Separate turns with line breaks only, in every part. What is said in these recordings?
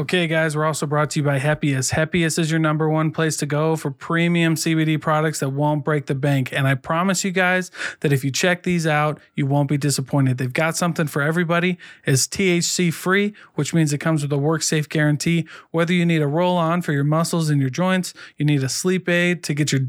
Okay, guys, we're also brought to you by Happiest. Happiest is your number one place to go for premium CBD products that won't break the bank. And I promise you guys that if you check these out, you won't be disappointed. They've got something for everybody. It's THC free, which means it comes with a work safe guarantee. Whether you need a roll on for your muscles and your joints, you need a sleep aid to get your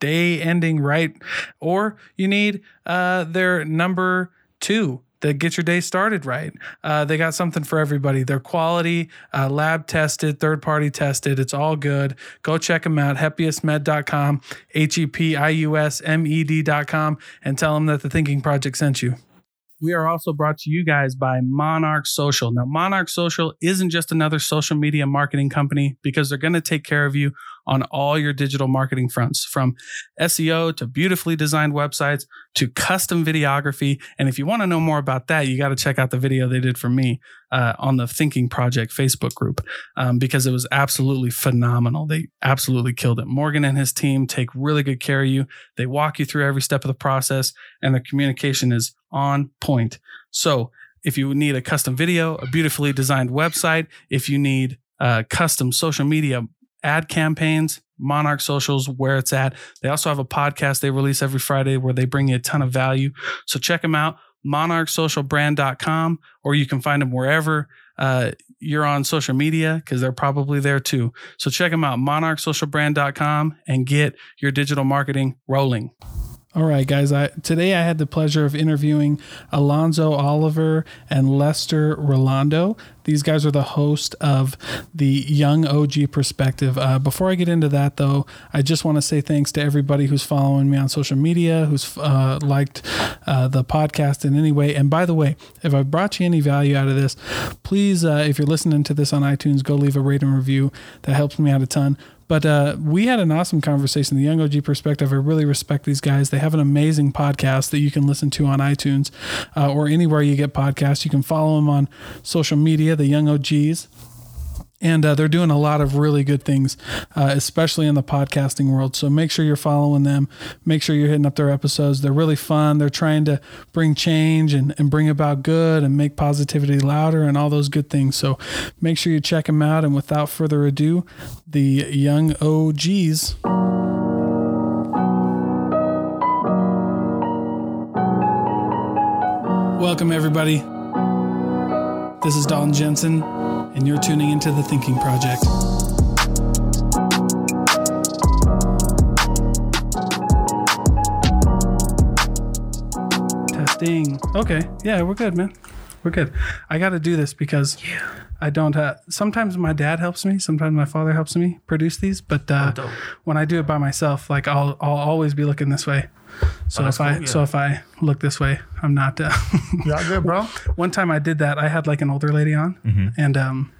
day ending right, or you need uh, their number two that get your day started right. Uh, they got something for everybody. They're quality, uh, lab tested, third party tested. It's all good. Go check them out. Hepiusmed.com, H E P I U S M E D.com, and tell them that the Thinking Project sent you. We are also brought to you guys by Monarch Social. Now, Monarch Social isn't just another social media marketing company because they're going to take care of you on all your digital marketing fronts from SEO to beautifully designed websites to custom videography. And if you want to know more about that, you got to check out the video they did for me uh, on the Thinking Project Facebook group um, because it was absolutely phenomenal. They absolutely killed it. Morgan and his team take really good care of you, they walk you through every step of the process, and their communication is on point. So, if you need a custom video, a beautifully designed website, if you need uh, custom social media ad campaigns, Monarch Socials, where it's at. They also have a podcast they release every Friday where they bring you a ton of value. So check them out, monarchsocialbrand.com, or you can find them wherever uh, you're on social media because they're probably there too. So check them out, monarchsocialbrand.com, and get your digital marketing rolling. All right, guys. I, today I had the pleasure of interviewing Alonzo Oliver and Lester Rolando. These guys are the host of the Young OG Perspective. Uh, before I get into that, though, I just want to say thanks to everybody who's following me on social media, who's uh, liked uh, the podcast in any way. And by the way, if I brought you any value out of this, please, uh, if you're listening to this on iTunes, go leave a rate and review. That helps me out a ton. But uh, we had an awesome conversation. The Young OG perspective, I really respect these guys. They have an amazing podcast that you can listen to on iTunes uh, or anywhere you get podcasts. You can follow them on social media, the Young OGs. And uh, they're doing a lot of really good things, uh, especially in the podcasting world. So make sure you're following them. Make sure you're hitting up their episodes. They're really fun. They're trying to bring change and, and bring about good and make positivity louder and all those good things. So make sure you check them out. And without further ado, the young OGs. Welcome, everybody. This is Dalton Jensen, and you're tuning into The Thinking Project. Testing. Okay. Yeah, we're good, man. We're good. I got to do this because I don't. Uh, sometimes my dad helps me. Sometimes my father helps me produce these. But uh,
dope.
when I do it by myself, like I'll I'll always be looking this way. So if
that's
I
cool, yeah.
so if I look this way, I'm not. Uh,
Not good, bro.
one time I did that. I had like an older lady on,
Mm-hmm.
and um,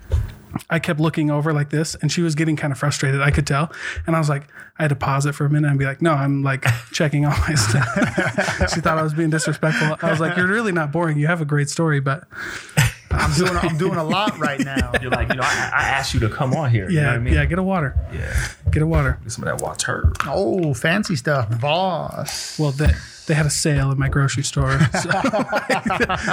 I kept looking over like this, and she was getting kind of frustrated. I could tell, and I was like, I had to pause it for a minute and be like, No, I'm like checking all my stuff. she thought I was being disrespectful. I was like, You're really not boring. You have a great story, but
I'm doing, I'm doing a lot right now.
You're like, you know, I, I asked you to come on here. you know
yeah,
what I mean?
yeah, get a water,
yeah.
get a water.
Get some of that water.
Oh, fancy stuff. Voss.
Well, they they had a sale at my grocery store. So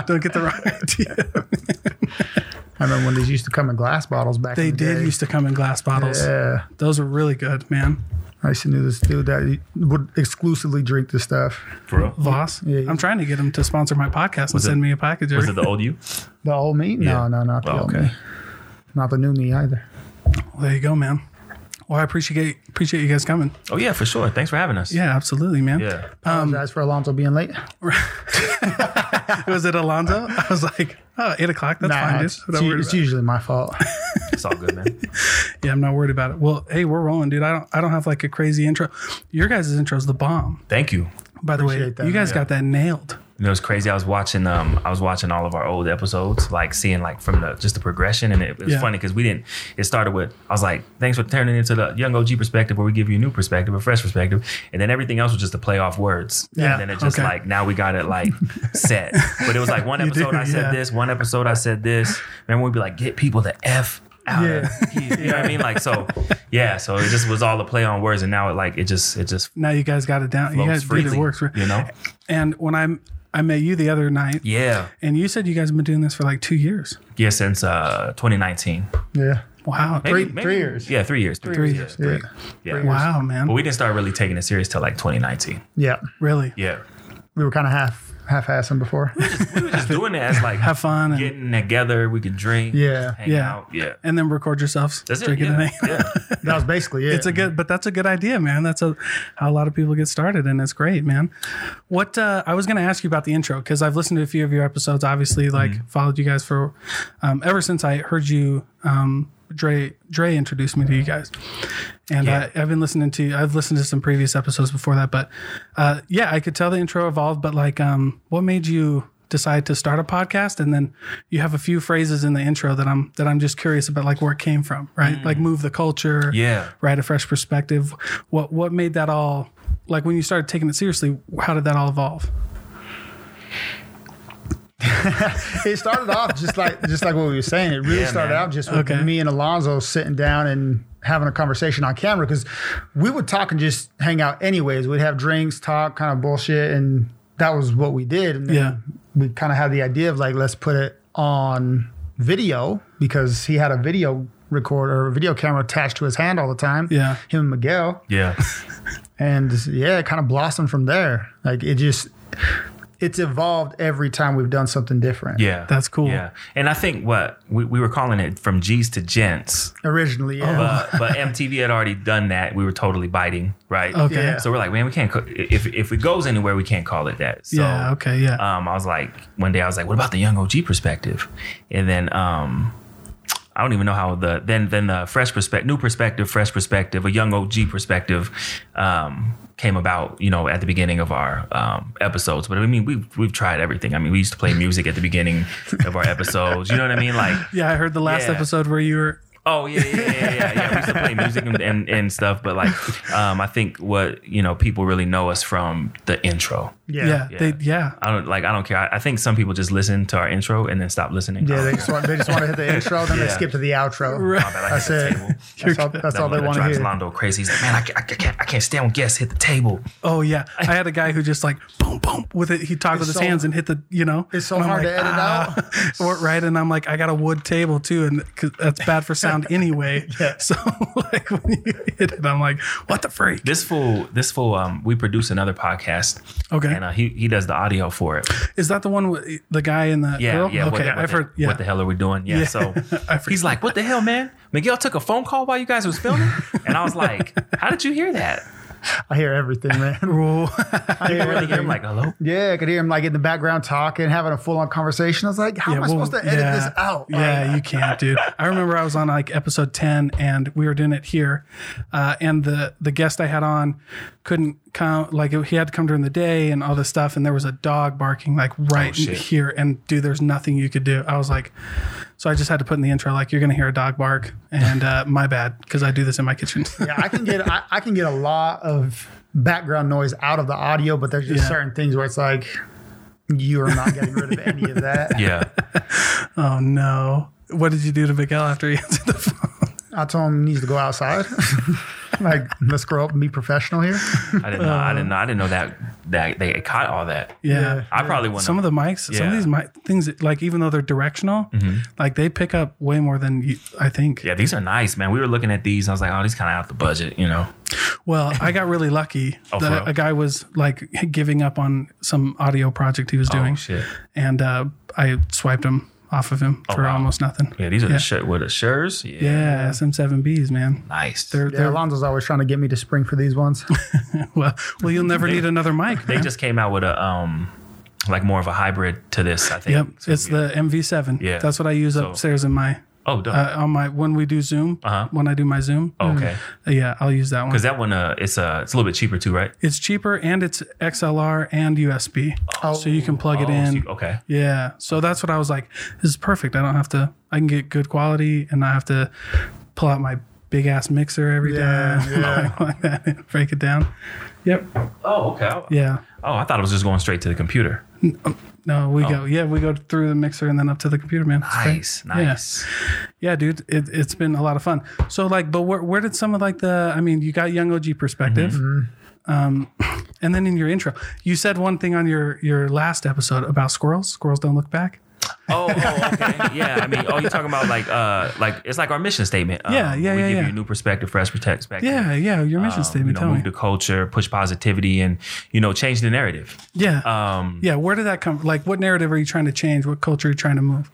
don't get the wrong idea.
I remember when these used to come in glass bottles back
They
in the day.
did used to come in glass bottles.
Yeah.
Those were really good, man.
I used to know this dude that would exclusively drink this stuff.
For real?
Voss.
Yeah, yeah.
I'm trying to get him to sponsor my podcast and
it-
send me a package.
Was
every-
it the old you?
The old me? No,
Yeah.
no, not the
Oh,
old
okay.
me. Not the new me either.
there you go, man. Well, I appreciate appreciate you guys coming.
Oh, yeah, for sure. Thanks for having us.
Yeah, absolutely, man.
Yeah.
Um,
Apologize for Alonso being late.
Was it Alonzo? I was like, oh, eight o'clock. That's
Nah,
fine, dude.
it's,
Not worried
it's
about it.
usually my fault.
It's all good, man.
Yeah, I'm not worried about it. Well, hey, we're rolling, dude. I don't I don't have like a crazy intro. Your guys' intro's the bomb.
Thank you.
By the way,
Appreciate that,
you guys
yeah.
got that nailed.
You know, it's crazy. I was watching, um, I was watching all of our old episodes, like seeing like from the just the progression, and it, was
Yeah.
funny because we didn't. It started with I was like, "Thanks for turning into the young OG perspective, where we give you a new perspective, a fresh perspective," and then everything else was just a play off words.
Yeah,
And then it just
okay.
like now we got it like set, but it was like one
You do,
episode I said
yeah.
this, one episode I said this. Remember we'd be like, "Get people the f." Out
Yeah.
of here. You know what I mean? Like so, yeah. So it just was all a play on words, and now it like it just it just
Now you guys got it down.
flows
you guys
freely.
did it works.
You know?
And when I'm I met you the other night,
Yeah.
and you said you guys have been doing this for like two years.
Yeah, since uh, 2019.
Yeah.
Wow,
Maybe-
Three-
maybe-
three years.
Yeah, three years. Three,
Three
years.
Yeah.
Yeah.
wow,
But
man,
we didn't start really taking it serious till like 2019.
Yeah.
really.
Yeah.
We were kind of half half assing before.
We were just doing it as like
Have fun and,
getting together. We could drink.
Yeah.
Hang
Yeah.
out. Yeah.
and then record yourselves
That's it.
drinking
Yeah.
and-
yeah.
That was basically it.
It's a good, but that's a good idea, man. That's a how a lot of people get started, and it's great, man. What uh, I was going to ask you about the intro because I've listened to a few of your episodes. Obviously,
Mm-hmm.
like followed you guys for um, ever since I heard you. Um, Dre Dre introduced me to you guys, and
Yeah.
I, I've been listening to. I've listened to some previous episodes before that, but uh, yeah, I could tell the intro evolved. But like, um, what made you? decide to start a podcast and then you have a few phrases in the intro that I'm that I'm just curious about like where it came from right like move the culture
Mm. Yeah.
right a fresh perspective what what made that all like when you started taking it seriously how did that all evolve
it started off just like just like what we were saying. It really
Yeah,
started
man.
out just with
Okay.
me and Alonzo sitting down and having a conversation on camera because we would talk and just hang out anyways. We'd have drinks, talk, kind of bullshit, and that was what we did. And then
Yeah.
we kind of had the idea of like let's put it on video because he had a video recorder or a video camera attached to his hand all the time.
Yeah.
Him and Miguel
Yeah.
and yeah, it kind of blossomed from there. Like it just, it's evolved every time we've done something different.
Yeah.
That's cool.
Yeah. And I think what we, we were calling it from G's to Gents,
Originally,
Oh,
yeah.
but, but MTV had already done that. We were totally biting. Right.
okay
Yeah.
So we're like, man, we can't, ca- if, if it goes anywhere, we can't call it that. So,
yeah okay yeah
um, I was like, one day I was like, what about the young OG perspective? And then, um, I don't even know how the then then the fresh perspective, new perspective, fresh perspective, a young OG perspective, um, came about. You know, at the beginning of our um, episodes. But I mean, we we've tried everything. I mean, we used to play music at the beginning of our episodes. You know what I mean? Like
yeah i heard the last
yeah.
episode where you were
Oh yeah, yeah, yeah, yeah, yeah. yeah. We used to play music and, and, and stuff, but like, um, I think what you know, people really know us from the intro.
yeah, they yeah
I don't like. I don't care. I, I think some people just listen to our intro and then stop listening.
Yeah, they just want, they just want to hit the intro, then they
Yeah.
skip to the outro.
I bet I
That's
hit the table.
it. That's all, that's
That
all they
one
want to
drives
hear.
Londo crazy. He's like, man, I, ca- I, ca- can't, I can't stand when guests hit the table.
oh yeah i had a guy who just like boom boom with it he talked with his
so-
hands and hit the you know
It's so
And I'm
hard
like,
to edit out.
ah, or- right and i'm like i got a wood table too and 'cause that's bad for sound anyway so like when you hit it i'm like what the freak
This fool, this fool. Um, we produce another podcast.
Okay.
and uh, he he does the audio for it.
is that the one with the guy and the
Yeah,
girl
yeah.
okay
what the- what
i've
the-
heard yeah
What the hell are we doing? Yeah.
Yeah.
So
I forget.
he's like, "What the hell, man? Miguel took a phone call while you guys was filming," and I was like, "How did you hear that?"
I hear everything, man.
Rule.
I hear
Really hear him
everything.
like, "Hello."
Yeah, I could hear him like in the background talking, having a full on conversation. I was like, how am I
well,
supposed to edit
yeah.
this out?
Yeah,
Like,
you can't, dude. I remember I was on like episode ten, and we were doing it here, uh, and the the guest I had on couldn't come. Like he had to come during the day and all this stuff, and there was a dog barking like right
shit.
here, and dude, there's nothing you could do. I was like, so I just had to put in the intro like you're gonna hear a dog bark, and uh, my bad because I do this in my kitchen.
yeah, I can get I, I can get a lot of background noise out of the audio, but there's just
Yeah.
certain things where it's like you are not getting rid of any of that.
Yeah.
oh no. What did you do to Miguel after he answered the phone?
I told him he needs to go outside. like, let's grow up and be professional here.
I didn't know. I didn't know. I didn't know that that they caught all that.
Yeah.
I probably wouldn't.
Some of the mics, some of
Yeah. Mm-hmm.
these mic things, like even though they're directional, like they pick up way more than you, I think.
yeah, these are nice, man. We were looking at these, and I was like, "Oh, these kind of out the budget," you know.
Well, I got really lucky
Oh, for
that
real?
a guy was like giving up on some audio project he was doing,
Oh shit.
and uh, I swiped him off of him for
Oh, wow.
almost nothing.
Yeah, these are the shit with the shirts. Yeah,
Yeah, SM7Bs, man.
nice.
They're,
Yeah,
they're
Alonzo's always trying to get me to spring for these ones.
well, well, you'll never need another mic.
they
man.
just came out with a um, like more of a hybrid to this. I think.
Yep,
So,
it's the MV7.
Yeah.
that's what I use upstairs in my
oh, dope.
uh, mm. on my when we do Zoom.
Uh-huh.
When I do my Zoom,
okay.
yeah, I'll use that one.
Because that one, uh, it's uh, it's a little bit cheaper too, right?
It's cheaper and it's XLR and USB. so you can plug it
Oh,
in.
so you- okay.
yeah. So that's what I was like, this is perfect. I don't have to I can get good quality and not have to pull out my big ass mixer every day.
Yeah,
like that and break it down. Yep.
Oh, okay.
Yeah.
Oh, I thought it was just going straight to the computer.
No, we go. Yeah, we go through the mixer and then up to the computer, man. It's great.
Oh. Nice, nice.
Yeah, dude, it, it's been a lot of fun. So like, but where, where did some of like the? I mean, you got Young OG perspective.
Mm-hmm,
Um, and then in your intro, you said one thing on your your last episode about squirrels. Squirrels don't look back.
Oh, oh, okay. Yeah, I mean, oh, you're talking about like, uh, like it's like our mission statement. Um,
Yeah, yeah,
We
yeah,
give
yeah.
you a new perspective, fresh perspective.
Yeah, yeah. Your mission
Um,
statement.
You know,
tell me.
move the culture, push positivity, and you know, change the narrative.
yeah,
Um,
yeah. Where did that come? Like, what narrative are you trying to change? What culture are you trying to move?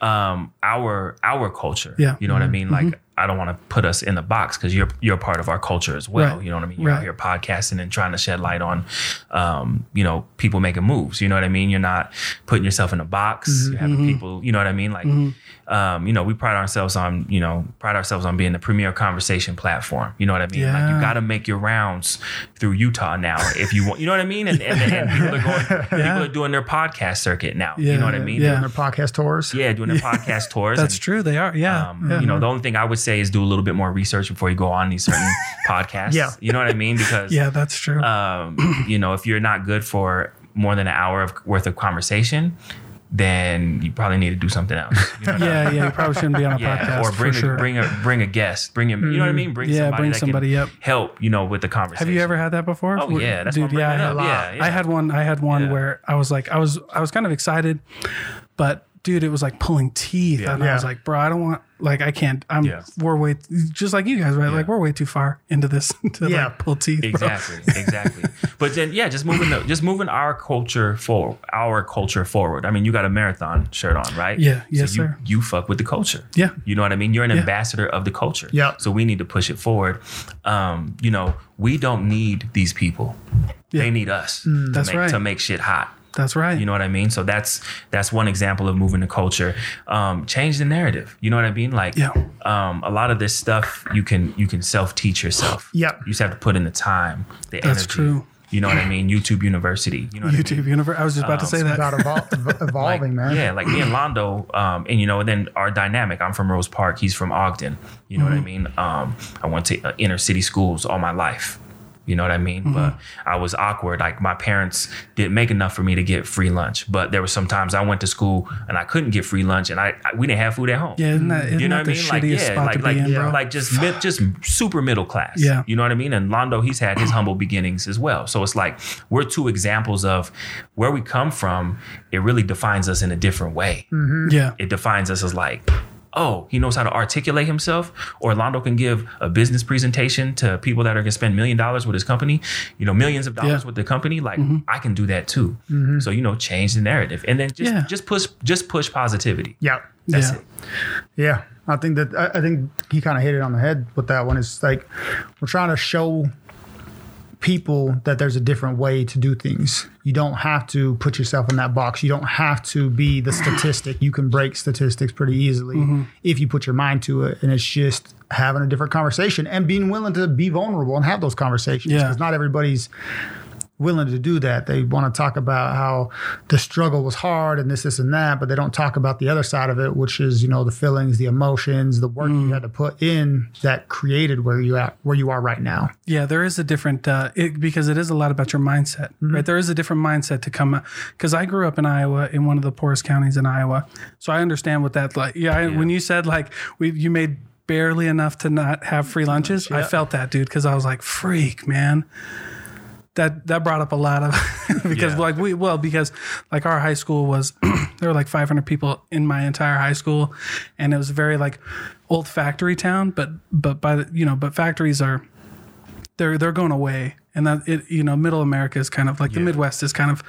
um, our our culture.
Yeah.
you know what I mean. Like, I don't want to put us in the box because you're you're a part of our culture as well.
Right.
You know what I mean. You're
Right.
out here podcasting and trying to shed light on, um, you know, people making moves. You know what I mean. You're not putting yourself in a box.
Mm-hmm.
You're having people. You know what I mean. Like, um, you know, we pride ourselves on you know pride ourselves on being the premier conversation platform. You know what I mean. Like,
Yeah.
you got to make your rounds through Utah now if you want. You know what I mean. And, and, and people are going. People are doing their podcast circuit now.
Yeah,
You know what I mean.
yeah.
on their podcast tours.
Yeah, doing the podcast tours.
That's
and,
true. They are. Yeah.
Um,
yeah. Mm-hmm.
You know, the only thing I would say is do a little bit more research before you go on these certain podcasts.
Yeah.
You know what I mean? Because,
yeah, that's true.
um, you know, if you're not good for more than an hour of worth of conversation, then you probably need to do something else. You know what I mean?
yeah, yeah. You probably shouldn't be on a
Yeah,
podcast
or bring
for
a,
sure. Mm-hmm.
bring a bring a guest, bring him. You know what I mean? Bring
Yeah,
somebody
bring
that
somebody,
can
yep.
help. You know, with the conversation.
Have you ever had that before?
Oh yeah, that's
dude.
why
Yeah,
I'm
I
bringing
had,
it up. Yeah, yeah.
I had one. I had one
Yeah.
where I was like, I was, I was kind of excited, but dude, it was like pulling teeth, and I
Yeah.
was like, bro, I don't want, like, I can't. I'm,
Yeah.
we're way, just like you guys, right? Like,
Yeah.
we're way too far into this to
Yeah.
like pull teeth. bro.
Exactly, exactly. But then, yeah, just moving the, just moving our culture for our culture forward. I mean, you got a marathon shirt on, right?
Yeah, yes,
so you,
sir.
You fuck with the culture.
Yeah.
you know what I mean. You're an ambassador of the culture.
Yeah.
So we need to push it forward. Um, you know, we don't need these people. They need us. to
Mm, That's
make,
right.
To make shit hot.
That's right.
You know what I mean? So that's that's one example of moving the culture. Um, change the narrative. You know what I mean? Like
Yeah.
um, a lot of this stuff you can you can self teach yourself.
Yep.
You just have to put in the time, the
That's
energy.
true.
You know what I mean? YouTube University. You know what I mean?
YouTube universe. I was just about
Oh,
to say that.
About evol-
Like,
evolving, man.
Yeah, like me and Londo, um, and you know, then our dynamic. I'm from Rose Park. He's from Ogden. You know what I mean? Um, I went to uh, inner city schools all my life. You know what I mean? But I was awkward. Like my parents didn't make enough for me to get free lunch. But there were some times I went to school and I couldn't get free lunch, and I, I we didn't have food at home.
yeah, isn't that, isn't
Mm. You know
that
what
the
I mean? Like
shittiest
yeah,
spot
like
to
like,
be in, bro?
like just mid, just super middle class.
Yeah.
you know what I mean. And Londo, he's had his humble beginnings as well. So it's like we're two examples of where we come from. It really defines us in a different way.
Hmm. yeah,
It defines us as like. Oh, he knows how to articulate himself. Or Londo can give a business presentation to people that are gonna spend million dollars with his company, you know, millions of dollars
Yeah. Mm-hmm.
with the company. Like I can do that too. So you know, change the narrative, and then just
Yeah.
just push just push positivity.
Yeah.
That's
yeah.
it.
Yeah, I think that I, I think he kind of hit it on the head with that one. It's like we're trying to show people that there's a different way to do things. You don't have to put yourself in that box. You don't have to be the statistic. You can break statistics pretty easily if you put your mind to it. And it's just having a different conversation and being willing to be vulnerable and have those conversations.
Yeah.
Because not everybody's willing to do that. They want to talk about how the struggle was hard and this, this, and that, but they don't talk about the other side of it, which is you know the feelings, the emotions, the work you had to put in that created where you at, where you are right now.
Yeah, there is a different uh, it, because it is a lot about your mindset, right? There is a different mindset to come because I grew up in Iowa in one of the poorest counties in Iowa, so I understand what that's like. Yeah, I, when you said like we you made barely enough to not have free lunches, I felt that dude because I was like, freak, man. That that brought up a lot of because
Yeah.
like we well because like our high school was there were like 500 people in my entire high school, and it was very like old factory town, but but by the you know but factories are they're they're going away and that it you know middle america is kind of like the midwest is kind of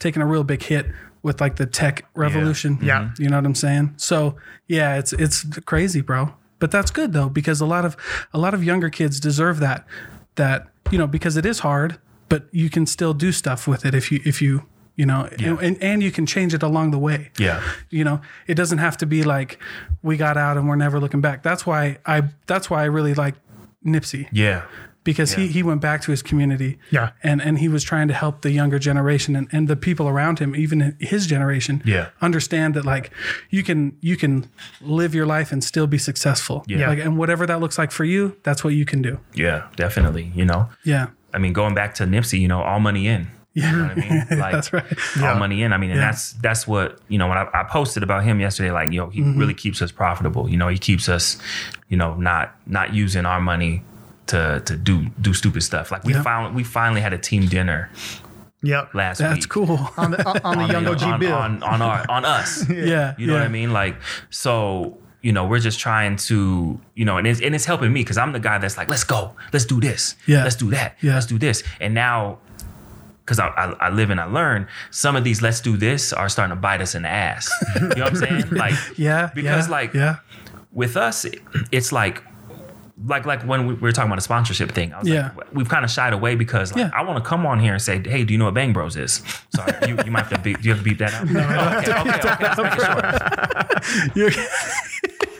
taking a real big hit with like the tech revolution
Yeah. Mhm.
you know what i'm saying so yeah it's it's crazy bro but that's good though because a lot of a lot of younger kids deserve that that you know because it is hard but you can still do stuff with it if you if you you know and, and and you can change it along the way
Yeah.
you know it doesn't have to be like we got out and we're never looking back that's why i that's why i really like nipsey
Yeah.
because he, he went back to his community
Yeah.
and, and he was trying to help the younger generation and, and the people around him even his generation
Yeah.
understand that like you can you can live your life and still be successful
Yeah.
like, and whatever that looks like for you that's what you can do
Yeah, definitely. You know,
yeah
I mean, going back to Nipsey, you know, all money in.
yeah
You know what I mean? Like,
that's right
All money in. I mean, and that's that's what you know. When I, I posted about him yesterday, like, yo,
Mm-hmm.
he really keeps us profitable. You know, he keeps us, you know, not not using our money to to do do stupid stuff. Like we
Yeah.
finally we finally had a team dinner
Yep.
last week.
That's cool.
On the, on- on the young OG
on,
bill.
on on our on us.
yeah.
You know
yeah.
what I mean? Like, so you know, we're just trying to, you know, and it's and it's helping me because I'm the guy that's like, let's go, let's do this,
Yeah.
let's do that,
Yeah.
let's do this, and now. Because I, I, I live and I learn, some of these let's do this are starting to bite us in the ass. You know what I'm saying? Like,
Yeah.
Because,
yeah,
like,
yeah.
with us, it- it's like, like, like when we we were talking about the sponsorship thing, I was
Yeah.
like, we've kind of shied away because like,
Yeah.
I want to come on here and say, hey, do you know what Bang Bros is? Sorry, you, you might have to beep, do you have to beep that out? No, okay, okay, okay, let's make it short.
You're-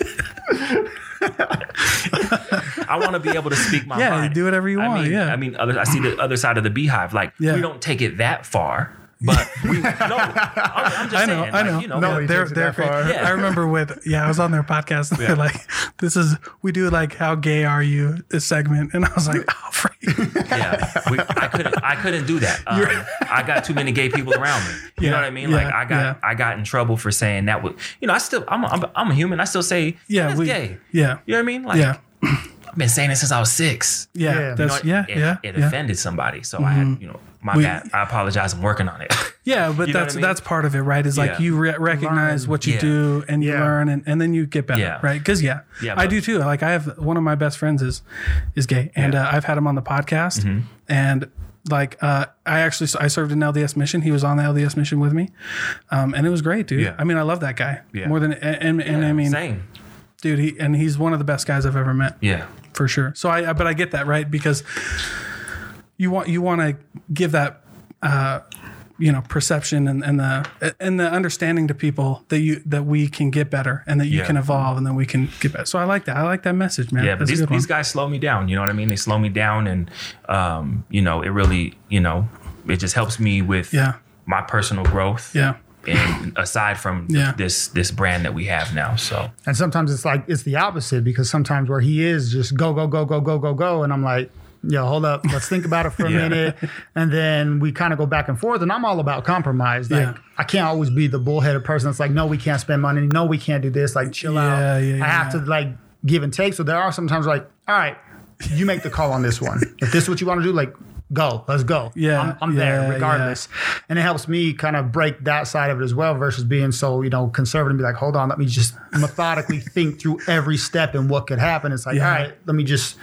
I want to be able to speak my
Yeah,
mind.
do whatever you
I
want,
mean,
yeah.
I mean, other, I see the other side of the beehive. Like
Yeah.
we don't take it that far, but we, no. I'm, I'm just
I know.
saying,
I
like,
know.
you know,
No,
Yeah,
he
they're
takes it
they're
that
great.
far.
Yeah.
I remember with yeah, I was on their podcast. and They're
Yeah.
like, "This is we do like how gay are you?" This segment, and I was like, "Oh, freak.
yeah, we, I couldn't. I couldn't do that. Um, I got too many gay people around me. You
Yeah,
know what I mean?
yeah,
Like I got,
yeah.
I got in trouble for saying that. Would you know? I still, I'm, a, I'm, a- I'm a human. I still say, yeah,
yeah,
that's
we,
gay.
yeah,
You know what I mean? Like
yeah,
I've been saying it since I was six.
yeah,
Yeah.
that's
You know,
yeah,
it,
yeah,
It,
yeah,
offended somebody, so I had, you know, my
We-
bad. I apologize. I'm working on it.
yeah." But
You know what
that's
I mean?
that's part of it, right? Is like
Yeah.
you re- recognize
Learn.
what you
Yeah.
do and you
Yeah.
learn, and, and then you get better,
Yeah.
right? Because yeah,
Yeah,
I
but-
do too. Like I have one of my best friends is is gay, and uh, I've had him on the podcast,
Mm-hmm.
and like uh, I actually I served an LDS mission. He was on the LDS mission with me, um, and it was great, dude.
Yeah.
I mean, I love that guy
Yeah.
more than and and, and I mean,
same.
dude, he and he's one of the best guys I've ever met
Yeah.
for sure. So I, I- but I get that right because you want you want to give that uh, you know perception and, and the and the understanding to people that you that we can get better and that you
Yeah.
can evolve and then we can get better. So I like that. I like that message, man.
Yeah, but
That's a
these,
good one.
these guys slow me down. You know what I mean? They slow me down, and um, you know, it really, you know, it just helps me with
Yeah.
my personal growth.
yeah,
And aside from
Yeah.
this this brand that we have now, so
And sometimes it's like it's the opposite because sometimes where he is just go go go go go go go, and I'm like, yo, hold up, let's think about it for a
Yeah.
minute, and then we kind of go back and forth. And I'm all about compromise. Like
Yeah.
I can't always be the bullheaded person that's like, no, we can't spend money, no, we can't do this. Like chill
Yeah,
out.
yeah,
I have
yeah.
to like give and take. So there are sometimes like, all right, you make the call on this one. if this is what you want to do, like. Go, let's go.
Yeah,
I'm, I'm
yeah,
there
yeah.
regardless, and it helps me kind of break that side of it as well. Versus being so you know conservative and be like, hold on, let me just methodically think through every step and what could happen. It's like,
Yeah.
all right, let me just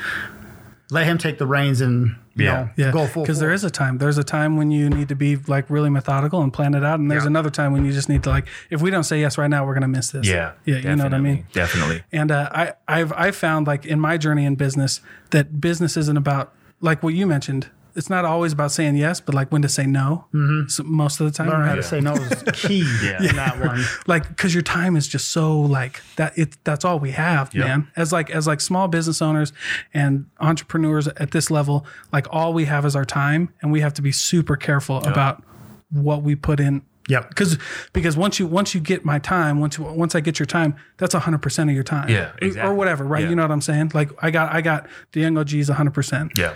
let him take the reins and you
Yeah.
know
yeah.
go full
Because there is a time. There's a time when you need to be like really methodical and plan it out, and there's
Yeah.
another time when you just need to like, if we don't say yes right now, we're gonna miss this. yeah. You know what I mean?
Definitely.
And uh, I, I've I found like in my journey in business that business isn't about like what you mentioned. It's not always about saying yes, but like when to say no. So most of the time,
Mm-hmm. learn how
right?
to say no is key
Yeah.
in that one.
like because your time is just so like that. It that's all we have, man. As like as like small business owners and entrepreneurs at this level, like all we have is our time, and we have to be super careful about what we put in.
Yep.
Because because once you once you get my time, once you, once I get your time, that's hundred percent of your time.
Yeah,
Or
exactly.
whatever, right?
Yeah.
You know what I'm saying? Like I got I got the young OGs hundred percent.
Yeah.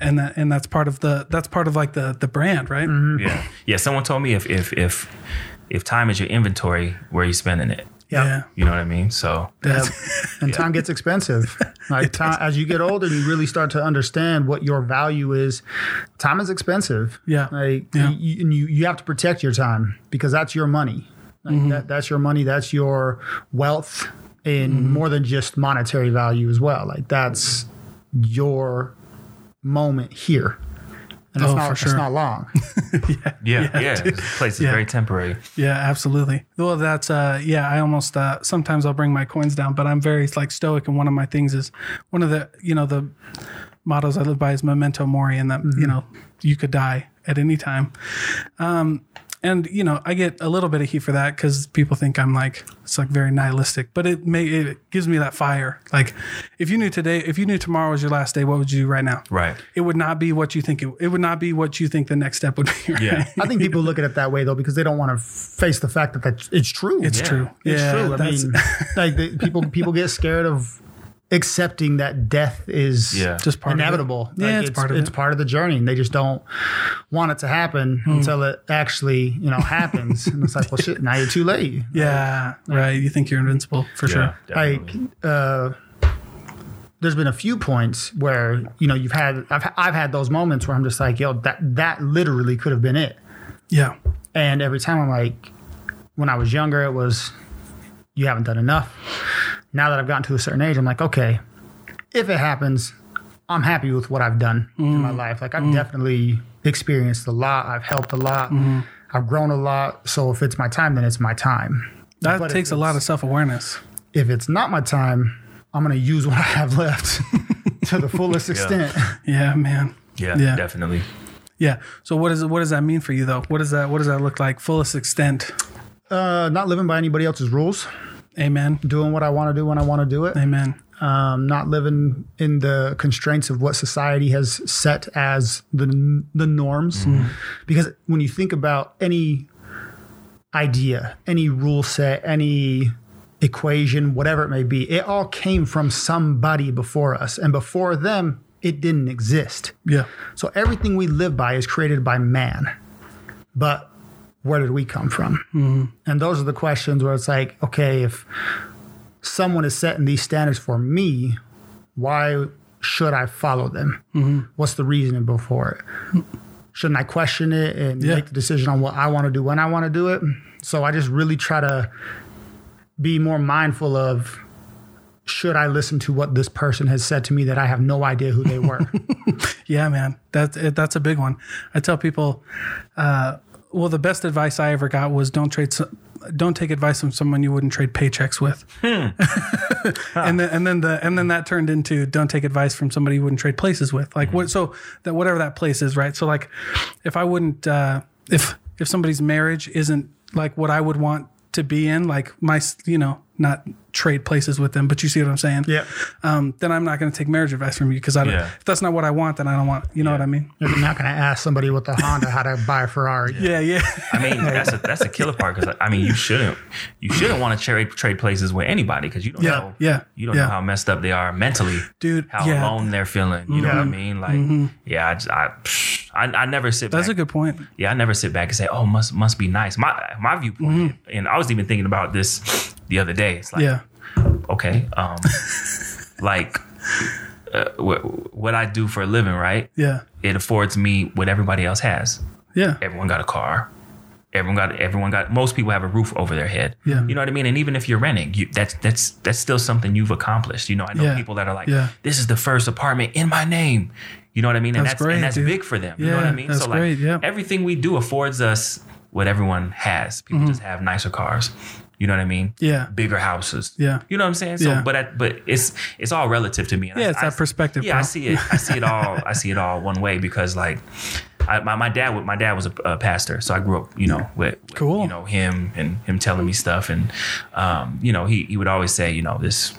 And that and that's part of the that's part of like the the brand, right?
Yeah. Yeah. Someone told me if if if if time is your inventory, where are you spending it?
Yeah.
You know what I mean? So
Yep. And time gets expensive. Like time, as you get older, you really start to understand what your value is. Time is expensive.
Yeah.
Like,
Yeah.
You, and you, you have to protect your time because that's your money. Like
Mm-hmm.
that, that's your money. That's your wealth in
Mm-hmm.
more than just monetary value as well. Like that's your moment here. And it's
Oh,
not,
for
it's
sure.
not long.
yeah, yeah. This place is very temporary.
Yeah, absolutely. Well, that's uh yeah, I almost uh sometimes I'll bring my coins down, but I'm very like stoic and one of my things is one of the, you know, the mottos I live by is memento mori and that,
Mm-hmm.
you know, you could die at any time. Um and you know, I get a little bit of heat for that cuz people think I'm like it's like very nihilistic, but it may it gives me that fire. Like if you knew today, if you knew tomorrow was your last day, what would you do right now?
Right.
It would not be what you think it, it would not be what you think the next step would be. Right?
Yeah.
I think people look at it that way though because they don't want to face the fact that that's, it's true.
It's
Yeah.
true.
It's
yeah,
true. I
that's-
mean, like the, people people get scared of accepting that death is
Yeah.
just part
inevitable.
Of it. Yeah,
Like,
it's, part of
it's
it. Hmm.
part of the journey, and they just don't want it to happen until it actually you know happens. and it's like, well, shit, now you're too late.
Yeah, right. You think you're invincible for
Yeah.
sure.
definitely.
Like, uh, there's been a few points where you know you've had I've I've had those moments where I'm just like yo that that literally could have been it.
Yeah.
And every time I'm like, when I was younger, it was, you haven't done enough. Now that I've gotten to a certain age, I'm like, okay, if it happens, I'm happy with what I've done in my life. Like, I've definitely experienced a lot, I've helped a lot, I've grown a lot. So, if it's my time, then it's my time.
That
But if
takes a lot of self awareness.
If it's not my time, I'm going to use what I have left to the fullest extent.
Yeah, man.
Yeah,
Yeah.
definitely.
Yeah. So what is what does that mean for you though? What does that what does that look like? Fullest extent.
Uh, not living by anybody else's rules,
Amen.
doing what I want to do when I want to do it.
Amen.
um, not living in the constraints of what society has set as the the norms. Because when you think about any idea, any rule set, any equation, whatever it may be, it all came from somebody before us, and before them, it didn't exist.
Yeah.
So everything we live by is created by man. But where did we come from? And those are the questions where it's like, okay, if someone is setting these standards for me, why should I follow them? What's the reasoning before it? Shouldn't I question it and
Yeah.
make the decision on what I want to do when I want to do it? So I just really try to be more mindful of should I listen to what this person has said to me that I have no idea who they were?
Yeah, man. That's it, that's a big one. I tell people, uh, well, the best advice I ever got was don't trade, some, don't take advice from someone you wouldn't trade paychecks with. and then and then the and then that turned into don't take advice from somebody you wouldn't trade places with. Like what? So that whatever that place is, right? So like, if I wouldn't, uh, if if somebody's marriage isn't like what I would want to be in, like my, s- you know, not trade places with them, but you see what I'm saying?
Yeah.
Um, then I'm not going to take marriage advice from you because I don't,
Yeah.
if that's not what I want, then I don't want. You know what I mean?
You're not going to ask somebody with a Honda how to buy a Ferrari.
Yeah, yeah,
I mean, that's a that's a killer part because I mean, you shouldn't you shouldn't want to trade trade places with anybody because you don't
Yeah,
know
yeah,
you don't
yeah.
know how messed up they are mentally,
Dude,
How
yeah. Mm-hmm.
alone they're feeling. You know what I mean? Like, yeah, I, just, I, psh, I I never sit.
that's
back.
a good point.
yeah, I never sit back and say, oh, must must be nice. My my viewpoint, and I was even thinking about this the other day. It's like,
Mm-hmm. Yeah,
okay, um, like uh, what, what I do for a living, right?
yeah,
It affords me what everybody else has
yeah,
everyone got a car. Everyone got everyone got most people have a roof over their head.
Yeah.
You know what I mean? And even if you're renting, you that's that's that's still something you've accomplished. You know, I know
Yeah.
people that are like,
Yeah.
This is the first apartment in my name. You know what I mean? And
That's
that's,
great,
and that's
dude.
big for them. you know what
Yeah,
I mean?
that's
so like
great, yeah.
everything we do affords us what everyone has. People just have nicer cars. You know what I mean?
Mm-hmm. Yeah.
Bigger houses.
Yeah.
You know what I'm saying? So
Yeah.
but I, but it's it's all relative to me. And
Yeah, it's that perspective,
Yeah,
bro.
I see it. I see it all. I see it all one way because like, I, my my dad would- my dad was a, a pastor, so I grew up you know with with,
Cool.
you know him and him telling me stuff, and um, you know he he would always say you know this.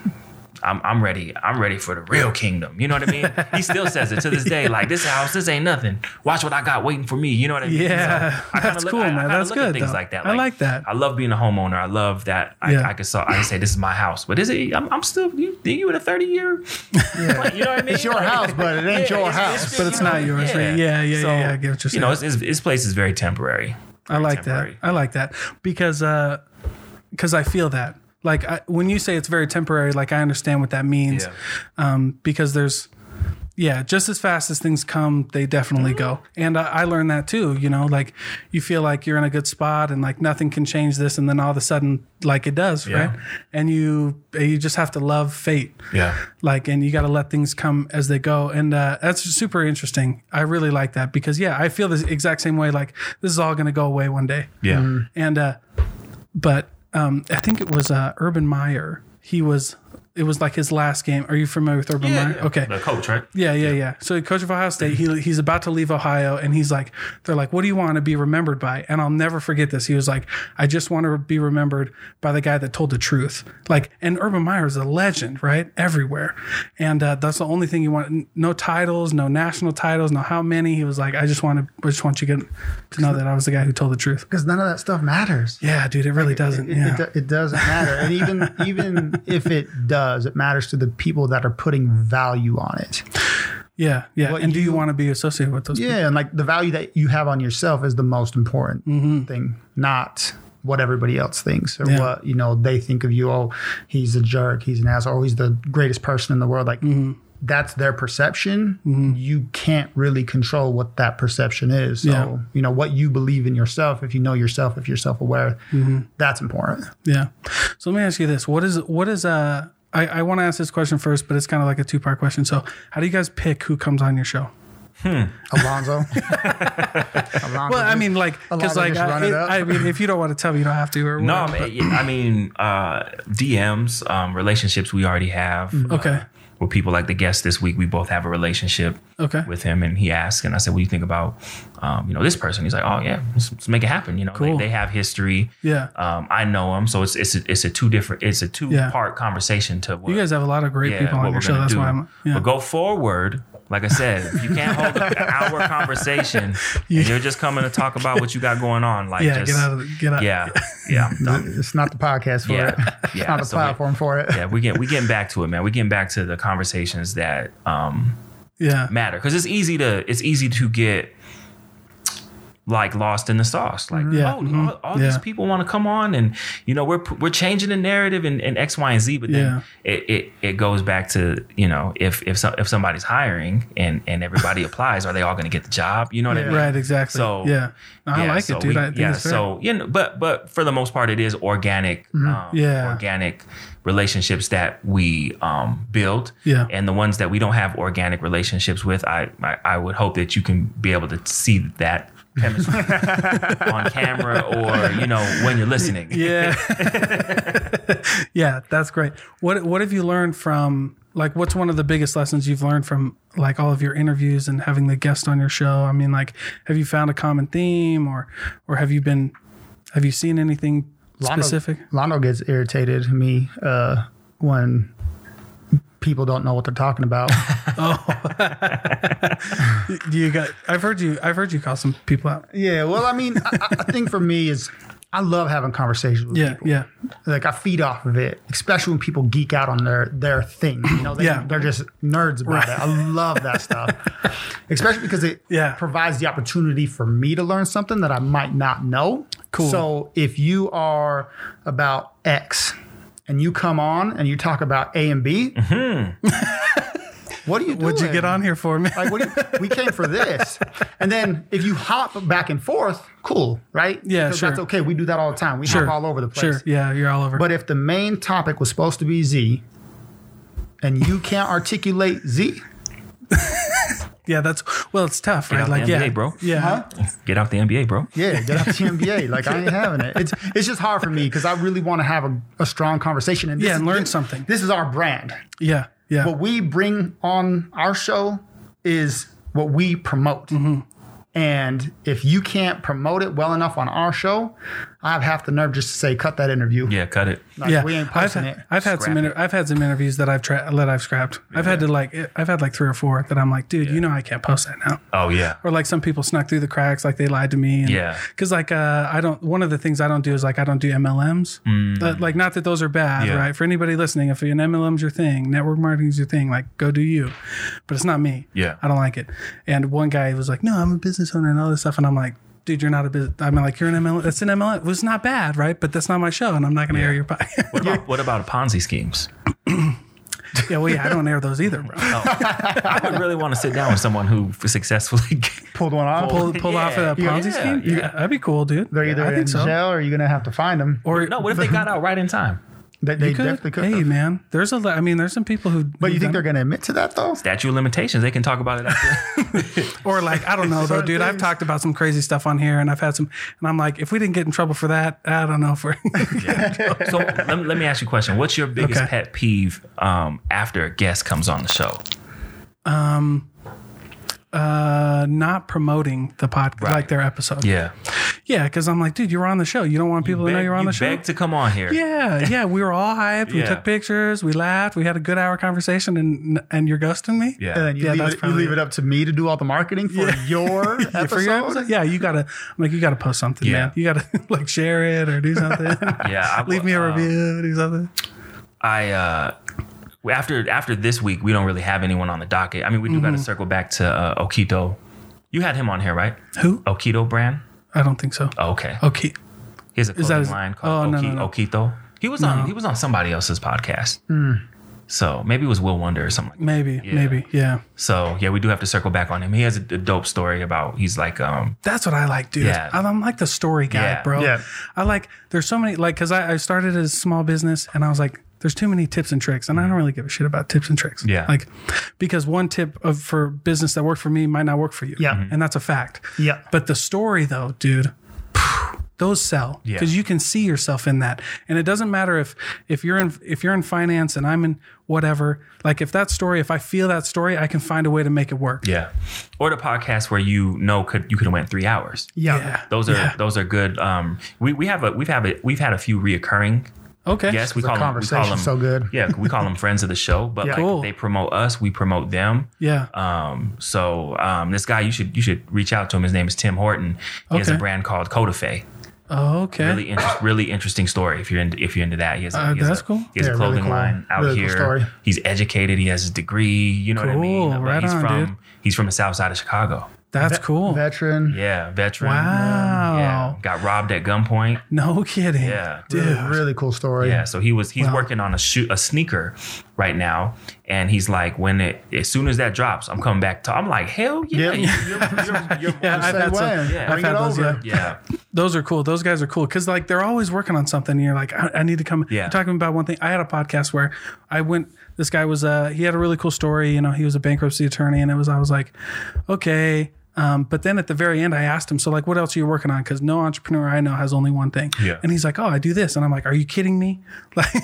I'm, I'm ready. I'm ready for the real kingdom. You know what I mean? He still says it to this day. Like this house, this ain't nothing. Watch what I got waiting for me. You know what I mean?
Yeah.
I kinda
That's cool, man.
kinda
That's
look at
good,
Things
though.
like that.
I like that.
I love being a homeowner. I love that I,
Yeah.
I could saw, I could say this is my house, but is it? I'm, I'm still you, you in a 30 year. You know what I mean?
It's your house, but it ain't your house.
But it's not yours, right? Yeah, yeah, yeah, yeah, I get what you're
You know, his, his place is very temporary.
I like
temporary.
that. I like that because uh, because I feel that. Like I, when you say it's very temporary, like I understand what that means.
Yeah.
um, because there's yeah just as fast as things come they definitely go and I, I learned that too you know like you feel like you're in a good spot and like nothing can change this and then all of a sudden like it does
Yeah.
right and you you just have to love fate
Yeah.
like and you got to let things come as they go and uh, that's super interesting i really like that because yeah i feel the exact same way like this is all going to go away one day
Yeah.
and uh but um i think it was uh urban meyer he was it was like his last game are you familiar with urban meyer okay
The coach, right?
yeah, yeah, yeah. So coach of Ohio State, he he's about to leave Ohio, and he's like, they're like, what do you want to be remembered by? And I'll never forget this. He was like, I just want to be remembered by the guy that told the truth. Like, and Urban Meyer is a legend, right? Everywhere, and uh, that's the only thing you want. n- No titles, no national titles, no how many. He was like, I just want to, I just want you to get, to know that I was the guy who told the truth.
Because none of that stuff matters.
Yeah, dude, it really doesn't.
It,
yeah.
it, do- it doesn't matter. And even even if it does, it matters to the people that are putting value on it.
yeah, yeah.
what
And do you
you-
want to be associated with those? people?
Yeah, and like the value that you have on yourself is the most important thing, not what everybody else thinks or
Mm-hmm. Yeah.
what you know they think of you. Oh, he's a jerk. He's an asshole. Oh, he's the greatest person in the world. Like
Mm-hmm.
that's their perception. You can't really control what that perception is. So
Yeah.
you know what you believe in yourself. If you know yourself, if you're self aware,
Mm-hmm.
that's important.
Yeah. So let me ask you this: What is what is uh? I, I want to ask this question first, but it's kind of like a two part question. So, how do you guys pick who comes on your show?
Alonzo. Alonzo.
Well, I mean, like,
Alonzo
because like,
just run
I,
it
it-
up.
I mean, if you don't want to tell me, you don't have to. Or
No,
whatever,
I mean, I mean uh, DMs, um, relationships we already have. uh,
but- Mm-hmm. okay,
with people like the guest this week, we both have a relationship
okay,
with him, and he asked, and I said, "What do you think about, um, you know, this person?" He's like, "Oh yeah, let's, let's make it happen." You know,
Cool.
they, they have history.
yeah.
Um, I know him, so it's it's a, it's a two different, it's a two part conversation to what
You guys have a lot of great people on your show.
gonna
That's why I'm. Yeah.
But go forward. Like I said, you can't hold an hour conversation. And you're just coming to talk about what you got going on. Like,
yeah.
just,
get out of the, get out.
yeah, yeah, I'm done.
it's not the podcast for
yeah,
it. It's
yeah.
not the
So we-
platform for it.
yeah, we get we getting back to it, man. We getting back to the conversations that um,
Yeah.
matter because it's easy to it's easy to get like lost in the sauce like
Yeah.
oh
Mhm.
all, all
Yeah.
these people want to come on and you know we're we're changing the narrative and, and x y and z but then it, it it goes back to you know if if some, if somebody's hiring and and everybody applies are they all going to get the job you know what i
Yeah.
mean
Right. Exactly.
So-
yeah. No, I
yeah,
like
so
it, dude.
we-
I think
yeah,
it's fair.
so you know, but but for the most part, it is organic, um,
Mm-hmm. Yeah.
organic relationships that we um, build.
Yeah.
and the ones that we don't have organic relationships with, I I, I would hope that you can be able to see that chemistry on camera or you know when you're listening.
Yeah. yeah, that's great. What what have you learned from like what's one of the biggest lessons you've learned from like all of your interviews and having the guest on your show? I mean, like have you found a common theme or or have you been have you seen anything specific?
Londo gets irritated at me uh, when people don't know what they're talking about.
Do you got I've heard you I've heard you call some people out.
yeah. Well, I mean, I, I- I think for me is I love having conversations with
Yeah,
people.
yeah.
Like I feed off of it, especially when people geek out on their their thing. You know, they,
Yeah.
they're just nerds about it. I love that stuff, especially because it
Yeah.
provides the opportunity for me to learn something that I might not know.
Cool.
So if you are about X and you come on and you talk about A and B, what do you do?
Would Mm-hmm. you get on here for me?
Like, what do you, we came for this. And then if you hop back and forth, cool, right?
Yeah,
Because
sure.
That's okay. We do that all the time. We hop all over the place.
Sure. Yeah, you're all over.
But if the main topic was supposed to be Z and you can't articulate Z,
yeah, that's well, it's tough, right?
out
Like
the
yeah.
NBA, bro.
Yeah.
Get out the NBA, bro.
yeah, get out the NBA. Like, I ain't having it. It's, it's just hard for me because I really want to have a, a strong conversation. And this
Yeah, and
is-
learn
this-
something.
This is our brand.
Yeah. Yeah.
what we bring on our show is what we promote.
Mm-hmm.
And if you can't promote it well enough on our show, I have half the nerve just to say, cut that interview.
Yeah, cut it.
Like, We ain't posting
I've,
it.
I've had some
Scrap
inter- I've had some interviews that I've tra- that I've scrapped. I've had to like I've had like three or four that I'm like, dude, you know I can't post that now.
Oh yeah.
Or like some people snuck through the cracks, like they lied to me. And,
Yeah.
Because like uh, I don't. One of the things I don't do is like I don't do MLMs.
Mm.
But, like not that those are bad,
Yeah.
right? For anybody listening, if an MLM's your thing, network marketing's your thing, like go do you. But it's not me.
Yeah.
I don't like it. And one guy was like, "No, I'm a business owner and all this stuff," and I'm like. Dude, you're not a business. I'm like, you're an MLM. That's an MLM. It was not bad, right? But that's not my show, and I'm not going to air your podcast.
What about, what about Ponzi schemes? Oh,
Yeah, well, yeah, I don't air those either, bro.
I would really want to sit down with someone who successfully.
Pulled one off.
Pull, pull off a
Yeah,
Ponzi
yeah,
scheme?
yeah.
Yeah, that'd be cool, dude.
They're
Yeah,
either
I
in
think so.
jail or you're going to have to find them.
Or
no, what if they got out right in time?
They, they
you could-
definitely could.
Hey, man, there's a. lo- I mean, there's some people who.
but you think they're going to admit to that, though?
Statute of limitations. They can talk about it after.
or like I don't know though,
Certain
dude. I've
things.
talked about some crazy stuff on here, and I've had some, and I'm like, if we didn't get in trouble for that, I don't know. For
So let me, let me ask you a question. What's your biggest
Okay.
pet peeve um, after a guest comes on the show?
uh, not promoting the podcast,
Right.
like their episode.
Yeah,
yeah, because I'm like, dude, you were on the show. You don't want people to know you're on
you
the show.
begged to come on here.
Yeah, yeah, we were all hyped. We
Yeah.
took pictures. We laughed. We had a good hour conversation, and and you're ghosting me.
yeah.
And then you,
Yeah,
leave,
that's
it, you
probably-
leave it up to me to do all the marketing for your episode.
for your episode? Yeah, you gotta. I'm like, you gotta post something,
Yeah.
man. You gotta like share it or do something.
Yeah, I,
Leave me a
uh,
review, do something.
I uh, after after this week, we don't really have anyone on the docket. I mean, we do
Mm-hmm.
got to circle back to uh, Okito. You had him on here, right?
Who?
Okito Brand. Oh,
I don't think so.
Okay,
Okay.
He has a clothing
Oh, that his-
line called
oh, no,
Oki,
no, Hmm. no.
Okito. He was on he was on somebody else's podcast. So maybe it was Will Wonder or something. like that.
Maybe, maybe, yeah.
So yeah, we do have to circle back on him. He has a, a dope story about he's like um
That's what I like, dude.
Yeah.
I- I'm like the story guy,
Yeah.
bro.
Yeah.
I like, there's so many, like, because I, I started as a small business and I was like, there's too many tips and tricks. And I don't really give a shit about tips and tricks.
Yeah.
Like, because one tip of, for business that worked for me might not work for you.
Yeah. Mhm.
And that's a fact.
Yeah.
But the story, though, dude, those sell
Yeah.
because you can see yourself in that and it doesn't matter if if you're in if you're in finance and i'm in whatever like if that story if i feel that story i can find a way to make it work
yeah, or the podcast where you know could you could have went three hours.
Yeah.
Those are
Yeah.
those are good. Um, we we have a we've have a, we've had a few reoccurring
okay
guests. We
The
call them we call
conversation's
them
so good.
Yeah, we call them friends of the show. But
Yeah.
like
Cool.
they promote us, we promote them.
yeah
Um, so um, this guy, you should you should reach out to him. His name is Tim Horton. He has a
Okay.
brand called Codafe. Uh,
oh, okay
Really, interest, really interesting story. If you're in, if you're into that, he has a,
Uh,
he has
that's
a-
cool.
He has
Yeah,
a
really
clothing
cool.
line out
Really cool
here.
story.
He's educated. He has his degree. You know what I mean?
Cool.
Like,
Right
he's
on,
from
dude.
he's from the south side of Chicago.
that's
Ve-
cool
Veteran.
Yeah, veteran.
Wow.
Yeah, got robbed at gunpoint.
no kidding
Yeah.
dude
Really, really cool story.
Yeah, so he was he's
Wow.
working on a shoe a sneaker right now, and he's like, when it as soon as that drops, I'm coming back to. I'm like, hell yeah,
Yeah.
you're- you're- you're-
Yeah, I've
Say
had, some-
when.
Yeah.
I've
Bring
had
it
those.
over.
Yeah.
yeah,
Those are cool. Those guys are cool because like they're always working on something. And you're like, I, I need to come.
Yeah.
You're talking about one thing. I had a podcast where I went. This guy was uh he had a really cool story. You know, he was a bankruptcy attorney, and it was I was like, okay. Um, but then at the very end, I asked him, so like, what else are you working on? Because no entrepreneur I know has only one thing.
Yeah.
And he's like, oh, I do this, and I'm like, are you kidding me? Like,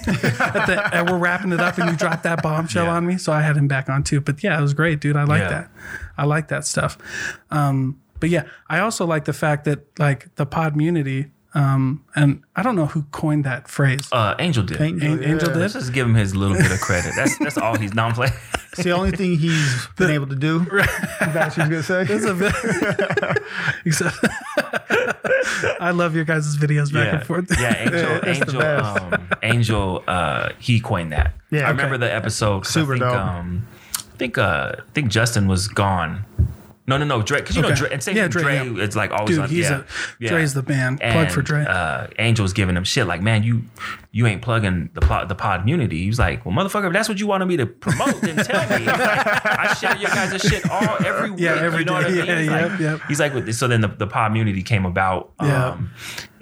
at the, and we're wrapping it up, and you dropped that bombshell
Yeah.
on me. So I had him back on too. But yeah, it was great, dude. I like
Yeah.
that. I like that stuff. Um, but yeah, I also like the fact that like the podmunity, um, and I don't know who coined that phrase.
uh, Angel did.
Thank
An-
you.
Angel
Yeah.
did?
Let's just give him his little bit of credit. That's that's all he's non playing.
It's the only thing he's been able to do. That's what you was gonna say.
Except- I love your guys' videos back
Yeah,
and forth.
yeah. Angel,
It's the
Angel,
best.
um, Angel. Uh, he coined that.
Yeah,
I remember the episode. 'cause
Super
I think,
dope.
Um, I think uh, I think Justin was gone. No, no, no. Dre, because you
Okay.
know Dre, and same
Yeah,
Dre,
Dre,
Dre is like always
Dude,
on.
he's
yeah,
a
yeah.
Dre's the band. Plug for
And,
Dre.
Uh, Angel's giving him shit like, man, you you ain't plugging the pod, the pod community. He was like, well, motherfucker, if that's what you wanted me to promote, then tell me. He's like, I share your guys' shit all every week.
Yeah, every
you know what I
day.
mean?
Yeah,
He's like,
yep, yep.
He's like, with- so then the, the pod community came about.
Yeah.
Um,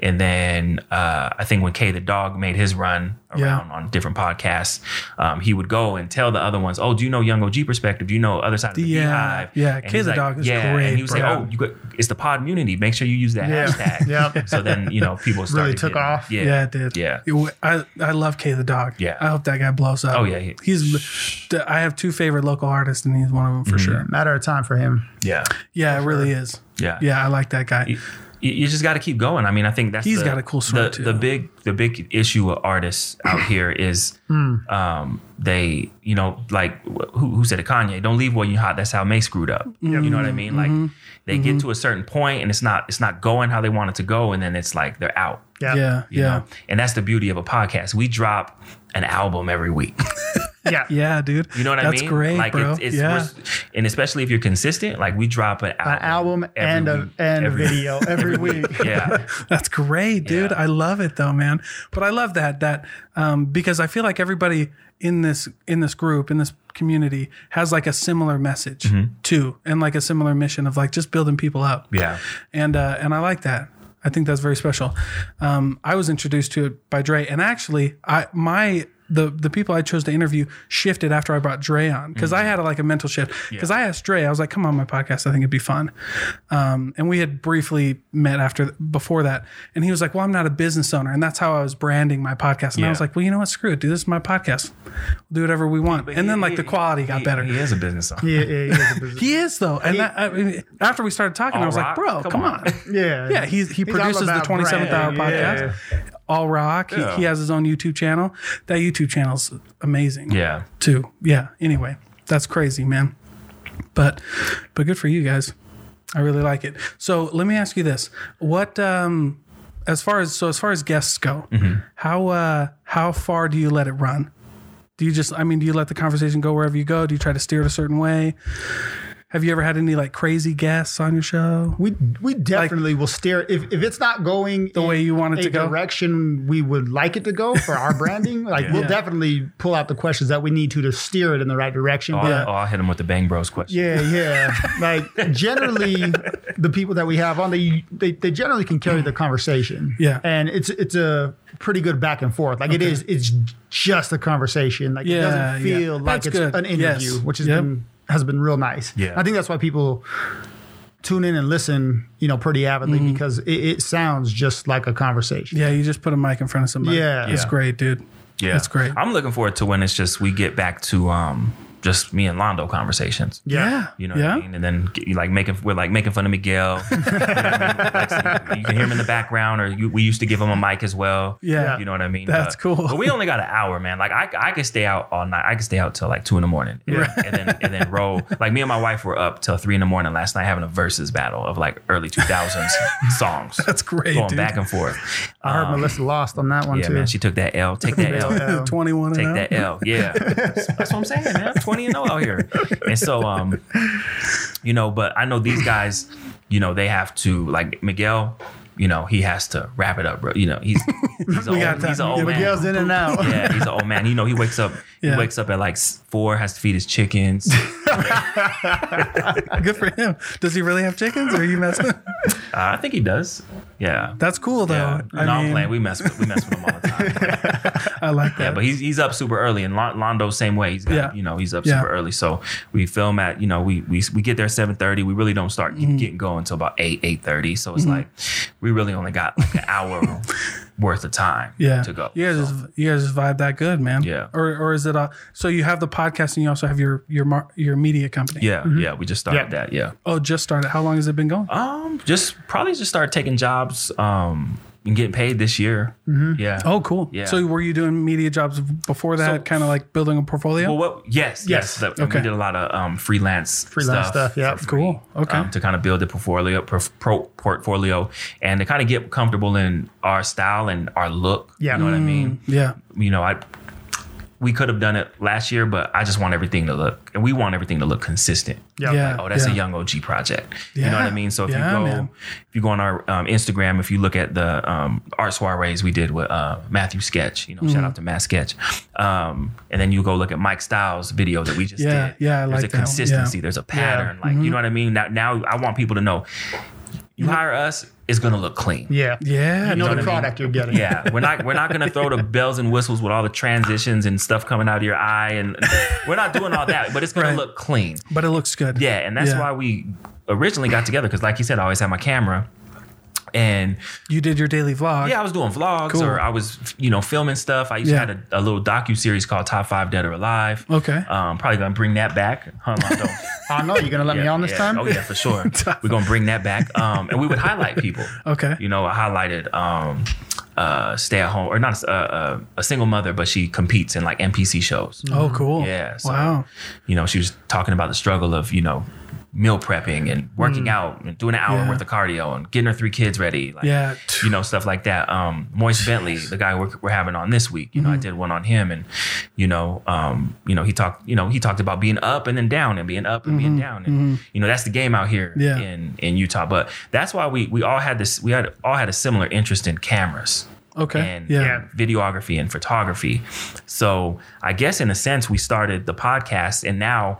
and then uh, I think when K the dog made his run
Yeah.
around on different podcasts, um, he would go and tell the other ones, "Oh, do you know Young OG perspective? Do you know other side of the
Yeah.
beehive?"
Yeah.
And
K
he's
the
like,
Dog is
yeah.
great,
And he would say,
bro.
"Oh, you got, it's the pod community. Make sure you use that
Yeah.
hashtag."
Yep.
So then you know people started
took
getting-
off.
Yeah.
yeah, it did.
Yeah.
It wa- I, I love K the Dog.
Yeah.
I hope that guy blows up.
Oh, yeah, he-
He's, I have two favorite local artists, and he's one of them
Mm-hmm.
for sure.
Matter of time for him.
yeah,
Yeah, it really is.
yeah,
Yeah, I like that guy.
You, you just got to keep going. I mean, I think that's
He's
the-
got a cool story,
the,
too.
The big the big issue with artists out here is
Hmm.
um, they you know like wh- who, who said it Kanye don't leave while you hot. That's how May screwed up. You know what
Mm-hmm.
I mean? Like they get to a certain point and it's not it's not going how they want it to go, and then it's like they're out.
Yeah.
yeah,
you
yeah.
know? and that's the beauty of a podcast. We drop an album every week.
Yeah.
Yeah, dude.
You know what I mean?
That's great,
like
bro.
It's, it's,
yeah. Uh,
we're- and especially if you're consistent, like we drop an album,
An album
every
and a
week,
and
every
a video every week.
yeah,
That's great, dude.
Yeah.
I love it though, man. But I love that that um, because I feel like everybody in this in this group in this community has like a similar message
Mm-hmm.
too, and like a similar mission of like just building people up.
yeah,
and uh, and I like that. I think that's very special. Um, I was introduced to it by Dre, and actually, I my the the people I chose to interview shifted after I brought Dre on because
Mm.
I had like a mental shift because I asked Dre, I was like, "Come on, my podcast, I think it'd be fun," um, and we had briefly met after before that, and he was like, "Well, I'm not a business owner," and that's how I was branding my podcast, and I
Yeah.
was like, "Well, you know what? Screw it, dude. This is my podcast. We'll do whatever we want," and then like the quality got
He-
better.
He is a business owner.
Yeah, yeah, yeah.
He is though, and that, I mean, after we started talking, I
All
was
right,
like, "Bro,
come
come
on."
on.
yeah.
Yeah, he, he
all
produces the
about
27th Hour
brand,
podcast, All Rock.
Yeah.
He, he has his own YouTube channel. That YouTube channel's amazing.
Yeah,
Too. Yeah. Anyway, that's crazy, man. But but good for you guys. I really like it. So let me ask you this. What um as far as so as far as guests go, how uh how far do you let it run? Do you just I mean, do you let the conversation go wherever you go? Do you try to steer it a certain way? Have you ever had any like crazy guests on your show?
We we definitely will steer if, if it's not going the
way you want it to go?
direction we would like it to go for our branding. Like we'll definitely pull out the questions that we need to to steer it in the right direction.
Oh,
but-
I, oh, I'll hit him with the Bang Bros question.
Yeah, yeah. like generally, the people that we have on, they, they they generally can carry the conversation.
Yeah.
and it's it's a pretty good back and forth. Like it is, it's just a conversation. Like it
Yeah,
doesn't
yeah.
feel like
That's
it's
good.
an interview,
Yes.
which has
Yep.
been has been real nice.
Yeah.
I think that's why people tune in and listen, you know, pretty avidly
Mm-hmm.
because it, it sounds just like a conversation.
Yeah, you just put a mic in front of somebody.
Yeah.
It's
Yeah.
great, dude.
Yeah,
That's great.
I'm looking forward to when it's just we get back to um just me and Londo conversations.
Yeah.
You know
yeah.
what I mean? And then get- you like making we're like making fun of Miguel. you, know what I mean? Like, you can hear him in the background, or you, we used to give him a mic as well.
Yeah.
you know what I mean.
That's
But-
cool.
But we only got an hour, man. Like I, I could stay out all night. I could stay out till like two in the morning, and, and then and then roll. Like me and my wife were up till three in the morning last night having a versus battle of like early two thousands songs.
That's great,
Going
dude.
back and forth.
I heard Melissa lost on that one
Ah. Yeah,
too.
man. She took that L. Take that L.
Yeah.
21
Take
and
that L. Yeah. That's what I'm saying, man. 20 and 0 out here. And so, um, you know, but I know these guys, you know, they have to, like Miguel, you know, he has to wrap it up, bro. You know, he's, he's, an,
got
old, he's an
time.
old
Yeah,
man.
Miguel's in and out.
Yeah, he's an old man. You know, he wakes up.
Yeah.
He wakes up at like s- four, has to feed his chickens. Uh,
Good for him. Does he really have chickens? Or are you messing?
Uh, I think he does. Yeah,
That's cool though.
yeah.
I
no, I'm
mean,
playing. We mess with we mess with him all the time.
I like that.
Yeah, but he's he's up super early, and Lon- Londo same way. He's got,
Yeah.
you know he's up
Yeah.
super early. So we film at you know we we, we get there seven thirty. We really don't start
Mm-hmm.
get- getting going until about eight eight thirty. So it's like we really only got like an hour worth of time
yeah.
to go.
You guys, just, you guys just vibe that good, man.
Yeah.
Or or is it a, so you have the podcast and you also have your your mar, your media company.
yeah, yeah, we just started
Yeah.
that. Yeah,
Oh, just started. How long has it been going?
um, just probably just start taking jobs, um, and getting paid this year. Yeah.
Oh, cool.
Yeah.
So were you doing media jobs before that,
So-
kind of like building a portfolio?
Well, what? Yes, yes.
Yes.
That-
Okay.
We did a lot of um, freelance
Freelance stuff, yeah.
for free,
Cool. Okay.
um, to kind of build a portfolio, per, pro, portfolio, and to kind of get comfortable in our style and our look.
Yeah. Mm.
you know what I mean.
yeah.
You know, I we could have done it last year, but I just want everything to look, and we want everything to look consistent.
Yeah.
Yeah.
Oh, that's
yeah.
a young OG project. You know what
Yeah.
I mean? So if
Yeah,
you go,
man.
if you go on our um, Instagram, if you look at the um, art soirees we did with uh, Matthew Sketch, you know,
Mm.
shout out to Matt Sketch, um, and then you go look at Mike Styles' video that we just
Yeah,
did.
yeah, I
there's
like
a
that one.
consistency.
Yeah. Mm-hmm.
There's a pattern. Like you know what I mean? Now, now I want people to know. You hire us, it's gonna look clean.
yeah,
Yeah.
You know,
dude.
the product you're getting.
Yeah, we're not we're not gonna throw the bells and whistles with all the transitions and stuff coming out of your eye, and we're not doing all that. But it's gonna
Right.
look clean.
but it looks good.
Yeah, and that's
Yeah.
why we originally got together because, like you said, I always had my camera, and
You did your daily vlog.
yeah, I was doing vlogs
Cool.
or I was you know filming stuff. I used
Yeah.
to had a, a little docu series called Top Five Dead or Alive.
Okay.
um, probably gonna bring that back. Huh, Londo?
I know you're gonna let me
Yeah,
on this
yeah.
time.
Oh yeah, for sure. We're gonna bring that back. Um, and we would highlight people.
Okay.
You know, I highlighted um, uh, stay at home or not a, uh a single mother, but she competes in like NPC shows.
Oh, cool.
Yeah. So,
Wow.
You know, she was talking about the struggle of you know meal prepping and working out and doing an hour
Mm. Yeah.
worth of cardio and getting her three kids ready. Like,
Yeah.
You know, stuff like that. Um, Moise Bentley, the guy we're, we're having on this week,
Mm-hmm.
you know, I did one on him and, you know, um, you know, he talked, you know, he talked about being up and then down and being up and being down. And, you know, that's the game out here
Mm-hmm. Yeah.
in, in Utah. But that's why we, we all had this, we had all had a similar interest in cameras
Okay.
and
yeah.
Yeah.
videography and photography. So I guess in a sense, we started the podcast and now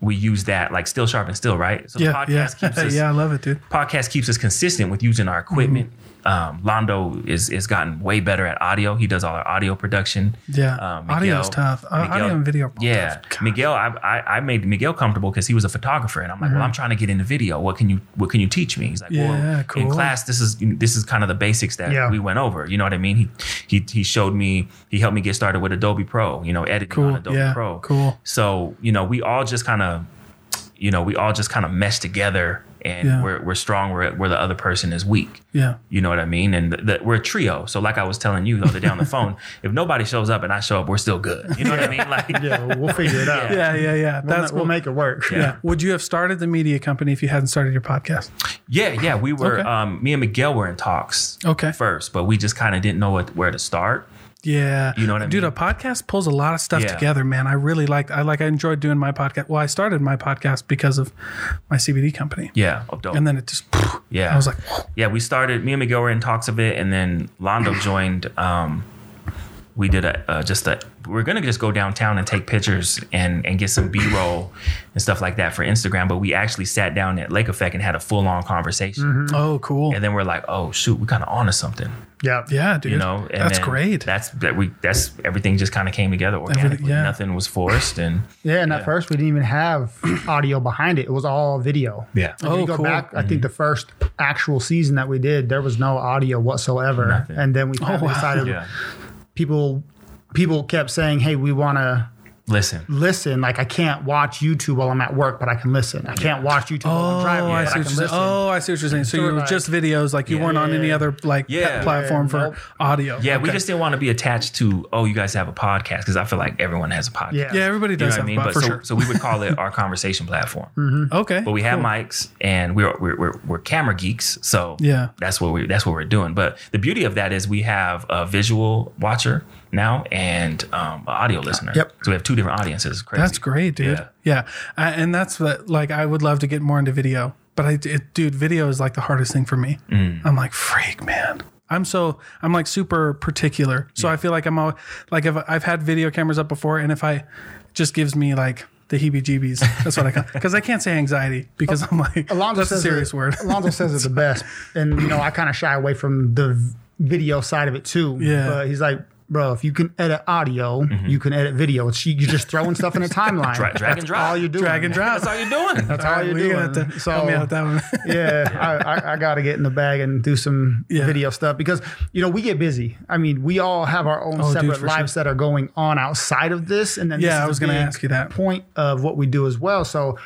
we use that like still sharp and still, right? So
Yeah.
the
Yeah.
podcast keeps us
yeah. I love it, dude.
podcast keeps us consistent with using our equipment.
Mm-hmm.
Um, Londo is is gotten way better at audio. He does all our audio production.
Yeah.
Um,
Audio's tough. Uh, audio and video are both
Yeah,
tough. God.
Miguel, I, I I made Miguel comfortable because he was a photographer, and I'm like, well, I'm trying to get into video. What can you What can you teach me? He's like,
Mm-hmm. Yeah,
well, in
cool.
class, this is this is kind of the basics that
Yeah.
we went over. You know what I mean? He he he showed me. He helped me get started with Adobe Pro. You know, editing on
Cool.
Adobe
yeah.
Pro.
Cool.
So, you know, we all just kind of, you know, we all just kind of mesh together and
Yeah.
we're, we're strong where, where the other person is weak.
Yeah.
You know what I mean? And th- th- we're a trio. So, like I was telling you the other day on the phone, if nobody shows up and I show up, we're still good. You know what I mean? Like,
Yeah, we'll- we'll figure it out.
Yeah.
Yeah.
Yeah. Yeah.
We'll,
That's
ma- we'll
cool.
make it work.
yeah. Would you have started the media company if you hadn't started your podcast?
yeah, yeah, we were,
Okay.
um, me and Miguel were in talks
Okay.
first, but we just kind of didn't know what, where to start.
Yeah.
You know what I
Dude,
mean?
a podcast pulls a lot of stuff
Yeah.
together, man. I really like I like I enjoyed doing my podcast. Well, I started my podcast because of my CBD company.
Yeah. Oh, dope.
And then it just
yeah.
I was like,
yeah, we started. Me and Miguel were in talks of it, and then Londo joined. Um, we did a uh, just a. We're gonna just go downtown and take pictures and and get some B roll and stuff like that for Instagram. But we actually sat down at Lake Effect and had a full on conversation.
"Oh, cool."
And then we're like, oh shoot, we kind of onto something,
Yeah.
yeah, dude.
you know? And
that's
then
great.
That's that we. That's everything just kind of came together
Everything-
organically.
yeah.
Nothing was forced, and
Yeah, and at first we didn't even have audio behind it. It was all video.
yeah,
If
Oh,
you go
cool.
back, I think the first actual season that we did, there was no audio whatsoever.
Nothing.
And then we kinda
Oh, wow.
decided
yeah.
people people kept saying, Hey, we wanna
Listen,
listen. Like I can't watch YouTube while I'm at work, but I can listen. I can't watch YouTube while I'm driving,
Oh, I
but
see
I
what
can
you're saying.
listen.
Oh, I see what you're saying. So
Sort
you
of
were
like-
just videos, like you weren't on any other like
Yeah.
platform for
Nope.
audio.
Yeah, we
Okay.
just didn't want to be attached to. Oh, you guys have a podcast because I feel like everyone has a podcast.
Yeah.
yeah, everybody
You know
does have
what I mean?
but
But
for
so,
sure. Mm-hmm.
so we would call it our conversation platform.
Okay,
But we have mics and we're, we're we're we're camera geeks, so
Yeah.
that's what we that's what we're doing. But the beauty of that is we have a visual watcher now and um, an audio listener.
Yep.
So we have two different audiences. It's Crazy.
That's great, dude. Yeah,
Yeah.
I, and that's what like I would love to get more into video, but I, it, dude, video is like the hardest thing for me.
Mm.
I'm like freak, man. I'm so I'm like super particular, so I feel like I'm all like if I've had video cameras up before, and if I it just gives me like the heebie-jeebies, that's what I call because I can't say anxiety because I'm like
Alonzo
that's a
says
serious
it,
word.
Alonzo says it the best, and you know I kind of shy away from the v- video side of it too.
Yeah.
but he's like, bro, if you can edit audio, you can edit video. It's, you- you're just throwing stuff in a
Mm-hmm.
timeline.
Dra- drag and drop.
All you're doing.
Drag and drop.
That's all you're doing.
That's all you're
Well, you're
doing.
gonna have to
so
help me out with that one.
yeah, I, I, I got to get in the bag and do some
Yeah.
video stuff because you know we get busy. I mean, we all have our own
Oh, dude,
separate
for
lives that are going on outside of this, and then
Yeah,
this is
I
a
was gonna
big
ask you that.
point of what we do as well. So,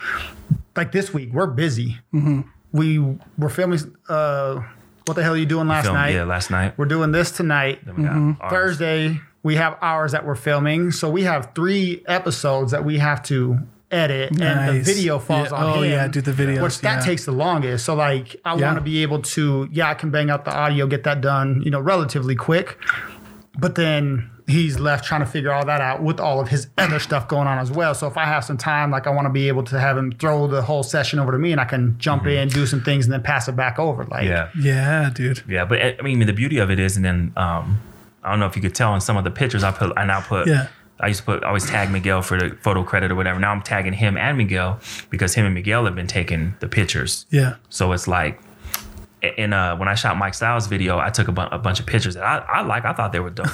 like this week, we're busy.
Mm-hmm.
We were filming. Uh, what the hell are you doing last
Film,
night?
yeah, last night.
We're doing this tonight.
We got ours.
Thursday, we have hours that we're filming. So we have three episodes that we have to edit and the
Nice.
video falls
Yeah.
on
Oh,
him,
yeah, do the videos,
Which that
yeah.
takes the longest. So like I
Yeah.
want to be able to, yeah, I can bang out the audio, get that done, you know, relatively quick. But then he's left trying to figure all that out with all of his other stuff going on as well. So if I have some time, like I want to be able to have him throw the whole session over to me and I can jump in, do some things and then pass it back over. Like
Mm-hmm. Yeah.
yeah, dude.
Yeah, but I mean, the beauty of it is, and then um, I don't know if you could tell in some of the pictures I put, and I put,
Yeah.
I used to put, I always tag Miguel for the photo credit or whatever. Now I'm tagging him and Miguel because him and Miguel have been taking the pictures.
Yeah,
So it's like, in uh, when I shot Mike Styles' video, I took a, bu- a bunch of pictures that I, I like. I thought they were dope,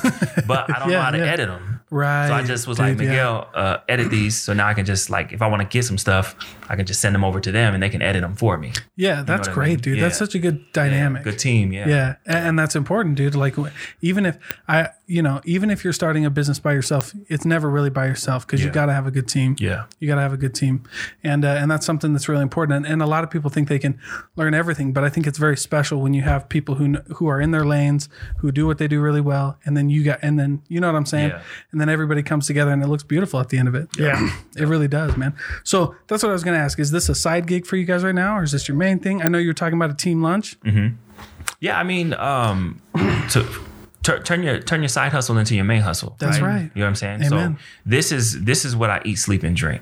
but I don't know
Yeah,
how to
yeah.
edit them.
right.
So I just was like,
dude, yeah.
Miguel, uh, edit these. So now I can just like, if I want to get some stuff, I can just send them over to them and they can edit them for me.
Yeah, that's
what I
great,
mean?
dude. That's
Yeah.
such a good dynamic.
Good team. Yeah.
Yeah, a- and that's important, dude. Like, w- even if I, you know, even if you're starting a business by yourself, it's never really by yourself because you
Yeah.
got to have a good team.
Yeah.
you got to have a good team, and uh, and that's something that's really important. And, and a lot of people think they can learn everything, but I think it's very special when you have people who kn- who are in their lanes, who do what they do really well, and then you got, and then you know what I'm saying,
Yeah.
and then everybody comes together and it looks beautiful at the end of it.
Yeah.
It really does, man. So that's what I was going to ask. Is this a side gig for you guys right now, or is this your main thing? I know you were talking about a team lunch.
Mm-hmm. Yeah, I mean, um, to tur turn your turn your side hustle into your main hustle.
That's right.
You know what I'm saying?
Amen.
So this is this is what I eat, sleep, and drink.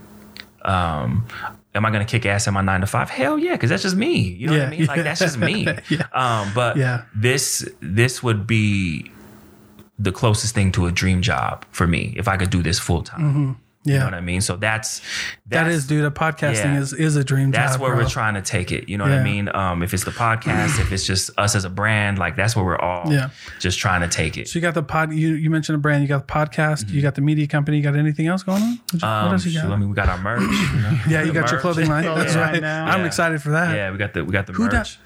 Um, am I gonna kick ass at my nine to five? Hell yeah, because that's just me. You know what
Yeah.
I mean? Like that's just me. Um, but
Yeah.
this this would be the closest thing to a dream job for me if I could do this full time.
Mm-hmm. Yeah.
You know what I mean? So that's that's
That is, dude. A podcasting
yeah.
is is a dream
that's
job.
where
bro.
we're trying to take it. You know what
Yeah.
I mean? Um, if it's the podcast, if it's just us as a brand, like that's where we're all
Yeah.
just trying to take it.
So you got the pod. You you mentioned a brand. You got the podcast. You got the media company. You got anything else going on? What, you- what
Mm-hmm. Um,
else you
shoot, I
got?
mean, we got our merch. You know?
Yeah, you
The
got your
merch.
clothing line.
Clothing
That's
line
right.
now.
I'm
Yeah.
excited for that.
Yeah, we got the we got the
Who da-
merch.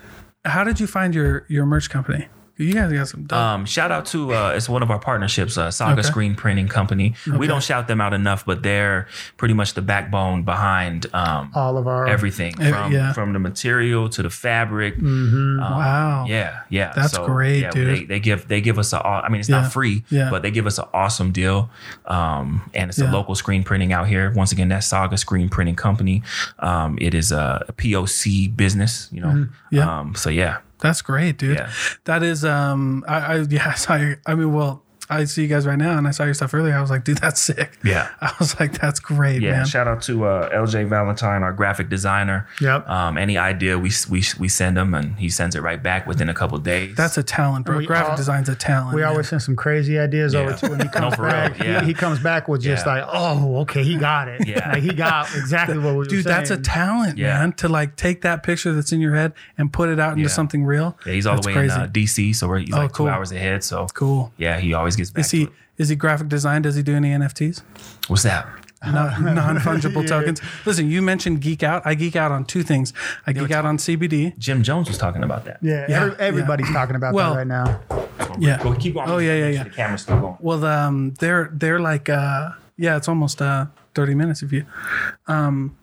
How did you find your your merch company? You guys got some. dope-
Um, shout out to uh, it's one of our partnerships, uh, Saga
Okay.
Screen Printing Company. We don't shout them out enough, but they're pretty much the backbone behind um,
All of our
everything
Ev-
from
Oh. yeah. Mm.
from the material to the fabric.
wow.
Yeah, yeah,
That's great,
yeah,
dude.
They, they give they give us a. aw- I mean, it's
Yeah,
not free,
yeah.
but they give us an awesome deal. Um, and it's
Yeah.
a local screen printing out here. Once again, that's Saga Screen Printing Company. Um, it is a POC business, you know.
Mm-hmm. yeah.
Um, so yeah,
That's great, dude.
Yeah.
That is um I, I yeah, I saw your, I mean, well, I see you guys right now, and I saw your stuff earlier. I was like, dude, that's sick.
Yeah.
I was like, that's great,
Yeah,
man.
shout out to uh, LJ Valentine, our graphic designer.
Yep.
Um, any idea we, we we send him, and he sends it right back within a couple days.
That's a talent, bro.
We
Graphic
all-
design's a talent.
We
man.
always send some crazy ideas over
Yeah.
to when he comes
for real,
back. he-
yeah.
He, comes back with just
Yeah.
like, oh, okay, he got it.
Yeah.
Like, he got exactly what we were
dude, that's a
saying.
talent,
Yeah.
man. To like take that picture that's in your head and put it out into
Yeah.
something real.
yeah, he's all
That's
the way
crazy.
in uh, DC, so we're, he's
Oh,
like
cool.
two hours ahead. So
cool.
yeah, he always gets back.
Is he
to it.
is he graphic design? Does he do any NFTs?
What's that?
Non fungible
Yeah.
tokens. Listen, you mentioned geek out. I geek out on two things. I geek out on CBD.
Jim Jones was talking about that.
yeah,
Yeah,
every-
yeah.
everybody's talking about
Well,
that right now.
Yeah.
Well, keep going.
Oh, yeah, yeah,
Make
yeah.
sure The camera's still going.
Well, the, um, they're they're like uh, yeah, it's almost uh, thirty minutes if you. Um,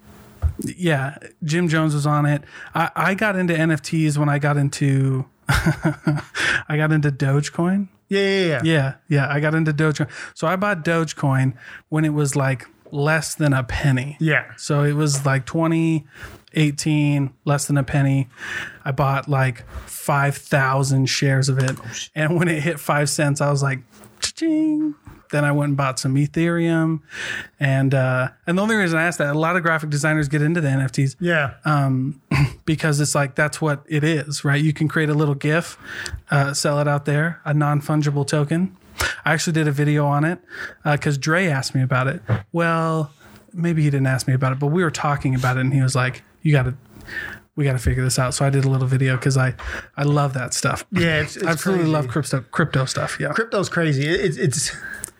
yeah, Jim Jones was on it. I, I got into NFTs when I got into I got into Dogecoin.
Yeah, yeah, yeah.
Yeah, yeah, I got into Dogecoin. So I bought Dogecoin when it was like less than a penny.
Yeah.
So it was like 2018, less than a penny. I bought like 5,000 shares of it. And when it hit five cents, I was like, ching. Then I went and bought some Ethereum. And uh, and the only reason I asked that, a lot of graphic designers get into the NFTs
Yeah.
Um, because it's like that's what it is, right? You can create a little GIF, uh, sell it out there, a non fungible token. I actually did a video on it because Dre asked me about it. Well, maybe he didn't ask me about it, but we were talking about it, and he was like, "You got to, we got to figure this out." So I did a little video because I, I love that stuff.
yeah, it's, it's
I absolutely
crazy.
love crypto, crypto stuff. Yeah,
crypto's crazy. It, it, it's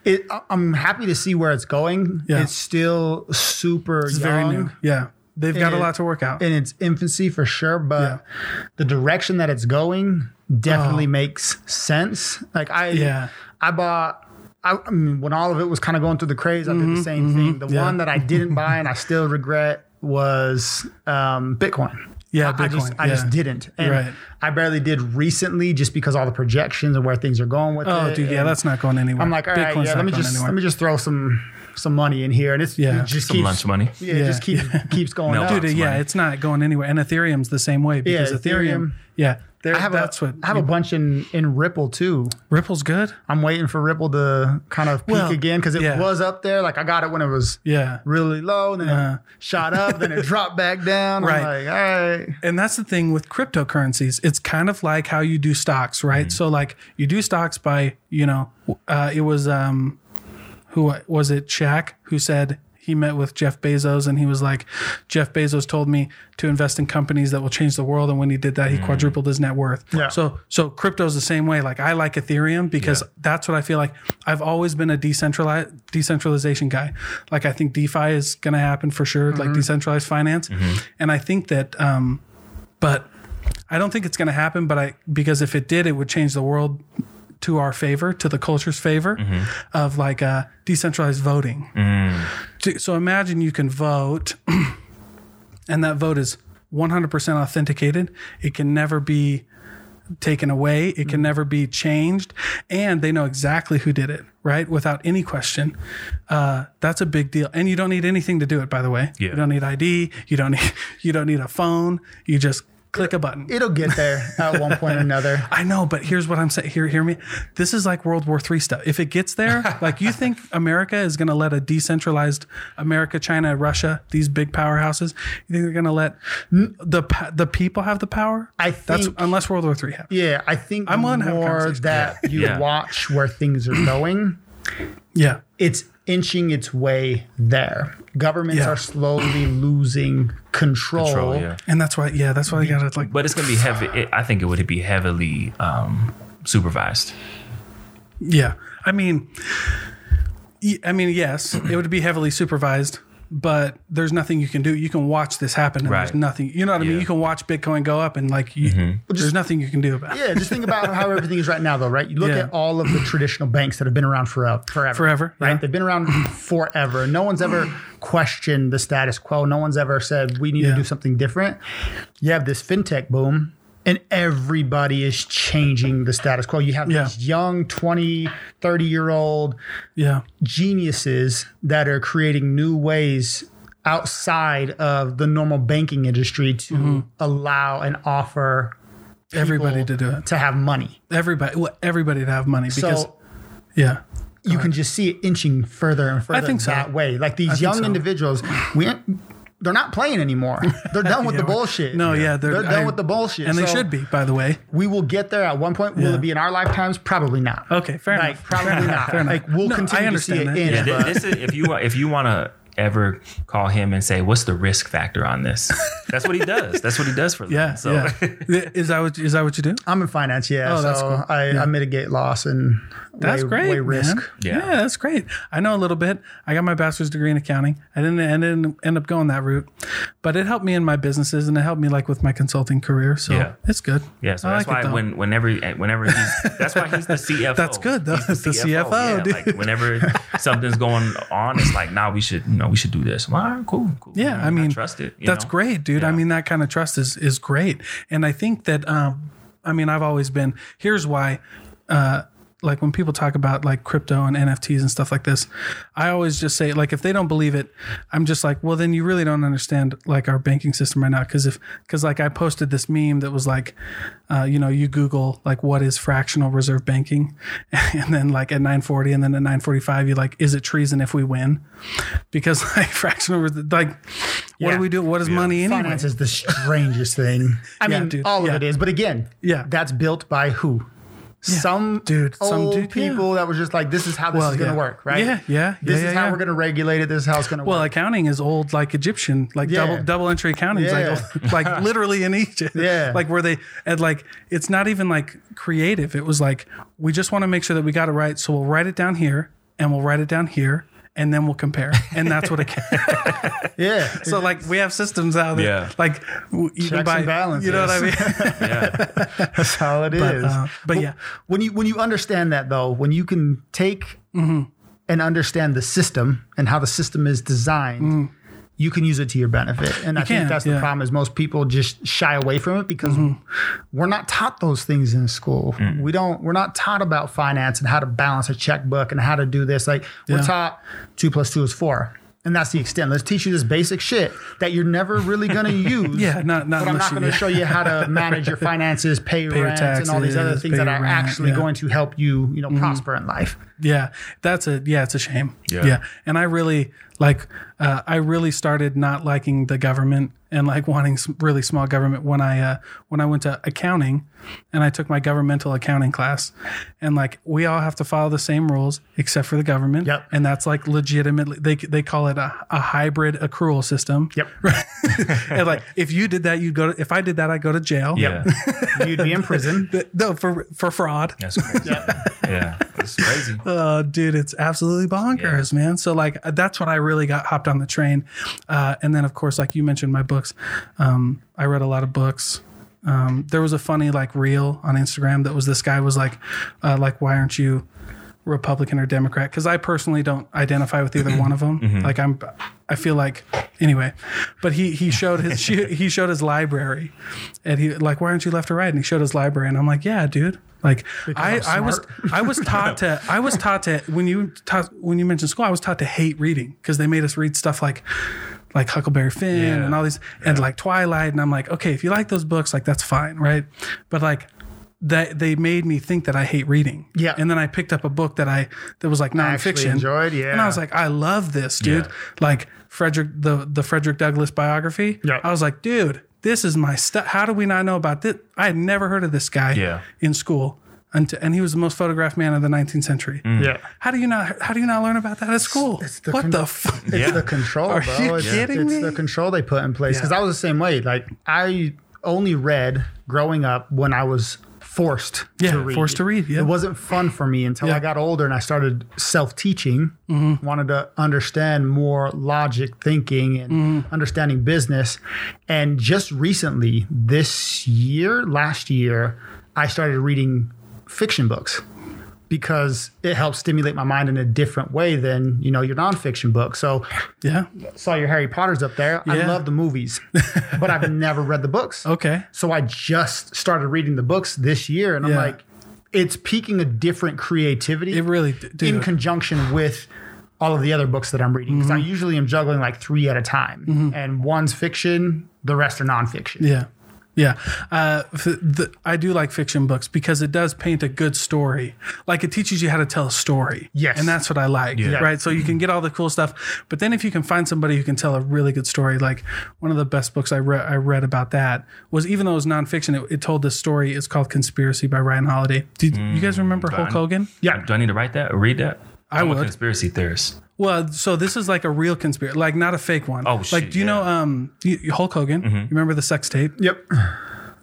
it. I- I'm happy to see where it's going.
Yeah.
It's still super
it's
young
very new. Yeah, they've got a
And-
lot to work out.
in its infancy for sure, but the direction that it's going definitely makes sense. Like I,
Oh. Yeah.
I bought. I, I mean, when all of it was kind of going through the craze, I did the same thing. The
Mm-hmm, yeah.
one that I didn't buy and I still regret was um, Bitcoin.
yeah, Bitcoin.
I just I
yeah.
just didn't. And
Right.
I barely did recently just because all the projections and where things are going with it.
Oh, dude, yeah,
and
that's not going anywhere.
I'm like, all right, yeah, let me just let me just throw some some money in here and it's
Yeah.
it just
Some
keeps
lunch money.
Yeah, it
Yeah.
just keeps keeps going
Melt.
up.
Dude,
It's
yeah,
money.
it's not going anywhere. And Ethereum's the same way because Ethereum,
Ethereum.
yeah, there-
I have
that's
a,
what
I have a bunch in in Ripple too.
Ripple's good.
I'm waiting for Ripple to kind of peak
Well,
again because it
yeah.
was up there. Like I got it when it was
Yeah. Uh-huh.
really low, and then it shot up, then it dropped back down.
Right.
I'm like, all right.
And that's the thing with cryptocurrencies. It's kind of like how you do stocks, right? So like you do stocks by, you know, uh, it was um who was it Shaq who said he met with Jeff Bezos and he was like, Jeff Bezos told me to invest in companies that will change the world. And when he did that, he quadrupled his net worth.
Yeah.
So so crypto's the same way. Like I like Ethereum because that's what I feel like. I've always been a decentralized decentralization guy. Like I think DeFi is gonna happen for sure, like decentralized finance. And I think that um but I don't think it's going to happen. But I because if it did, it would change the world to our favor, to the culture's favor, of like uh, decentralized voting. To- So imagine you can vote, and that vote is 100% authenticated. It can never be taken away. It can never be changed, and they know exactly who did it, right? Without any question. Uh, that's a big deal, and you don't need anything to do it. By the way,
Yeah.
you don't need ID. You don't need you don't need a phone. You just click a button.
It'll get there at one point or another.
I know, but here's what I'm saying. Here, hear me. This is like World War III stuff. If it gets there, like you think America is going to let a decentralized America, China, Russia, these big powerhouses, you think they're going to let the pa- the people have the power?
I
That's
think-
unless World War III happens.
Yeah, I think
I'm
the
willing to have a
more
conversation.
that you
Yeah.
watch where things are going,
Yeah,
it's inching its way there. Governments
Yeah.
are slowly losing control.
Troll, yeah.
and that's why. Yeah, that's why they got to like.
But it's gonna be heavy. It, I think it would be heavily um, supervised.
Yeah, I mean, y- I mean, yes, it would be heavily supervised, but there's nothing you can do. You can watch this happen, and there's
Right.
nothing. You know what I mean?
Yeah.
You can watch Bitcoin go up, and like, you, there's nothing you can do about. it.
Yeah, just think about how everything is right now, though, right? You look
Yeah.
at all of the traditional banks that have been around forever. Forever.
Forever,
Right?
yeah.
They've been around forever. No one's ever questioned the status quo. No one's ever said, we need
Yeah.
to do something different. You have this fintech boom. And everybody is changing the status quo. You have
Yeah.
these young 20, 30 year old
Yeah.
geniuses that are creating new ways outside of the normal banking industry to allow and offer
Mm-hmm. everybody to
people
do it.
to have money.
Everybody, well, everybody to have money because
so
Yeah.
you can just see it inching further and further
think so.
that way. Like these
think
young
so.
individuals, we they're not playing anymore. They're done with
Yeah,
the
we-
bullshit.
No, yeah, they're,
they're, done
I-
with the bullshit.
and they
So
should be. By the way,
We will get there at one point. Will
Yeah.
it be in our lifetimes? Probably not.
Okay, fair
like,
enough. Fair
Probably
enough,
not.
fair enough.
Like we'll
No, I
continue to see
understand
it
that.
in.
Yeah,
but
thi- this is if you if you want to ever call him and say what's the risk factor on this that's what he does that's what he does for them
yeah,
so
yeah. is that what is that what you do?
I'm in finance, yeah.
Oh,
so
that's cool.
I, I mitigate loss and
That's
weigh,
great.
weigh risk.
man.
Yeah.
Yeah. that's great. I know a little bit. I got my bachelor's degree in accounting. I didn't, I didn't end up going that route, but it helped me in my businesses and it helped me like with my consulting career. So
Yeah.
it's good.
Yeah, so
I
that's
like it,
why
though.
when whenever eh, whenever he's that's why he's the CFO.
That's good, though.
He's
The CFO, dude.
like whenever something's going on, it's like, nah, we should you know we should do this. Well, all right, cool, cool.
Yeah, I mean,
trust it. you
That's
know?
great, dude. I mean, that kind of trust is is great, and I think that um, I mean, I've always been. Here's why, uh, like when people talk about like crypto and NFTs and stuff like this, I always just say like if they don't believe it, I'm just like, well, then you really don't understand like our banking system right now, because if because like I posted this meme that was like, uh, you know, you Google like what is fractional reserve banking, and then like at 9:40 and then at 9:45 you like, is it treason if we win? Because like fractional res- like. What
Yeah.
do we do? What is money anyway?
Finance is the strangest thing. I
Yeah,
mean,
dude,
all
yeah.
of it is. But again,
Yeah.
that's built by who? Some
dude,
old
some dude, yeah.
people that was just like, this is how this
Well,
is going to
yeah.
work, right?
Yeah, yeah, yeah,
This is
yeah,
how
yeah.
we're going to regulate it. This is how it's going to
Well,
work.
accounting is old, like Egyptian, like
Yeah.
double double entry accounting, is like like literally in Egypt.
Yeah.
like where they and like it's not even like creative. It was like we just want to make sure that we got it right, so we'll write it down here and we'll write it down here. And then we'll compare, and that's what it.
yeah.
so like we have systems out there,
Yeah.
like w- even
Checks
by
and balances.
You know what I mean?
Yeah,
That's how it is.
uh, but
Well,
yeah.
when you when you understand that though, when you can take and understand the system and how the system is designed, you can use it to your benefit. And I
can,
think that's
yeah.
the problem is most people just shy away from it because we're not taught those things in school. We don't we're not taught about finance and how to balance a checkbook and how to do this. Like
Yeah.
we're taught two plus two is four. And that's the extent. Let's teach you this basic shit that you're never really gonna use.
Yeah, not- not
But I'm
unless
not
you-
gonna show you how to manage your finances, pay
your
rent and all these other
taxes,
things that
pay
are
your rent,
actually
yeah. Mm-hmm.
going to help you, you know, prosper in life.
Yeah, that's a yeah, it's a shame.
Yeah.
and I really like uh, I really started not liking the government and like wanting s- really small government when I uh, when I went to accounting and I took my governmental accounting class and like we all have to follow the same rules except for the government.
Yep.
and that's like legitimately they they call it a, a hybrid accrual system.
Yep.
right. and like if you did that, you'd go. To, if I did that, I'd go to jail.
yeah,
You'd be in prison.
Th- No, for for fraud.
that's crazy. Yeah, it's crazy.
Oh, dude, it's absolutely bonkers, man. So like uh, that's when I really got hopped on the train, uh, and then of course, like you mentioned, my books. Um, I read a lot of books. Um, there was a funny like reel on Instagram that was this guy was like, uh, like why aren't you Republican or Democrat? Because I personally don't identify with either one of them. Like I'm, I feel like anyway. But he he showed his she, he showed his library, and he like why aren't you left or right? And he showed his library, and I'm like yeah, dude. Like I,
I'm
I was I was taught to I was taught to when you taught, when you mentioned school I was taught to hate reading because they made us read stuff like like Huckleberry Finn
Yeah.
and all these and like Twilight and I'm like okay if you like those books like that's fine right but like that they made me think that I hate reading
Yeah.
and then I picked up a book that I that was like
Actually
nonfiction
enjoyed, yeah.
and I was like I love this dude
Yeah.
like Frederick the the Frederick Douglass biography
Yeah.
I was like dude this is my stuff how do we not know about this I had never heard of this guy
Yeah.
in school, and, to- and he was the most photographed man of the 19th century.
Mm.
Yeah.
How do you not? How do you not learn about that at school?
the
what
con-
the? F-
It's
Yeah.
the control,
Are
bro.
you
it's,
kidding
it's
me?
the control they put in place. Because
Yeah.
I was the same way. Like I only read growing up when I was forced
Yeah,
to read.
forced to read, yeah.
It wasn't fun for me until
Yeah. Mm-hmm.
I got older and I started self-teaching. Wanted to understand more logic thinking and
Mm-hmm.
understanding business. And just recently, this year, last year, I started reading fiction books because it helps stimulate my mind in a different way than you know your nonfiction book. So
yeah.
saw your Harry Potter's up there.
Yeah.
I love the movies, but I've never read the books.
Okay.
So I just started reading the books this year, and
Yeah.
I'm like, it's piquing a different creativity.
It really d- dude.
in conjunction with all of the other books that I'm reading because
Mm-hmm.
I usually am juggling like three at a time, and one's fiction, the rest are nonfiction.
yeah. Yeah, uh, f- the, I do like fiction books because it does paint a good story. Like it teaches you how to tell a story.
Yes.
and that's what I like. Right, so you can get all the cool stuff, but then if you can find somebody who can tell a really good story, like one of the best books I read, I read about that was even though it was nonfiction, it, it told this story. It's called Conspiracy by Ryan Holiday. Did you guys remember Hulk
Mm, fine.
Hogan?
Yeah.
Do I need to write that or read that? I am
would.
a conspiracy theorist.
Well, so this is like a real conspiracy, like not a fake one.
Oh, shit, Mm-hmm.
Like, do you know um, you- you- Hulk Hogan? You remember the sex tape,
Yep.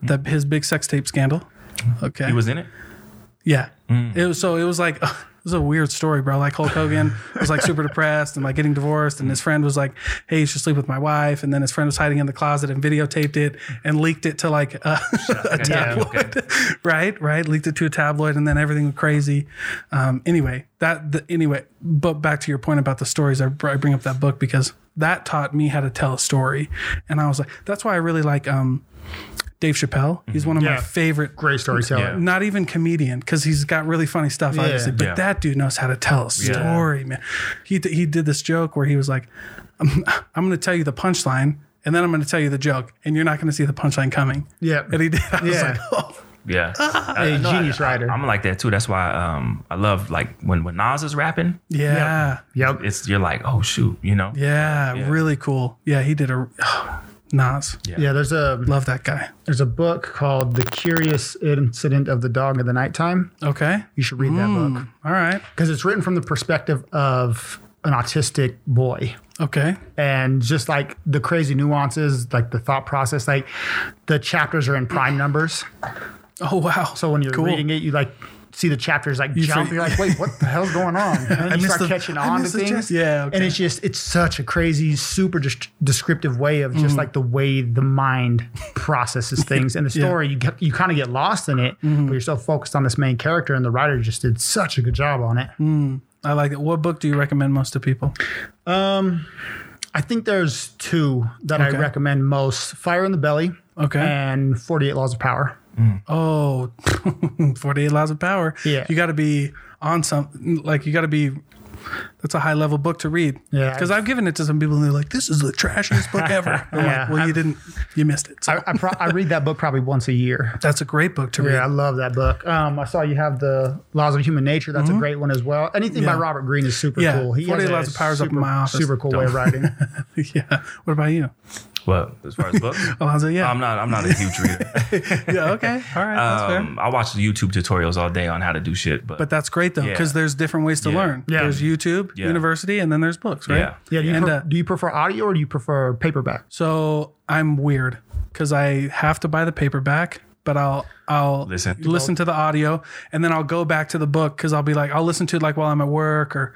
the, his big sex tape scandal? Okay.
He was in Mm-hmm. it.
Yeah. It was so it was like it was a weird story, bro. Like Hulk Hogan was like super depressed and like getting divorced, and his friend was like, "Hey, you should sleep with my wife," and then his friend was hiding in the closet and videotaped it and leaked it to like a, a tabloid, right? Right? Leaked it to a tabloid, and then everything went crazy. Um, anyway, that the, anyway, but back to your point about the stories, I, br- I bring up that book because that taught me how to tell a story, and I was like, that's why I really like um, Dave Chappelle. He's one of my
Yeah.
favorite
Great storyteller.
Yeah.
not even comedian because he's got really funny stuff obviously but
Yeah.
that dude knows how to tell a story man he, d- he did this joke where he was like i'm, I'm going to tell you the punchline and then i'm going to tell you the joke and you're not going to see the punchline coming
Yeah.
and he did i was
Yeah.
like oh
Yeah,
A
I- Uh, no,
genius
I- I-
writer.
I'm like that too. That's why um, I love like when when Nas is rapping.
yeah
Yep.
It's you're like, oh shoot, you know.
yeah, really cool yeah he did a nas
Yeah, there's a
love that guy
there's a book called The Curious Incident of the Dog in the Nighttime.
okay
You should read that book
all right
because it's written from the perspective of an autistic boy.
okay
and just like the crazy nuances, like the thought process, like the chapters are in prime numbers.
oh wow
So when you're
Cool.
reading it, you like see the chapters like jump.
see-
You're like, wait, what the hell's going on? And then you
missed
start
the-
catching
I
on to
missed the
things.
chapter. Yeah,
and
okay.
it's just it's such a crazy, super des- descriptive way of
Mm.
just like the way the mind processes things. And the story, you get, you kind of get lost in it,
Mm-hmm.
but you're so focused on this main character, and the writer just did such a good job on it.
i like it what book do you recommend most to people
I think there's two that
Okay.
I recommend most: Fire in the Belly
okay
and Forty Eight Laws of Power.
Oh, 48 laws of power.
Yeah.
You got to be on some, like, you got to be, that's a high level book to read.
Yeah.
Because I've given it to some people and they're like, this is the trashiest book ever. I'm
Yeah.
like, well, you didn't, you missed it. So
I, I, pro- I read that book probably once a year.
that's a great book to read.
Yeah, I love that book. Um, I saw you have the Laws of Human Nature. That's a great one as well. Anything
Mm-hmm. Yeah.
by Robert Greene is super
Yeah,
cool.
40
has a
Laws of Power is up in
super-
my office.
Super cool way of writing.
Yeah. What about you?
Well, as far as books,
Alonzo, Oh, yeah.
I'm not I'm not a huge reader.
yeah. Okay. All right. That's fair.
Um, I watch YouTube tutorials all day on how to do shit, but,
But that's great though, because
Yeah.
there's different ways to learn.
Yeah.
There's YouTube,
Yeah.
university, and then there's books, right?
Yeah.
Yeah, do you,
And,
pre-
uh,
do you prefer audio or do you prefer paperback?
So I'm weird because I have to buy the paperback, but I'll I'll
Listen.
to the audio and then I'll go back to the book because I'll be like I'll listen to it like while I'm at work or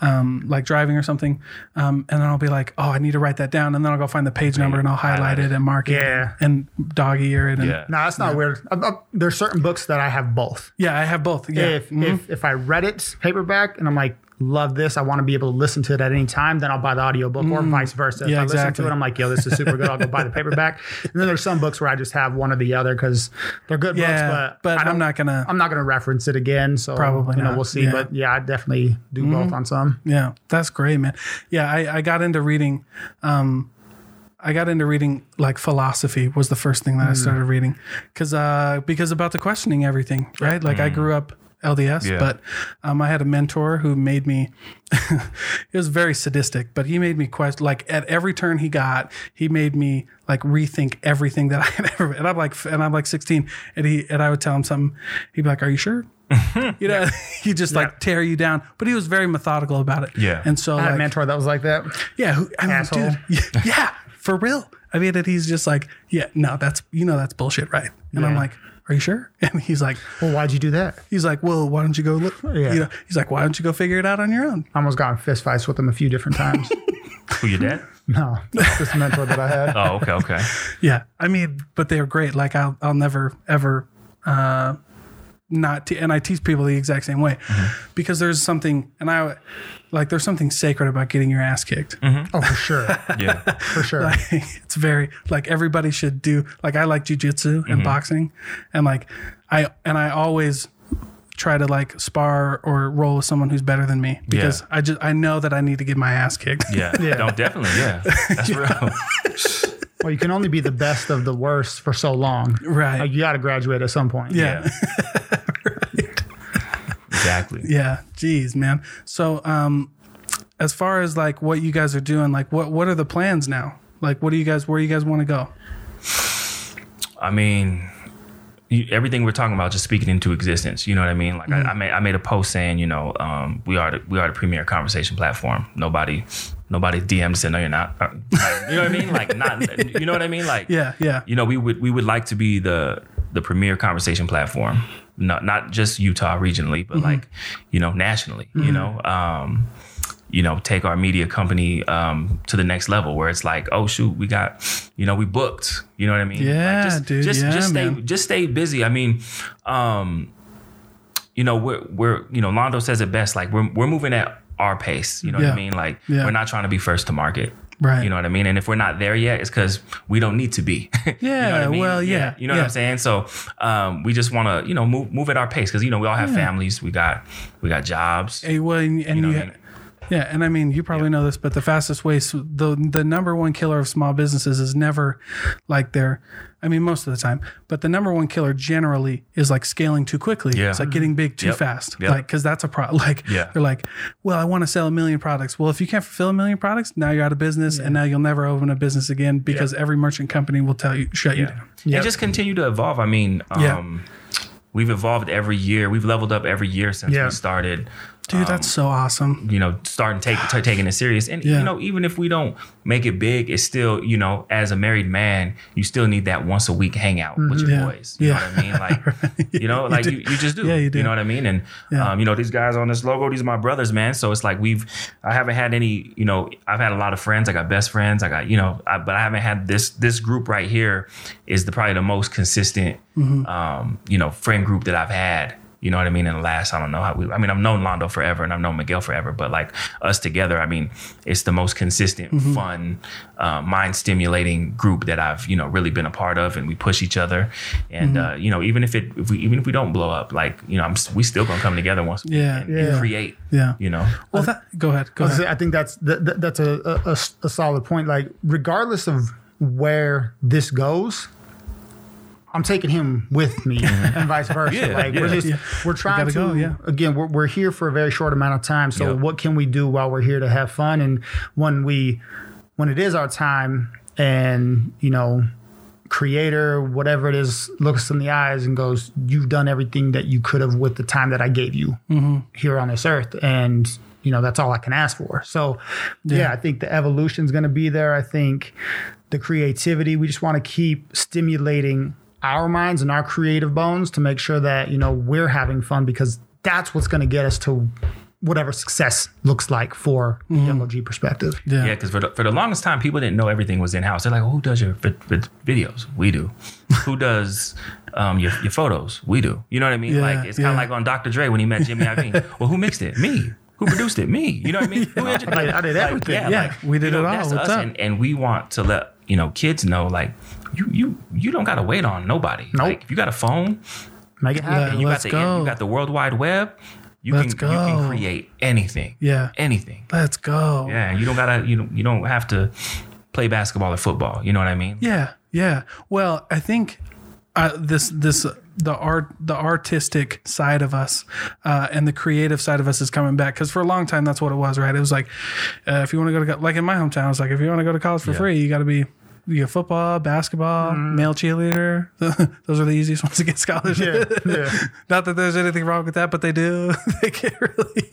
um, like driving or something, um, and then I'll be like oh I need to write that down and then I'll go find the page number and I'll highlight it and mark it
Yeah.
and dog ear it and
yeah,
No, that's not weird. I, I, there's certain books that I have both.
Yeah, I have both yeah Mm-hmm.
If, if if I read it paperback and I'm like, love this, I want to be able to listen to it at any time, then I'll buy the audiobook or vice versa. if
Mm. Yeah,
I listen
exactly.
to it, I'm like, yo, this is super good. I'll go buy the paperback. And then there's some books where I just have one or the other because they're good
yeah
books, but,
but,
I don't
I'm not gonna
I'm not going to reference it again, so
Probably
you know
not.
we'll see.
Yeah. Mm-hmm.
But yeah, I definitely do both on some.
Yeah, that's great, man. Yeah, I, I got into reading. Um, I got into reading like philosophy was the first thing that I started reading because uh, because about the questioning everything, right? Like I grew up LDS,
Yeah.
but um, I had a mentor who made me. it was very sadistic, but he made me question. Like at every turn he got, he made me like rethink everything that I had ever. And I'm like, and I'm like 16, and he and I would tell him something. He'd be like, "Are you sure?" you know, he just like tear you down. But he was very methodical about it.
Yeah.
And so,
I had a
like,
mentor that was like that.
yeah, who, I mean,
Asshole.
dude, yeah, yeah, for real. I mean, and he's just like, yeah, no, that's you know that's bullshit, right? And I'm
Yeah.
like, are you sure? And he's like,
Well, why'd you do that?
he's like, well, why don't you go look?
Yeah.
You know, he's like, why don't you go figure it out on your own?
I almost got in fist fights with him a few different times.
who your dad?
no, that's just a mentor that I had.
Oh, okay, okay.
Yeah, I mean, but they're great. Like I'll I'll never ever uh not te- and I teach people the exact same way because there's something and I like there's something sacred about getting your ass kicked.
Oh, for sure,
Yeah,
for sure.
it's very like everybody should do like I like jujitsu and
Mm-hmm.
boxing and like I and I always try to like spar or roll with someone who's better than me because I just I know that I need to get my ass kicked.
yeah,
Yeah.
No, definitely, yeah. That's real.
well, you can only be the best of the worst for so long.
Right.
Like you got to graduate at some point.
yeah.
exactly.
Yeah. Jeez, man. So, um, as far as like what you guys are doing, like what what are the plans now? Like, what do you guys where you guys want to go?
I mean, you, everything we're talking about, just speaking into existence. You know what I mean? Like I, I made I made a post saying, you know, um, we are the, we are the premier conversation platform. Nobody nobody DMs said no, you're not. Uh, like, you know what I mean? Like not. You know what I mean? Like
Yeah, yeah.
You know, we would we would like to be the the premier conversation platform. Not not just Utah regionally,
Mm-hmm.
but like you know nationally. You know. Um, you know, take our media company um, to the next level where it's like, oh shoot, we got, you know, we booked. You know what I mean? Like,
Yeah,
just,
dude.
Just,
Yeah,
just stay,
man.
just stay busy. I mean, um, you know, we're we're you know, Londo says it best. Like we're we're moving at our pace. You know what
Yeah.
I mean? Like
Yeah.
we're not trying to be first to market.
Right.
You know what I mean? And if we're not there yet, it's because we don't need to be. You know what I
Yeah,
mean?
well, yeah,
You know what
yeah.
I'm saying? So um, we just want to, you know, move move at our pace because you know we all have families. We got we got jobs.
Hey, well, and, and you,
know what I mean?
yeah, and I mean, you probably know this, but the fastest way, so the the number one killer of small businesses is never like their, I mean, most of the time, but the number one killer generally is like scaling too quickly.
Yeah.
It's like getting big too
Yep.
fast,
Yep.
like because that's a pro. Like
Yeah.
they're like, well, I want to sell a million products. Well, if you can't fulfill a million products, now you're out of business, and now you'll never open a business again because every merchant company will tell you shut you
Yeah.
down.
Yep.
And just continue to evolve. I mean,
Yeah.
um, we've evolved every year. We've leveled up every year since
Yeah.
we started.
Dude,
Um,
that's so awesome.
You know, starting take, ta- taking it serious, and
Yeah.
you know, even if we don't make it big, it's still you know, as a married man, you still need that once a week hangout with your
Mm-hmm. Yeah.
boys. You
Yeah.
know what I mean? Like, you know, like you, you just do.
Yeah, you do.
know what I mean? And
Yeah.
um, you know, these guys on this logo, these are my brothers, man. So it's like we've, I haven't had any, you know, I've had a lot of friends. I got best friends. I got, you know, I, but I haven't had this. This group right here is the probably the most consistent,
Mm-hmm.
um, you know, friend group that I've had. You know what I mean? In the last, I don't know how we. I mean, I've known Londo forever, and I've known Miguel forever, but like us together, I mean, it's the most consistent,
Mm-hmm.
fun, uh, mind-stimulating group that I've you know really been a part of, and we push each other, and
Mm-hmm.
uh, you know, even if it, if we, even if we don't blow up, like you know, I'm s- we still gonna come together once, we
Yeah,
and, and
yeah.
create,
Yeah.
you know,
Well, that, go ahead. Go ahead.
I think that's that, that- that's a, a- a s- a solid point. Like, regardless of where this goes, I'm taking him with me, and vice versa.
Yeah,
like we're
yeah.
just we're trying
gotta
to
go, yeah.
again. We're, we're here for a very short amount of time. So
Yep.
what can we do while we're here to have fun? And when we when it is our time, and you know creator, whatever it is, looks in the eyes and goes, You've done everything that you could have with the time that I gave you
Mm-hmm.
here on this earth. And, you know, that's all I can ask for. So, yeah, I think the evolution's going to be there. I think the creativity, we just want to keep stimulating our minds and our creative bones to make sure that, you know, we're having fun because that's what's going to get us to whatever success looks like for
Mm-hmm.
the MLG perspective.
yeah.
yeah. Because for the, for the longest time, people didn't know everything was in house. They're like, who does your vi- vi- videos? We do. who does um, your your photos? We do. You know what I mean?
Yeah,
like it's kind of
yeah.
like on Dr. Dre when he met Jimmy Iovine. well, who mixed it? Me. Who produced it? Me. You know what I mean? Who engineered
I did- I did
Like,
everything.
Yeah, we did
you
it
know,
all.
That's
What's
us,
up?
and, and we want to let you know kids know like you you you don't got to wait on nobody.
Nope.
Like if you got a phone
Make it happen.
and you
Let's
got the
go.
you got the World Wide Web, you
Let's
can you
go.
can create anything.
Yeah.
anything.
Let's go.
Yeah, and you don't gotta you don't you don't have to play basketball or football. You know what I mean?
Yeah, yeah. Well, I think uh, this this the art the artistic side of us uh, and the creative side of us is coming back because for a long time that's what it was, right? It was like uh, if you want to go to co- like in my hometown, it's like if you want to go to college for free, you got to be you got football, basketball,
Mm-hmm.
male cheerleader. Those are the easiest ones to get
Yeah,
scholarships.
yeah.
Not that there's anything wrong with that, but they do. they get really.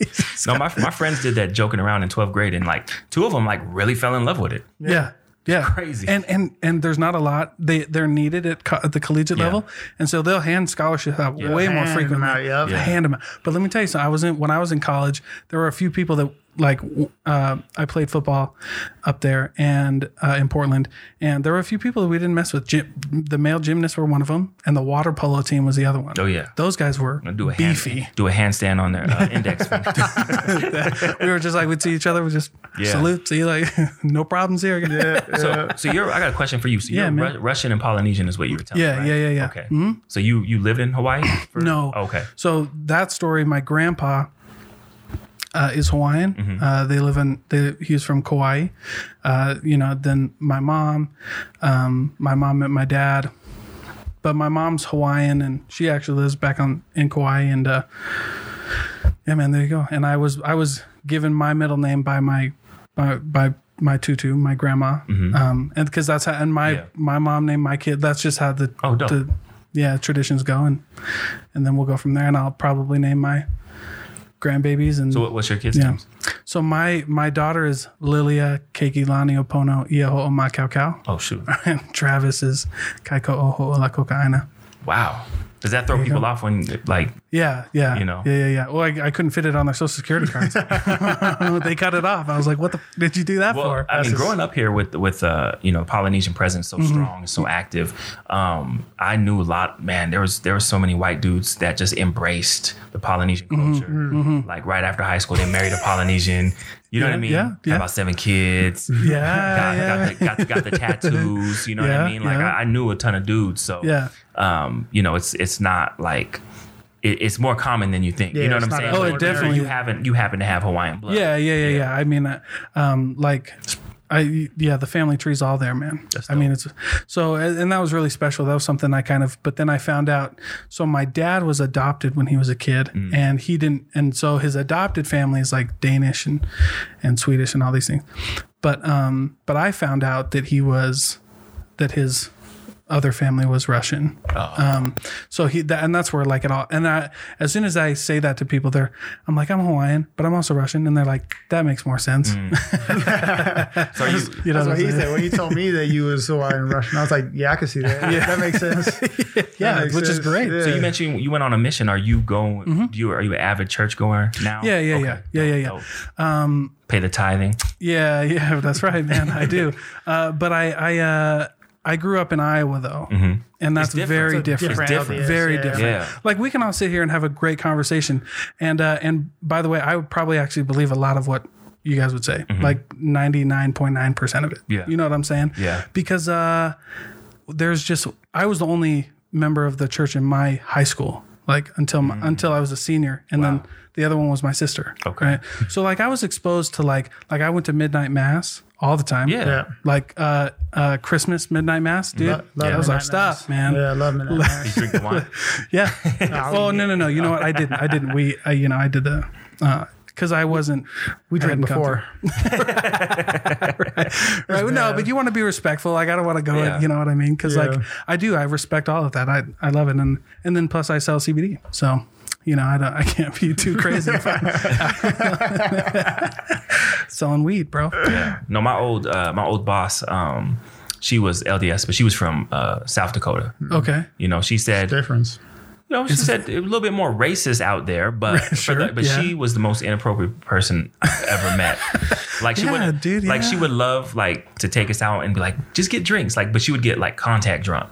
No, my my friends did that joking around in twelfth grade, and like two of them like really fell in love with it.
Yeah. Yeah.
crazy.
And and and there's not a lot. They they're needed at, co- at the collegiate level. And so they'll hand scholarships out way more
Hand 'em
frequently.
out, yep. Yeah.
Hand them out. But let me tell you something. I was in when I was in college, there were a few people that like w- uh, I played football up there and uh, in Portland, and there were a few people that we didn't mess with. Gym, the male gymnasts were one of them, and the water polo team was the other one.
Oh, yeah.
those guys were
Do a hand,
beefy.
do a handstand on their uh, index. finger.
we were just like we'd see each other, we just
Yeah.
salute, see like no problems here.
so, so you're. I got a question for you. So
Yeah,
you're
man.
Ru- Russian and Polynesian is what you were telling.
Yeah,
me, right?
yeah, yeah, Mm-hmm. yeah.
Okay. So Oh, you you lived in Hawaii? For,
No.
Okay.
So that story, my grandpa uh, is Hawaiian.
Mm-hmm.
Uh, they live in. They, he's from Kauai. Uh, you know, then my mom, um, my mom met my dad, but my mom's Hawaiian and she actually lives back on in Kauai. And uh, yeah, man, there you go. And I was I was given my middle name by my by by my tutu, my grandma, um, and because that's how and my
Mm-hmm. Yeah.
my mom named my kid. That's just how the
Oh, dope.
the yeah traditions go, and and then we'll go from there. And I'll probably name my grandbabies and
So what, what's your kids'
yeah.
names?
So my my daughter is Lilia Keikilani Opono Iaho Omakaukau.
Oh shoot!
And Travis is Kaiko Oho Olakokaina.
Wow. Does that throw people off when like
Yeah, yeah.
You know.
Yeah, yeah, yeah. Well, I, I couldn't fit it on their social security cards. they cut it off. I was like, what the f- did you do that
Well,
for? Mm-hmm.
I mean, growing up here with with uh, you know Polynesian presence so strong, so active, um, I knew a lot. Man, there was there were so many white dudes that just embraced the Polynesian
Mm-hmm.
culture. Like right after high school, they married a Polynesian. You know what I
Yeah,
mean?
yeah,
Had
yeah.
About seven kids.
Yeah,
Got,
yeah.
got, the, got, the, got the tattoos. You know what
Yeah,
I mean? Like
yeah.
I, I knew a ton of dudes. So
Yeah.
um, you know, it's it's not like. it- It's more common than you think. you
Yeah,
know what
it's
I'm
not
saying?
Oh, it
Like, whether
definitely-
You haven't. You happen to have Hawaiian blood.
yeah, yeah, yeah, yeah. I mean, uh, um, like, I yeah, the family tree's all there, man. I mean, it's so, and and that was really special. That was something I kind of, but then I found out. So my dad was adopted when he was a kid, and he didn't, and so his adopted family is like Danish and and Swedish and all these things. But um, but I found out that he was that his other family was Russian. Um, so he that, and that's where like it all. And I, as soon as I say that to people, they're I'm like I'm Hawaiian, but I'm also Russian, and they're like that makes more sense.
So are you,
You know what
That's what
I'm
he
saying?
said when he told me that you was Hawaiian and Russian. I was like, yeah, I can see that. Yeah. That makes sense. yeah,
which is great.
So you mentioned you went on a mission. Are you going? Do you are you an avid churchgoer now?
Mm-hmm. Yeah, yeah,
Okay.
yeah, yeah, yeah, Um, yeah.
Dope. Pay the tithing.
Yeah, yeah, that's right, man. I do. Uh, but I, I, uh, I grew up in Iowa though, and that's
different.
very
It's
different.
different. different.
Very different.
Yeah.
Like we can all sit here and have a great conversation, and uh, and by the way, I would probably actually believe a lot of what you guys would say, like ninety nine point nine percent of it.
Mm-hmm. Yeah.
you know what I'm saying?
Yeah.
because uh, there's just I was the only member of the church in my high school, like until my, until I was a senior, and then the other one was my sister.
Mm. Okay.
so like I was exposed to like like I went to midnight mass all the time.
Yeah.
Yeah.
like uh, uh, Christmas midnight mass, dude.
Lo- love
that was our
midnight
stuff,
mass.
man.
Yeah, I love that.
You drink the wine.
Yeah. oh no no no! You know what? I didn't. I didn't. We I, you know I did the because I wasn't.
We
hadn't
drank
come
before.
Right? No, but you want to be respectful. Like I don't want to go. in,
Yeah.
you know what I mean? Because like
Yeah.
I do. I respect all of that. I I love it. And and then plus I sell CBD. So. You know, I don't. I can't be too crazy if I'm- selling weed, bro.
No, my old uh, my old boss. Um, she was LDS, but she was from uh, South Dakota.
Okay.
You know, she said
Difference.
you know, she said a little bit more racist out there, but for
Sure,
the- but
yeah.
she was the most inappropriate person I've ever met. Like she
Yeah,
would,
dude,
like
yeah.
she would love like to take us out and be like, just get drinks, like, but she would get like contact drunk.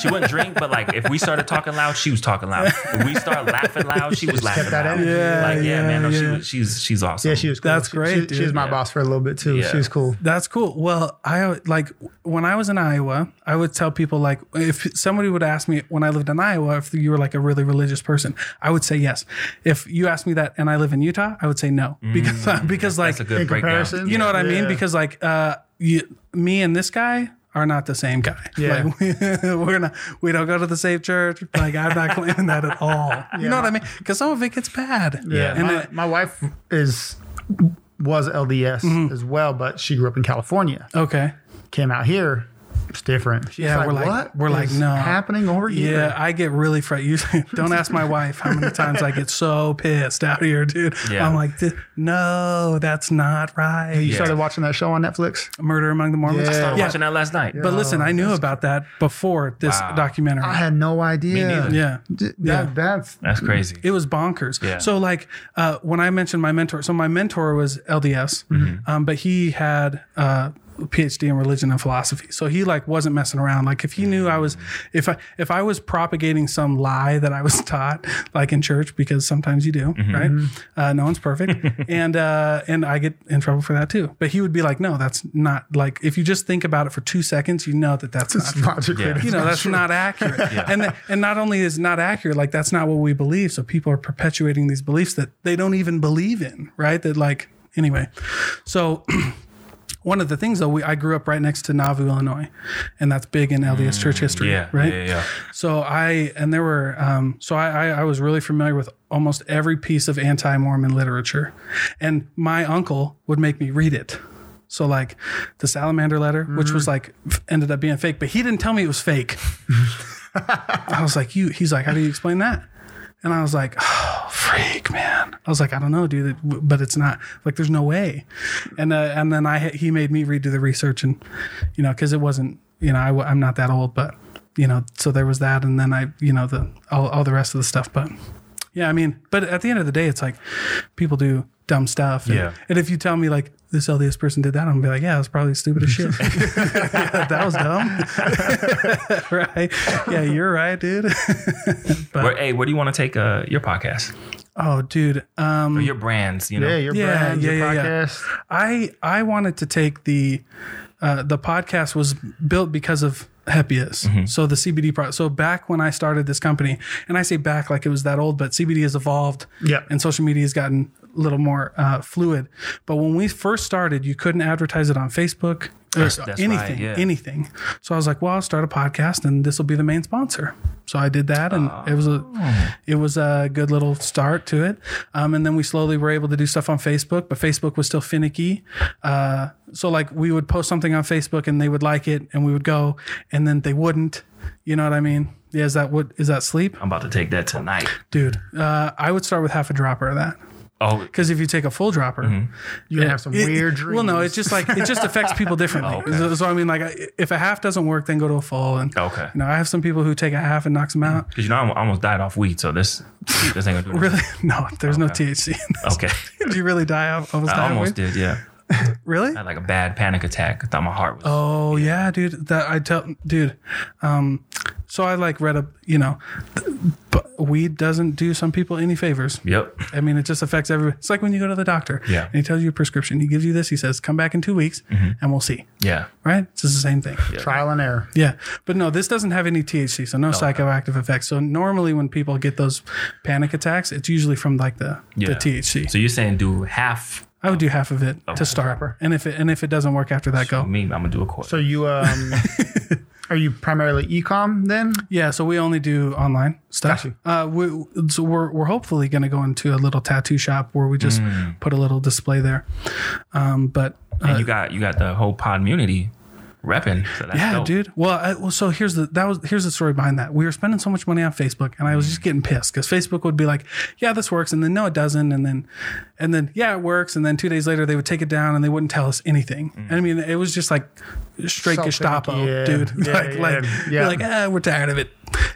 She wouldn't drink, but like if we started talking loud, she was talking loud. If we started laughing loud, she was laughing
kept that
loud.
energy. Yeah,
like yeah,
yeah,
man, no, she
yeah.
was, she's she's awesome.
Yeah, she was cool.
That's
She-
great,
She, she was
dude.
my boss for a little bit too.
Yeah.
She was cool.
That's cool. Well, I like when I was in Iowa, I would tell people like if somebody would ask me when I lived in Iowa if you were like a really religious person, I would say yes. If you asked me that and I live in Utah, I would say no because because like
Mm, That's a good
In
breakdown.
comparison,
you know what I mean
Yeah.
because like uh you, me and this guy are not the same guy.
Yeah.
Like we, we're not we don't go to the same church. Like I'm not claiming that at all. You know what I mean? Cuz some of it gets bad.
Yeah,
And
my,
it-
my wife is was LDS
Mm-hmm.
as well, but she grew up in California.
okay.
Came out here, it's different. She's
Yeah, we're like- we're like,
is
no.
happening over here.
Yeah, I get really frustrated. Don't ask my wife how many times I get so pissed out here, dude.
Yeah.
I'm like, "Th- no, that's not right.
You started watching that show on Netflix.
Murder Among the Mormons.
Yeah. I started
I was watching that last night.
But listen, I knew about that before this
Wow.
documentary.
I had no idea.
neither.
yeah.
D- that-
Yeah.
that's
That's crazy.
It was bonkers.
Yeah.
So like
Mm-hmm.
uh, when I mentioned my mentor, so my mentor was LDS, um, but he had uh, PhD in religion and philosophy. So he like wasn't messing around. Like if he knew I
Mm.
was if I if I was propagating some lie that I was taught like in church because sometimes you do,
Mm-hmm.
right? Uh, no one's perfect. and uh and I get in trouble for that too. But he would be like, "No, that's not like if you just think about it for 2 seconds, you know that that's not
It's logically,
Yeah.
that's
you know
not
that's
true.
not accurate and th- and not only is it not accurate like that's not what we believe so people are perpetuating these beliefs that they don't even believe in right that like anyway so one of the things though we, i grew up right next to nauvoo illinois and that's big in lds church history
Mm, Yeah,
right
yeah, yeah.
so I and there were um, so I, I I was really familiar with almost every piece of anti-Mormon literature, and my uncle would make me read it. So like the Salamander letter, which was like f- ended up being fake, but he didn't tell me it was fake. I was like, you. He's like, how do you explain that? And I was like, oh, freak, man. I was like, I don't know, dude, it- but it's not like there's no way. And uh, and then I he made me redo the research and you know because it wasn't you know I, am not that old, but you know so there was that, and then I you know the all, all the rest of the stuff, but yeah, I mean, but at the end of the day, it's like people do dumb stuff. And,
Yeah.
and if you tell me like this LDS person did that, I'm gonna be like, yeah, that's probably stupid as shit. Yeah, that was dumb, right? Yeah, you're right, dude.
where, hey, where do you want to take uh, your podcast
oh, dude. Um,
or your brands? You know,
Yeah, your
Yeah,
brand,
yeah,
your
yeah, yeah.
podcast.
I I wanted to take the uh, the podcast was built because of Hepius. So the CBD product. So back when I started this company, and I say back like it was that old, but CBD has evolved.
Yeah.
And social media has gotten a little more uh, fluid. But when we first started, you couldn't advertise it on Facebook. or
that's
anything,
right, yeah.
anything. So I was like, well, I'll start a podcast and this will be the main sponsor. So I did that and it was
Oh.
a it was a good little start to it. Um, and then we slowly were able to do stuff on Facebook, but Facebook was still finicky. Uh, so like we would post something on Facebook and they would like it and we would go and then they wouldn't. You know what I mean? Yeah, is that what is that sleep?
I'm about to take that tonight.
Dude, uh, I would start with half a dropper of that.
Oh,
Because if you take a full dropper,
Mm-hmm.
You're gonna have some
it-
weird
it-
dreams.
Well, no, it's just like it just affects people differently. so, so I mean, like, I- if a half doesn't work, then go to a full. And
Okay.
you
Mm-hmm.
know, I have some people who take a half and knocks them out.
because you know I almost died off weed, so this this ain't gonna do nothing.
Really? No, there's no THC. In this.
Okay,
Did you really die off? Almost die
I
of
almost
weed?
did. Yeah,
Really?
I had like a bad panic attack. I thought my heart was.
Oh yeah, dude. That I tell, dude. Um, so I like read a, you know, but weed doesn't do some people any favors.
Yep.
I mean, it just affects everybody. It's like when you go to the doctor.
Yeah. Mm-hmm.
And he tells you a prescription. He gives you this. He says, "Come back in two weeks, and we'll see."
Yeah.
Right? It's just the same thing.
trial and error.
Yeah, but no, this doesn't have any THC, so no psychoactive effects. So normally, when people get those panic attacks, it's usually from like the
Yeah.
the THC.
So you're saying do half?
I would do half of it to start, and if it and if it doesn't work after that, go.
Me, I'm gonna do a quarter.
So you um, are you primarily ecom then?
Yeah, so we only do online stuff.
Gotcha.
Uh, we so we're we're hopefully going to go into a little tattoo shop where we just put a little display there. Um, but
and you got you got the whole pod community repping. So that's
Yeah,
dope.
dude. Well, I, well, so here's the that was here's the story behind that. We were spending so much money on Facebook, and I was just getting pissed because Facebook would be like, "Yeah, this works," and then no, it doesn't, and then, and then yeah, it works, and then two days later they would take it down and they wouldn't tell us anything.
Mm.
And I mean, it was just like straight
Something,
Gestapo,
yeah.
dude.
Yeah,
like,
yeah,
like,
yeah.
we're like, eh, we're tired of it.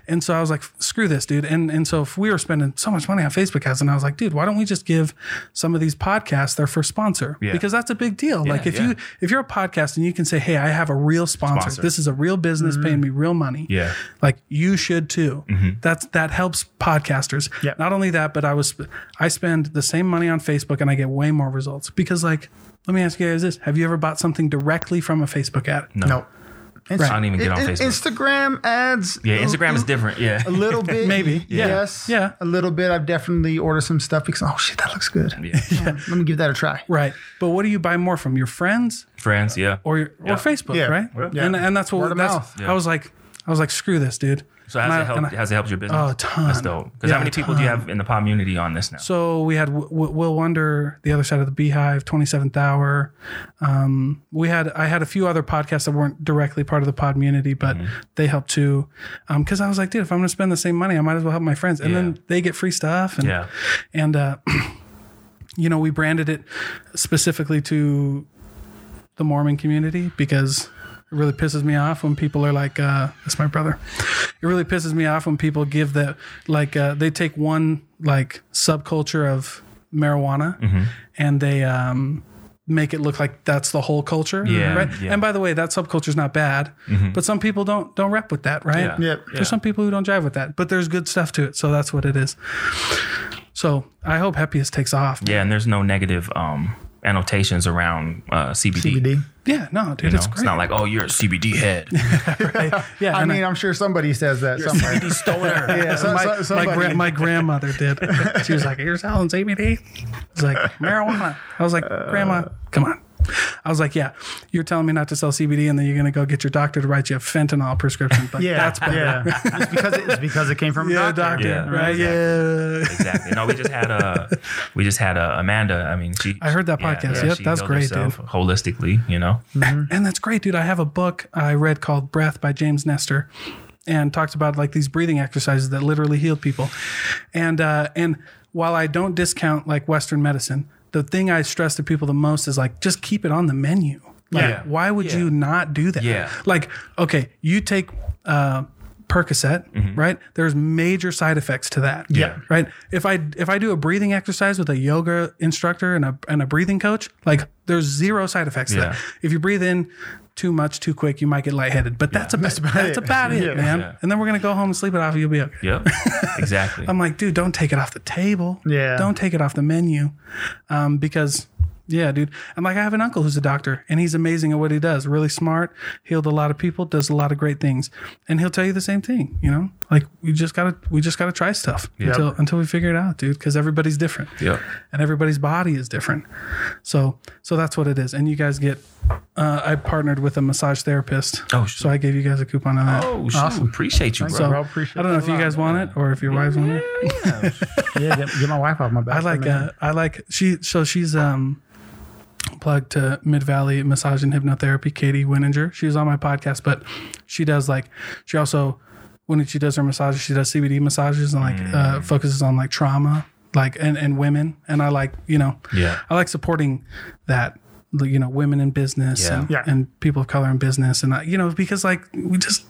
And so I was like, screw this, dude. And and so if we were spending so much money on Facebook ads, and I was like, dude, why don't we just give some of these podcasts their first sponsor?
Yeah.
Because that's a big deal. like if
yeah.
you if you're a podcast and you can say, hey, I have a real sponsor.
Sponsor.
This is a real business
Mm-hmm.
paying me real money.
Yeah. Mm-hmm.
Like you should too. That's that helps podcasters.
Yeah.
Not only that, but I was I spend the same money on Facebook and I get way more results because like let me ask you guys this: Have you ever bought something directly from a Facebook ad?
No.
No. Inst-
I don't even get on
in- in-
Facebook.
Instagram ads.
Yeah, Instagram
Oh,
is different. Yeah.
A little bit,
Maybe. Yeah.
Yes,
Yeah.
A little bit. I've definitely ordered some stuff because oh shit, that looks good.
Yeah.
Um, Let me give that a try.
Right. But what do you buy more from? Your friends
Friends. Yeah.
or your,
Yeah.
or Facebook,
Yeah.
right?
Yeah.
And and that's what
Word of
that's,
mouth.
I was like I was like screw this, dude.
So how's
And I-
it help?
and I-
How's it helped your business?
Oh, a ton.
That's dope. Because
Yeah,
how many
a
people do you have in the pod community on this now?
So we had w- W- Will Wonder, the other side of the Beehive, Twenty Seventh Hour. Um, we had I had a few other podcasts that weren't directly part of the pod community, but
Mm-hmm.
they helped too. Because I was like, dude, if I'm going to spend the same money, I might as well help my friends, and then
Yeah.
they get free stuff. And
yeah.
and uh, you know, we branded it specifically to the Mormon community because it really pisses me off when people are like, uh, "That's my brother." It really pisses me off when people give the like uh, they take
Mm-hmm.
one like subculture of marijuana and they um, make it look like that's the whole culture.
Yeah,
Right.
yeah. Mm-hmm.
And by the way, that subculture's not bad, but some people don't don't rep with that, right?
Yeah.
Yep.
There's some people who don't drive with that, but there's good stuff to it. So that's what it is. So I hope Happiest takes off.
Yeah, and there's no negative um, annotations around uh, CBD.
CBD.
Yeah, no, dude,
You know?
it's
It's,
great.
not like, oh, you're a CBD head.
yeah,
I
and
mean, I'm sure somebody says that somewhere.
CBD stoner.
yeah, so,
my,
so-
my
somebody.
gra- my grandmother did. She was like, "You're selling CBD." It's like marijuana. I was like,
Uh,
"Grandma, come on." I was like, "Yeah, you're telling me not to sell CBD, and then you're gonna go get your doctor to write you a fentanyl prescription." But
yeah,
that's better.
yeah. it's because it, it's because it came from
Yeah,
a doctor.
doctor,
Yeah,
right? Yeah.
exactly. No, we just had a we just had a Amanda. I mean, she.
I heard that podcast. Yep,
she
that's
healed
great,
herself Holistically, you know.
And that's great, dude. I have a book I read called Breath by James Nestor and talks about like these breathing exercises that literally healed people. And uh, and while I don't discount like Western medicine, the thing I stress to people the most is like just keep it on the menu. Like,
Yeah.
why would you not do that?
Yeah.
Like, okay, you take uh Percocet, right? There's major side effects to that.
Mm-hmm. Yeah.
Right. If I if I do a breathing exercise with a yoga instructor and a and a breathing coach, like there's zero side effects to
Yeah.
that. If you breathe in too much too quick, you might get lightheaded. But that's about that's about, it,
Yeah.
man.
Yeah.
And then we're gonna go home and sleep it off. and You'll be okay.
Yep, exactly.
I'm like, dude, don't take it off the table.
Yeah.
Don't take it off the menu. Um, because yeah, dude. And like I have an uncle who's a doctor and he's amazing at what he does, really smart, healed a lot of people, does a lot of great things. And he'll tell you the same thing, you know? Like we just gotta we just gotta try stuff until until we figure it out, dude, because everybody's different.
Yep.
And everybody's body is different. So so that's what it is. And you guys get uh, I partnered with a massage therapist.
Oh, shoot.
so I gave you guys a coupon on that.
Oh, shoot. appreciate you, bro.
so
I appreciate
I don't know
that
if you guys want it or if your wives want it.
Yeah, get, get my wife off my back.
I like
man.
uh, I like she so she's um plugged to Mid Valley Massage and Hypnotherapy, Katie Wininger. She was on my podcast, but she does like she also when she does her massages, she does CBD massages and like
Mm.
uh, focuses on like trauma, like and, and women. And I like you know
Yeah.
I like supporting that like, you know women in business
Yeah.
And,
Yeah.
and people of color in business and I, you know because like we just.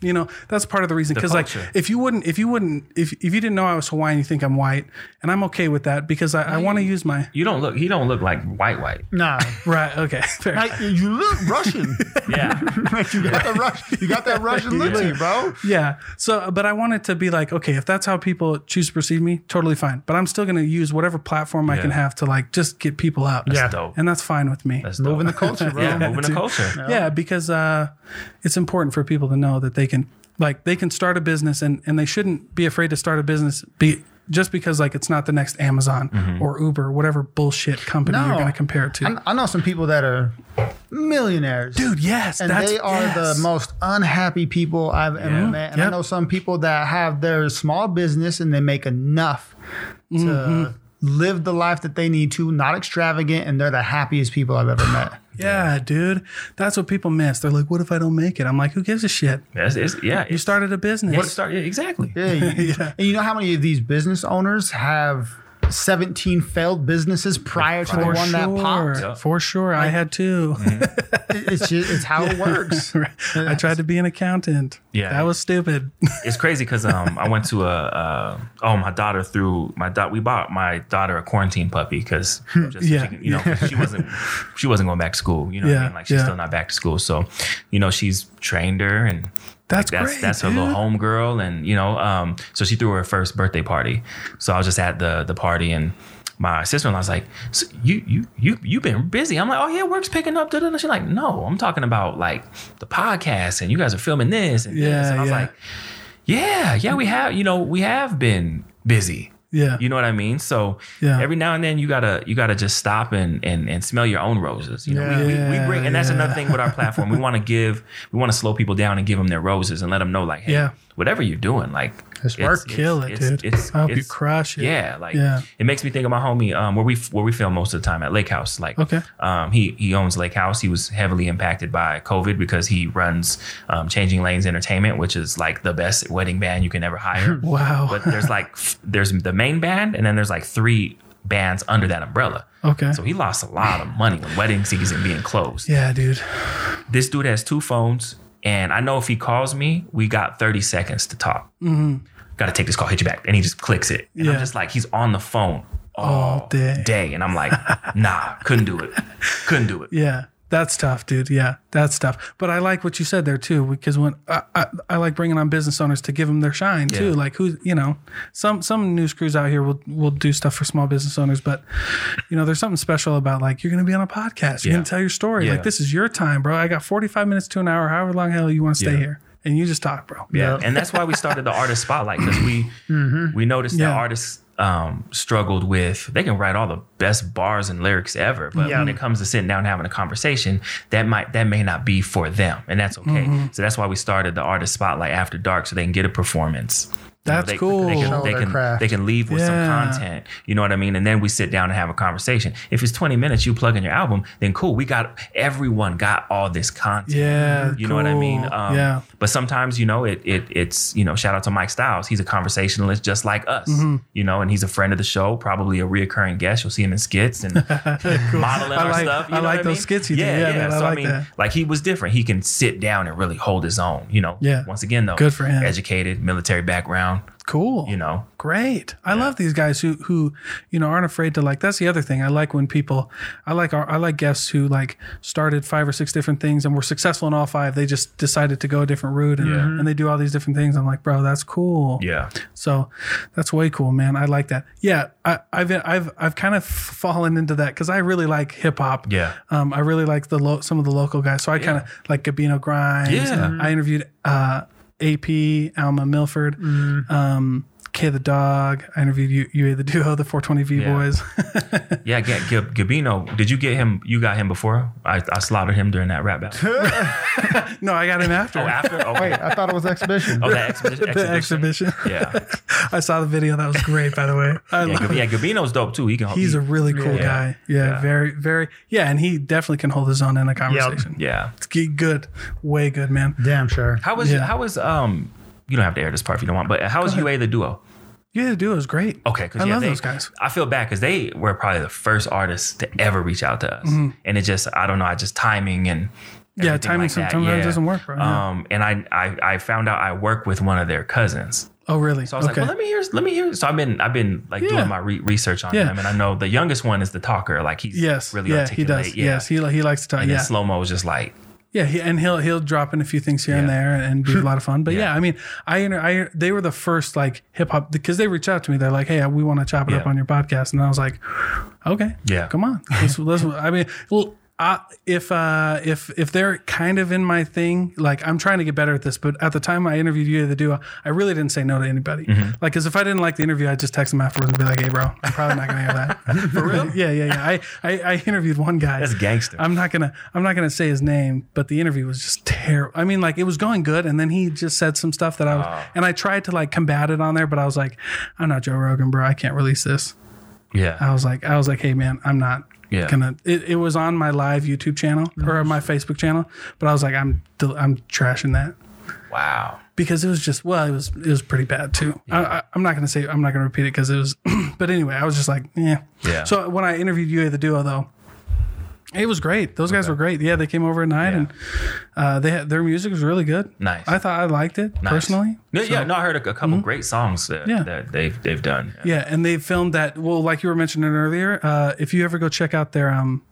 You know that's part of the reason because like
culture.
if you wouldn't if you wouldn't if, if you didn't know I was Hawaiian, you think I'm white, and I'm okay with that because I, I want to use my
you don't look. He don't look like white white.
nah.
right. Okay, fair.
Like, you look Russian.
Yeah.
Like, you got that Russian. You got that Russian look to you, bro.
yeah. So, but I wanted to be like, okay, if that's how people choose to perceive me, totally fine. But I'm still going to use whatever platform I can
Yeah.
have to like just get people out.
Yeah.
dope.
and that's fine with me.
That's
Moving the
dope.
culture, bro.
Yeah, moving the culture.
yeah because uh, it's important for people to know that they can like they can start a business and and they shouldn't be afraid to start a business be just because like it's not the next amazon
Mm-hmm.
or uber whatever bullshit company you're
No.
going to compare it to
I, I know some people that are millionaires.
dude yes
And
that's,
they are
yes.
the most unhappy people I've ever met. And
Yep.
I know some people that have their small business and they make enough
Mm-hmm.
to live the life that they need to, not extravagant, and they're the happiest people I've ever met.
yeah dude that's what people miss they're like what if i don't make it i'm like who gives a shit
That's, it's, yeah.
you
it's-
started a business
What start? Yeah, exactly.
Yeah, you- And you know how many of these business owners have 17 failed businesses prior to the
for
one that
sure,
popped?
for sure. I had two.
It's just, it's how it works.
I tried to be an accountant.
Yeah.
that was stupid.
It's crazy because um, I went to a uh, oh my daughter threw my daughter we bought my daughter a quarantine puppy because
Hmm, Yeah.
you know she wasn't she wasn't going back to school you know what
Yeah,
I mean? like she's
yeah.
still not back to school so you know she's trained her and
That's
that's
great,
that's her little
dude.
home girl and you know um so she threw her first birthday party so I was just at the the party and. My sister in law's like, "So you you you you been busy. I'm like, oh yeah, work's picking up. da-da-da." She's like, no, I'm talking about like the podcast and you guys are filming this and this.
Yeah,
And I was
yeah.
like, yeah, yeah, we have, you know, we have been busy.
Yeah,
You know what I mean? So
Yeah.
every now and then you gotta you gotta just stop and and, and smell your own roses. You know, we, we, we bring and that's another thing with our platform. we wanna give we wanna slow people down and give them their roses and let them know like, hey,
Yeah.
whatever you're doing, like
It's work.
kill it,
it's-
dude.
It's,
I hope you
it's-
crush it.
Yeah, like
Yeah.
it makes me think of my homie um, where we where we film most of the time at Lake House. Like,
Okay.
um, he he owns Lake House. He was heavily impacted by COVID because he runs um, Changing Lanes Entertainment, which is like the best wedding band you can ever hire.
Wow.
But there's like f- there's the main band, and then there's like three bands under that umbrella.
Okay.
So he lost a lot of money when wedding season being closed.
yeah, dude.
This dude has two phones, and I know if he calls me, we got 30 seconds to talk. Got to take this call, hit you back, and he just clicks it. And
Mm-hmm. Yeah.
I'm just like, he's on the phone. Oh,
all day.
day. And I'm like, nah, couldn't do it. Couldn't do it.
Yeah, that's tough, dude. Yeah, that's tough. But I like what you said there too, because when I, I, I like bringing on business owners to give them their shine too.
Yeah.
Like who's you know, some some news crews out here will will do stuff for small business owners, but you know, there's something special about like you're going to be on a podcast, you're
Yeah.
going to tell your story.
Yeah.
Like this is your time, bro. I got 45 minutes to an hour, however long hell you want to stay
Yeah.
here, and you just talk, bro.
Yeah.
Yep.
And that's why we started the artist spotlight because we we noticed
Mm-hmm. Yeah.
that artists um, struggled with they can write all the best bars and lyrics ever, but
Yeah.
when it comes to sitting down and having a conversation, that might that may not be for them, and that's okay.
Mm-hmm.
So that's why we started the artist spotlight after dark so they can get a performance. You know,
That's
they-
cool.
They
Show
can, they
their
can,
craft.
they can leave with some
Yeah.
content. You know what I mean? And then we sit down and have a conversation. If it's 20 minutes, you plug in your album, then cool. We got everyone got all this content.
Yeah,
You know what I mean?
cool.
Um,
yeah,
But sometimes, you know, it it it's you know, shout out to Mike Styles. He's a conversationalist just like us,
Mm-hmm.
you know, and he's a friend of the show, probably a reoccurring guest. You'll see him in skits and modeling
I
our
like-
stuff. You
I
know
like
what
those
mean?
skits you do.
Yeah,
Yeah,
yeah.
man, I
so I
like
mean,
that.
like he was different. He can sit down and really hold his own. You know.
Yeah.
Once again, though,
Good for him.
Um, Educated, military background.
cool.
You know.
great. I love these guys who who you know aren't afraid to like. That's the other thing I like when people I like our, I like guests who like started five or six different things and were successful in all five. They just decided to go a different route and,
Yeah.
and they do all these different things. I'm like, bro, that's cool.
Yeah.
So that's way cool, man. I like that. Yeah, I, I've I've I've kind of fallen into that because I really like hip hop.
Yeah.
Um, I really like the lo- some of the local guys. So I kind of like Gabino Grimes.
Yeah.
I interviewed uh, AP Alma Milford. Um, K the dog. I interviewed U- UA the duo, the 420V
Yeah.
boys.
Yeah. Get, Gab- Gabino, did you get him? You got him before? I, I slaughtered him during that rap battle.
no, I got him after.
oh, after. Okay.
Wait, I thought it was exhibition.
Oh, that exhibition.
uh, the
exhibition.
exhibition.
Yeah.
I saw the video. That was great, by the way. I
Yeah,
love
Gab- yeah, Gabino's dope too. He can.
He's
he-
a really cool
Yeah.
guy. Yeah,
Yeah.
very, very. Yeah, and he definitely can hold his own in a conversation.
yeah.
It's g- good, way good, man.
Damn sure.
How was
Yeah.
how was um you don't have to air this part if you don't want, but how was UA the duo?
Yeah, the duo is great.
Okay, because
I
yeah,
love
they-
those guys.
I feel bad because they were probably the first artists to ever reach out to us,
Mm-hmm.
and it just I don't know, I just timing and
Yeah,
everything
timing
like that,
sometimes
yeah.
doesn't work, bro. Yeah.
Um, and I, I I found out I work with one of their cousins,
Oh, really?
so I was like, well, let me hear, let me hear. So I've been I've been like
Yeah.
doing my re- research on
Yeah.
them, and I know the youngest one is the talker, like he's
yes,
really
yeah, he
articulate,
does.
yeah.
Yes, he he likes to talk.
and
yeah,
then slow mo was just like
Yeah, he, and he'll he'll drop in a few things here and
Yeah.
there and be a lot of fun. But yeah,
Yeah.
I mean, I, inter- I they were the first like hip hop because they reached out to me. They're like, "Hey, we want to chop it up
Yeah.
on your podcast," and I was like, "Okay,
Yeah.
come on." Let's, let's, I mean, well, I, if uh, if if they're kind of in my thing, like I'm trying to get better at this. But at the time I interviewed you, the duo, I really didn't say no to anybody. Like, because if I didn't like the interview, I'd just text them afterwards and be like, "Hey, bro, I'm probably not gonna hear that." For real? yeah, yeah, yeah. I, I I interviewed one guy.
that's gangster.
I'm not gonna I'm not gonna say his name, but the interview was just terrible. I mean, like it was going good, and then he just said some stuff that I was,
Ah.
and I tried to like combat it on there, but I was like, I'm not Joe Rogan, bro. I can't release this.
yeah,
I was like, I was like, hey man, I'm not
Yeah.
gonna. It, it was on my live YouTube channel or my Facebook channel, but I was like, I'm del- I'm trashing that
wow,
because it was just well, it was it was pretty bad too. I, I, I'm not gonna say I'm not gonna repeat it because it was, but anyway, I was just like, yeah.
Yeah.
So when I interviewed you at the duo though, it was great. Those guys were great. Yeah, they came over at night
Yeah.
and uh, they had, their music was really good.
Nice.
I thought I liked it
Nice.
personally. Mm-hmm.
No, yeah, no, I heard a, a couple great songs that,
Yeah.
that they've they've done.
Yeah, and they filmed that. Well, like you were mentioning earlier, uh, if you ever go check out their um,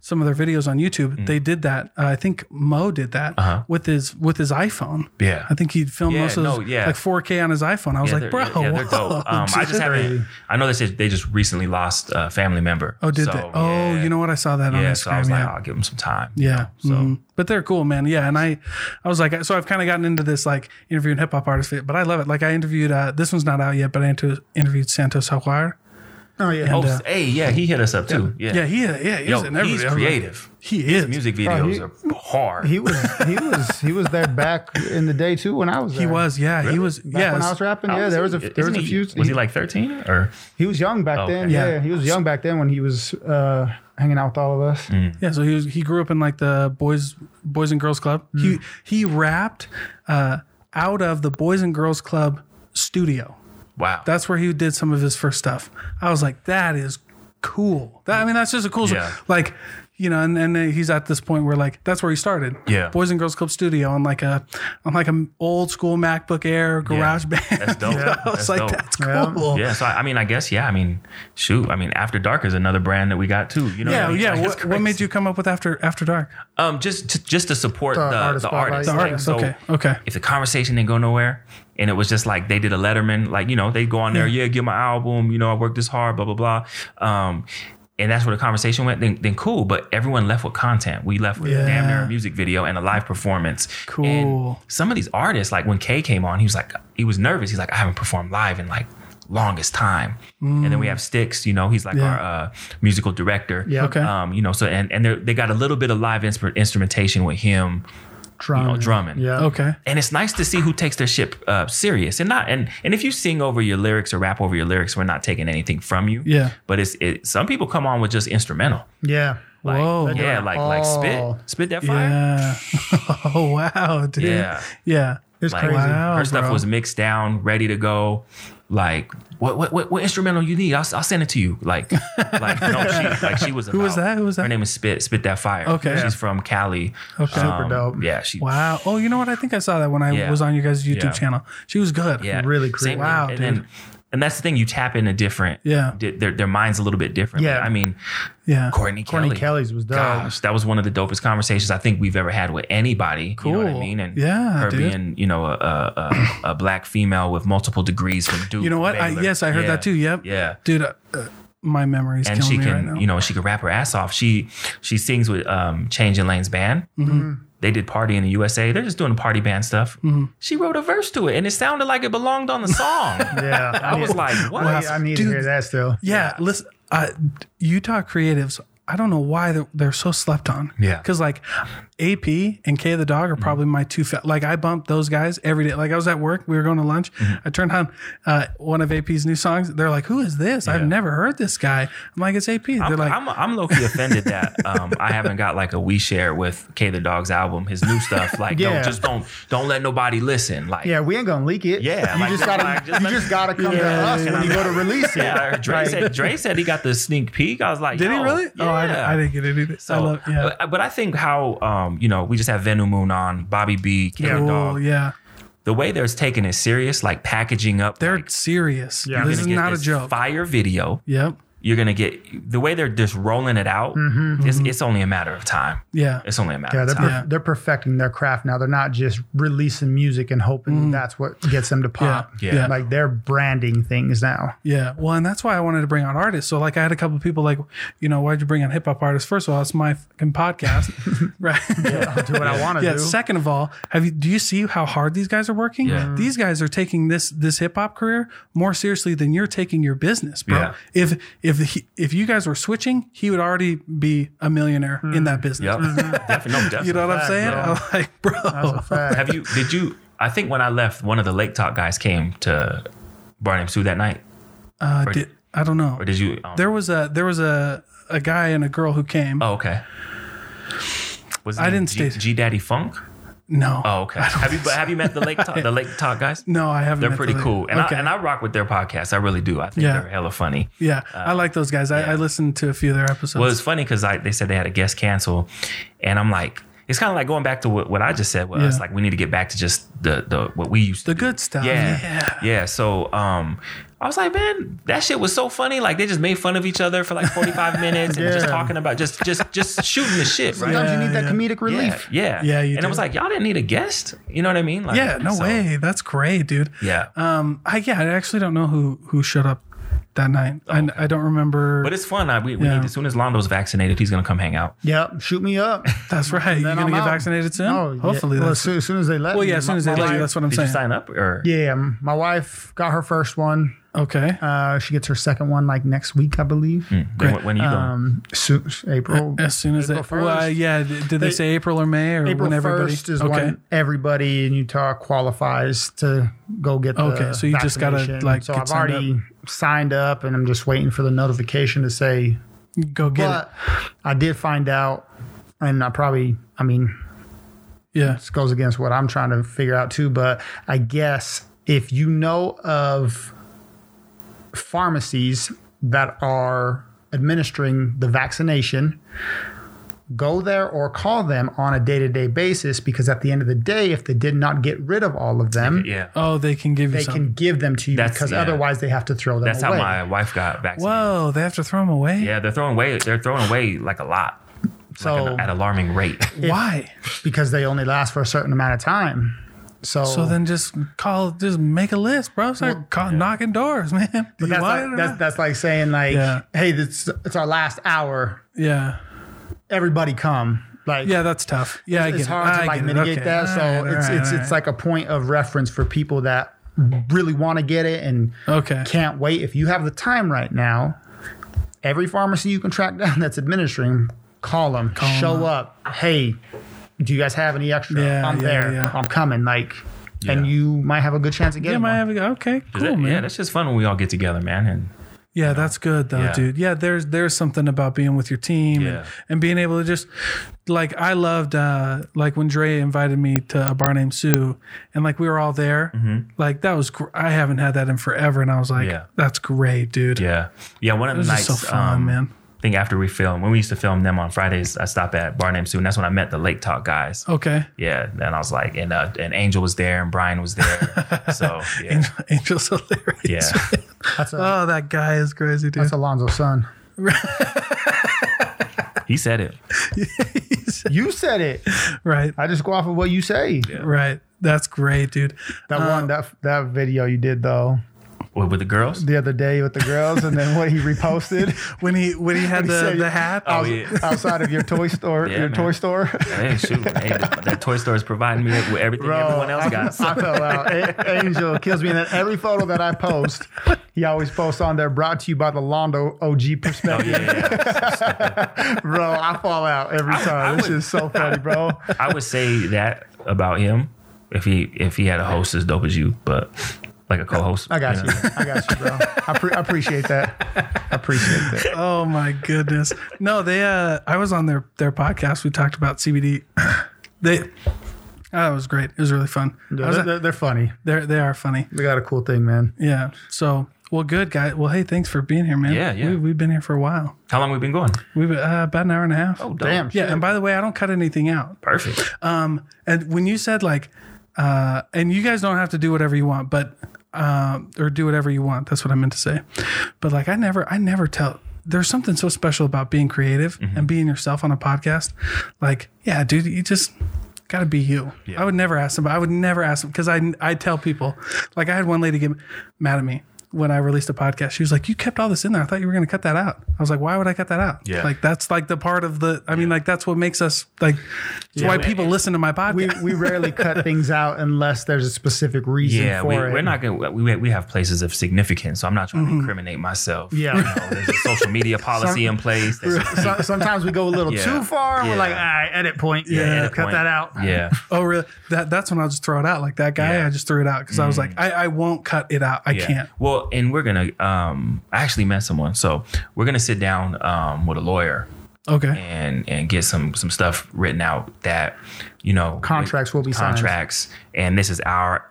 some of their videos on YouTube,
Mm.
they did that. Uh, I think Mo did that with his with his iPhone.
Uh-huh. Yeah.
I think he filmed
Yeah,
most of his,
no, yeah.
like 4K on his iPhone. I was
Yeah,
like,
they're-
bro,
yeah, yeah, they're
whoa,
dope. Um, I
dude."
just haven't. I know they said they just recently lost a family member.
Oh, did
So,
they? Oh,
yeah.
you know what? I saw that on
Yeah,
Instagram.
so I was
yeah.
like, I'll give them some time.
Yeah.
You know, so
mhm. but they're cool, man. Yeah. And I, I was like, so I've kind of gotten into this like interviewing hip hop artists, but I love it. Like I interviewed, uh, this one's not out yet, but I inter- interviewed Santos Jaguar.
Oh yeah.
oh,
uh,
hey, yeah, he hit us up too. Yeah,
Yeah. He, yeah, he's,
Yo,
in every-
he's
every-
creative.
He is.
Music
Bro, he-
videos are hard.
He was he was he was there back in the day too when I was there.
He was. Yeah. He was. yeah.
Back when I
it's-
was rapping,
How
yeah, there was a
he?
there was
Isn't
a
he-
few.
Was he like thirteen or?
He was young back
Okay.
then.
Yeah.
Yeah. he was young back then when he was uh, hanging out with all of us.
Mm.
Yeah, so he was, he grew up in like the boys boys and girls club.
Hmm.
He he rapped uh, out of the boys and girls club studio.
Wow.
That's where he did some of his first stuff. I was like, that is cool. That, I mean, that's just a cool.
Yeah.
Like you know, and, and then he's at this point where like that's where he started.
Yeah.
Boys and Girls Club Studio on like a on like an old school MacBook Air garage band.
That's dope.
I was
That's
like,
dope.
that's
Yeah.
cool.
Yeah, so I, I mean, I guess yeah. I mean, shoot. I mean, After Dark is another brand that we got too. You know,
Yeah,
what, I mean?
yeah.
Like, it's
What, what
crazy.
made you come up with After After Dark?
um just to, just to support the
The
the
artist
artist?
spotlight.
The
Like,
artists.
so
okay, okay.
if the conversation didn't go nowhere and it was just like they did a letterman like you know they go on there yeah get my album you know i worked this hard blah blah blah um and that's where the conversation went then, then cool but everyone left with content we left with damn near
Yeah.
a music video and a live performance
Cool.
and some of these artists like when k came on he was like he was nervous he's like i haven't performed live in like longest time and then we have sticks you know he's like
Yeah.
our uh, musical director
Yeah.
Okay.
um you know so and and they're- they got a little bit of live inspir- instrumentation with him
Drumming.
drumming.
Yeah.
okay.
and it's nice to see who takes their ship uh, serious and not and and if you sing over your lyrics or rap over your lyrics, we're not taking anything from you.
Yeah.
But it's it, some people come on with just instrumental.
Yeah.
Like,
Whoa. They do
Yeah,
it
like
all.
like spit spit that fire.
Yeah. oh wow, dude.
Yeah.
Yeah.
It's
Like
crazy.
Wow,
her stuff
bro.
was mixed down, ready to go. Like what what what, what instrumental you need? I'll, I'll send it to you. Like like no, she like she was. Who
was that? Who was that?
Her name is Spit Spit that fire.
Okay.
she's from Cali. Um,
Okay.
Super dope.
Yeah, she
Wow. Oh, you know what? I think I saw that when I
Yeah.
was on your guys' YouTube
Yeah.
channel. She was good.
Yeah,
Really creative.
Wow,
and,
dude.
then- and that's the thing you tap into different.
Yeah.
di- their their minds a little bit different.
Yeah.
I mean,
Yeah.
Courtney
Courtney
Kelly.
Kelly's was dope.
Gosh, that was one of the dopest conversations I think we've ever had with anybody. You know what
Cool.
I mean? And
Yeah,
her
dude.
being, you know, a, a, a, a black female with multiple degrees from Duke.
You know what? I,
Baylor.
yes, I heard
Yeah,
that too. Yep.
Yeah.
Dude, uh, uh, my memory's
And
killing
she
me
can,
right now.
you know, she can rap her ass off. She she sings with um, Changing Lanes band.
Mm-hmm.
They did party in the USA. They're just doing party band stuff.
Mm-hmm.
She wrote a verse to it, and it sounded like it belonged on the song.
Yeah.
I was like, what?
I, I need to hear that still.
yeah, Listen, uh, Utah creatives. I don't know why they're, they're so slept on.
Yeah. Mm-hmm.
Because like AP and K the dog are probably my two. Fa- like I bump those guys every day. Like I was at work, we were going to lunch.
Mm-hmm.
I turned on uh, one of AP's new songs. They're like, "Who is this? I've
Yeah.
never heard this guy." I'm like, "It's AP." They're
I'm,
like,
I'm, I'm low key offended that um, I haven't got like a we share with K the Dog's album, his new stuff. Like,
Yeah.
no, just don't don't let nobody listen. Like,
Yeah, we ain't gonna leak it.
Yeah,
you
like-
just gotta,
like, just
you
let-
just gotta come to
Yeah,
us
yeah,
when you
yeah.
go to release it.
Yeah, Dre
Like,
said Dre said he got the sneak peek. I was like,
"Did he
yo,
really?" Oh,
yeah.
I, I didn't get it either.
So, uh,
I love. Yeah.
but, but I think how um, you know we just have Venu Moon on Bobby B, K
Yeah.
the
Oh
Dog.
yeah,
The way they're taking it serious, like packaging up.
they're
like,
serious.
Yeah.
This
gonna
is
get
not a
this
joke.
Fire video.
yep.
You're gonna get the way they're just rolling it out. It's, it's only a matter of time.
Mm-hmm. Yeah.
It's only a matter
yeah,
of
they're
time.
per-
Yeah.
they're perfecting their craft now. They're not just releasing music and hoping that's what gets them to pop.
Mm. Yeah.
Yeah.
Like they're branding things now.
Yeah, well, and that's why I wanted to bring on artists. So, like, I had a couple people like, you know, why'd you bring on hip hop artists? First of all, it's my fucking podcast, right? Yeah.
I'll do what I want to do.
Second of all, have you? Do you see how hard these guys are working?
Yeah.
These guys are taking this this hip hop career more seriously than you're taking your business, bro.
Yeah.
If if he, if you guys were switching, he would already be a millionaire in that business.
Yep. Definitely. No, definitely.
Mm-hmm. You know what I'm
Mm. Fact,
saying?
bro.
I'm like, bro,
That's a fact.
Have you? Did you? I think when I left, one of the Lake Talk guys came to Barnum Sue that night.
uh, did, I don't know.
Or did you? um,
There was a there was a a guy and a girl who came.
oh, okay. Was
I
his name
didn't
G,
stay-
G Daddy Funk.
No.
Oh, okay. Have you? But have you met the Lake Talk? The Lake Talk guys.
No, I haven't.
They're
met
pretty
the-
cool, and I and I rock with their podcast. I really do. I think
Yeah.
they're hella funny.
Yeah, I
Uh,
like those guys. I, I listened to a few of their episodes.
Well, it's funny because I they said they had a guest cancel, and I'm like, it's kind of like going back to what, what I just said. Was
Yeah.
it's like we need to get back to just the the what we used to
the good stuff.
Yeah.
Oh, yeah.
yeah. So um I was like, man, that shit was so funny. Like they just made fun of each other for like 45 minutes and just
Yeah.
talking about just just just shooting the shit, right?
Sometimes you need that
Yeah,
comedic
Yeah.
relief.
Yeah.
Yeah, you
and
do.
it was like, y'all didn't need a guest. You know what I mean? Like,
Yeah, no
so,
way. That's great, dude.
Yeah.
Um, I yeah, I actually don't know who who showed up that night. I, I don't remember.
But it's fun. I, we, we
Yeah.
need, as soon as Londo's vaccinated, he's gonna come hang out.
Yep, shoot me up.
that's right. You're
Then
gonna
I'm
get
out.
vaccinated soon.
Oh, yeah.
Hopefully.
Well, as
that's,
soon, as soon as they let
well,
me,
yeah. As soon
my-
as they
my
let you,
wife-
that's what I'm
Did you
saying.
sign up or
Yeah, my wife got her first one.
Okay.
Uh, she gets her second one like next week, I believe.
Then when, when are you going?
Um, soon, April.
As soon as they,
April
well, uh,
1st.
yeah. Did, did they,
They-
say April or May or
April
when everybody?
first is
okay.
when everybody in Utah qualifies to go get. The
Okay, so you just gotta,
vaccination.
like,
So
get
I've
signed
already signed up, and I'm just waiting for the notification to say.
Go get
But I did find out, and I probably, I mean,
it. Yeah.
this goes against what I'm trying to figure out too. But I guess if you know of pharmacies that are administering the vaccination, go there or call them on a day to day basis because at the end of the day, if they did not get rid of all of them,
Yeah.
Oh, they can give you
they
something.
can give them to you
That's-
because
yeah.
otherwise they have to throw them
That's how
away.
my wife got vaccinated.
Whoa, they have to throw them away.
Yeah, they're throwing away. They're throwing away like a lot.
so
at alarming rate.
Why?
because they only last for a certain amount of time. So,
So then just call, just make a list, bro. Start call, knocking doors, man.
but that's
Why
like,
not?
that's, that's like saying like,
Yeah.
hey, this it's our last hour.
yeah,
Everybody come. Like
yeah, that's tough. Yeah, I get
it's
it.
hard
I
to like
get it.
mitigate
Okay.
that.
All
so
right,
it's
all
it's
right,
it's like a point of reference for people that really want to get it and
all right. okay.
can't wait. If you have the time right now, every pharmacy you can track down that's administering, call them, show up. Hey, do you guys have any extra?
Yeah,
I'm
yeah,
there.
yeah.
I'm coming. Like, and
Yeah.
you might have a good chance of
Yeah,
getting
might
one.
have a go. Okay, cool,
That-
man.
yeah, that's just fun when we all get together, man. And
Yeah, that's good though,
Yeah.
dude. Yeah, there's there's something about being with your team
Yeah.
and, and being able to just like I loved uh like when Dre invited me to a bar named Sue and like we were all there. Like that was gr- I haven't had that in forever and I was like
Mm-hmm. Yeah.
that's great, dude.
yeah, yeah. One of the
This is
nights,
so fun,
um,
man.
I think after we film, when we used to film them on Fridays, I stopped at Bar Name Sue, and that's when I met the Lake Talk guys.
Oh.
Okay.
Yeah, and I was like, and uh, and Angel was there, and Brian was there. so yeah,
Angel, Angel's hilarious.
yeah,
That's, a,
Oh, that guy is crazy, dude.
that's Alonzo's son.
he said it.
You said it.
right.
I just go off of what you say.
Right. That's great, dude.
That
Uh,
one, that that video you did though
With, with the girls,
the other day with the girls, and then what he reposted
When he when he had
He
the,
said-
the hat.
Oh, yeah.
outside of your toy store,
Yeah,
your
man.
toy store.
hey, shoot, hey, that toy store is providing me with everything everyone else
I,
got.
I fell out. A- Angel kills me. And then every photo that I post, he always posts on there brought to you by the Londo OG
Oh,
perspective.
yeah, yeah.
Bro, I fall out every
I
time. this
would-
is so funny, bro.
I would say that about him if he if he had a host as dope as you, but like a co-host.
I got you. I got you, bro. I, pre- I appreciate that. I appreciate that.
Oh my goodness. No, they uh I was on their their podcast. We talked about CBD. they oh, that was great. It was really fun. I was
They're,
like,
they're- they're funny.
they're they are funny.
They got a cool thing, man.
Yeah. So well, good guy. Well, hey, thanks for being here, man.
Yeah, yeah.
We, we've been here for a while.
How long we been going?
We've been, uh, about an hour and a half.
dope.
Damn.
yeah.
shit.
And by the way, I don't cut anything out.
Perfect.
Um, and when you said like, uh, and you guys don't have to do whatever you want, but um, or do whatever you want. That's what I meant to say. But like, I never, I never tell. There's something so special about being creative and being yourself on a podcast. Like, yeah, dude, you just got to be you. I would never ask them. I would never ask them because I I tell people. Like, I had one lady get mad at me when I released a podcast. She was like, "You kept all this in there. I thought you were going to cut that out." I was like, "Why would I cut that out?"
Yeah.
Like that's like the part of the. I mean, like that's what makes us like. That's why people listen to my podcast.
We, we rarely cut things out unless there's a specific reason
Yeah,
for
we,
it. Mm-hmm.
we're not gonna. We, we have places of significance, so I'm not trying to incriminate myself.
Yeah.
you know, there's a social media policy in place. There's-
So- sometimes we go a little
Yeah.
too far. and We're
Yeah.
like, all right, edit point. Yeah,
edit
cut
point.
that out.
yeah,
oh, really? That that's when I'll just throw it out. Like that guy,
Yeah. Mm.
I just threw it out because I was like, I, I won't cut it out. I
yeah.
can't.
Well, and we're gonna. Um, I actually met someone, so we're gonna sit down um with a lawyer
Okay.
and and get some some stuff written out that you know
Contracts will be signed.
contracts, and this is our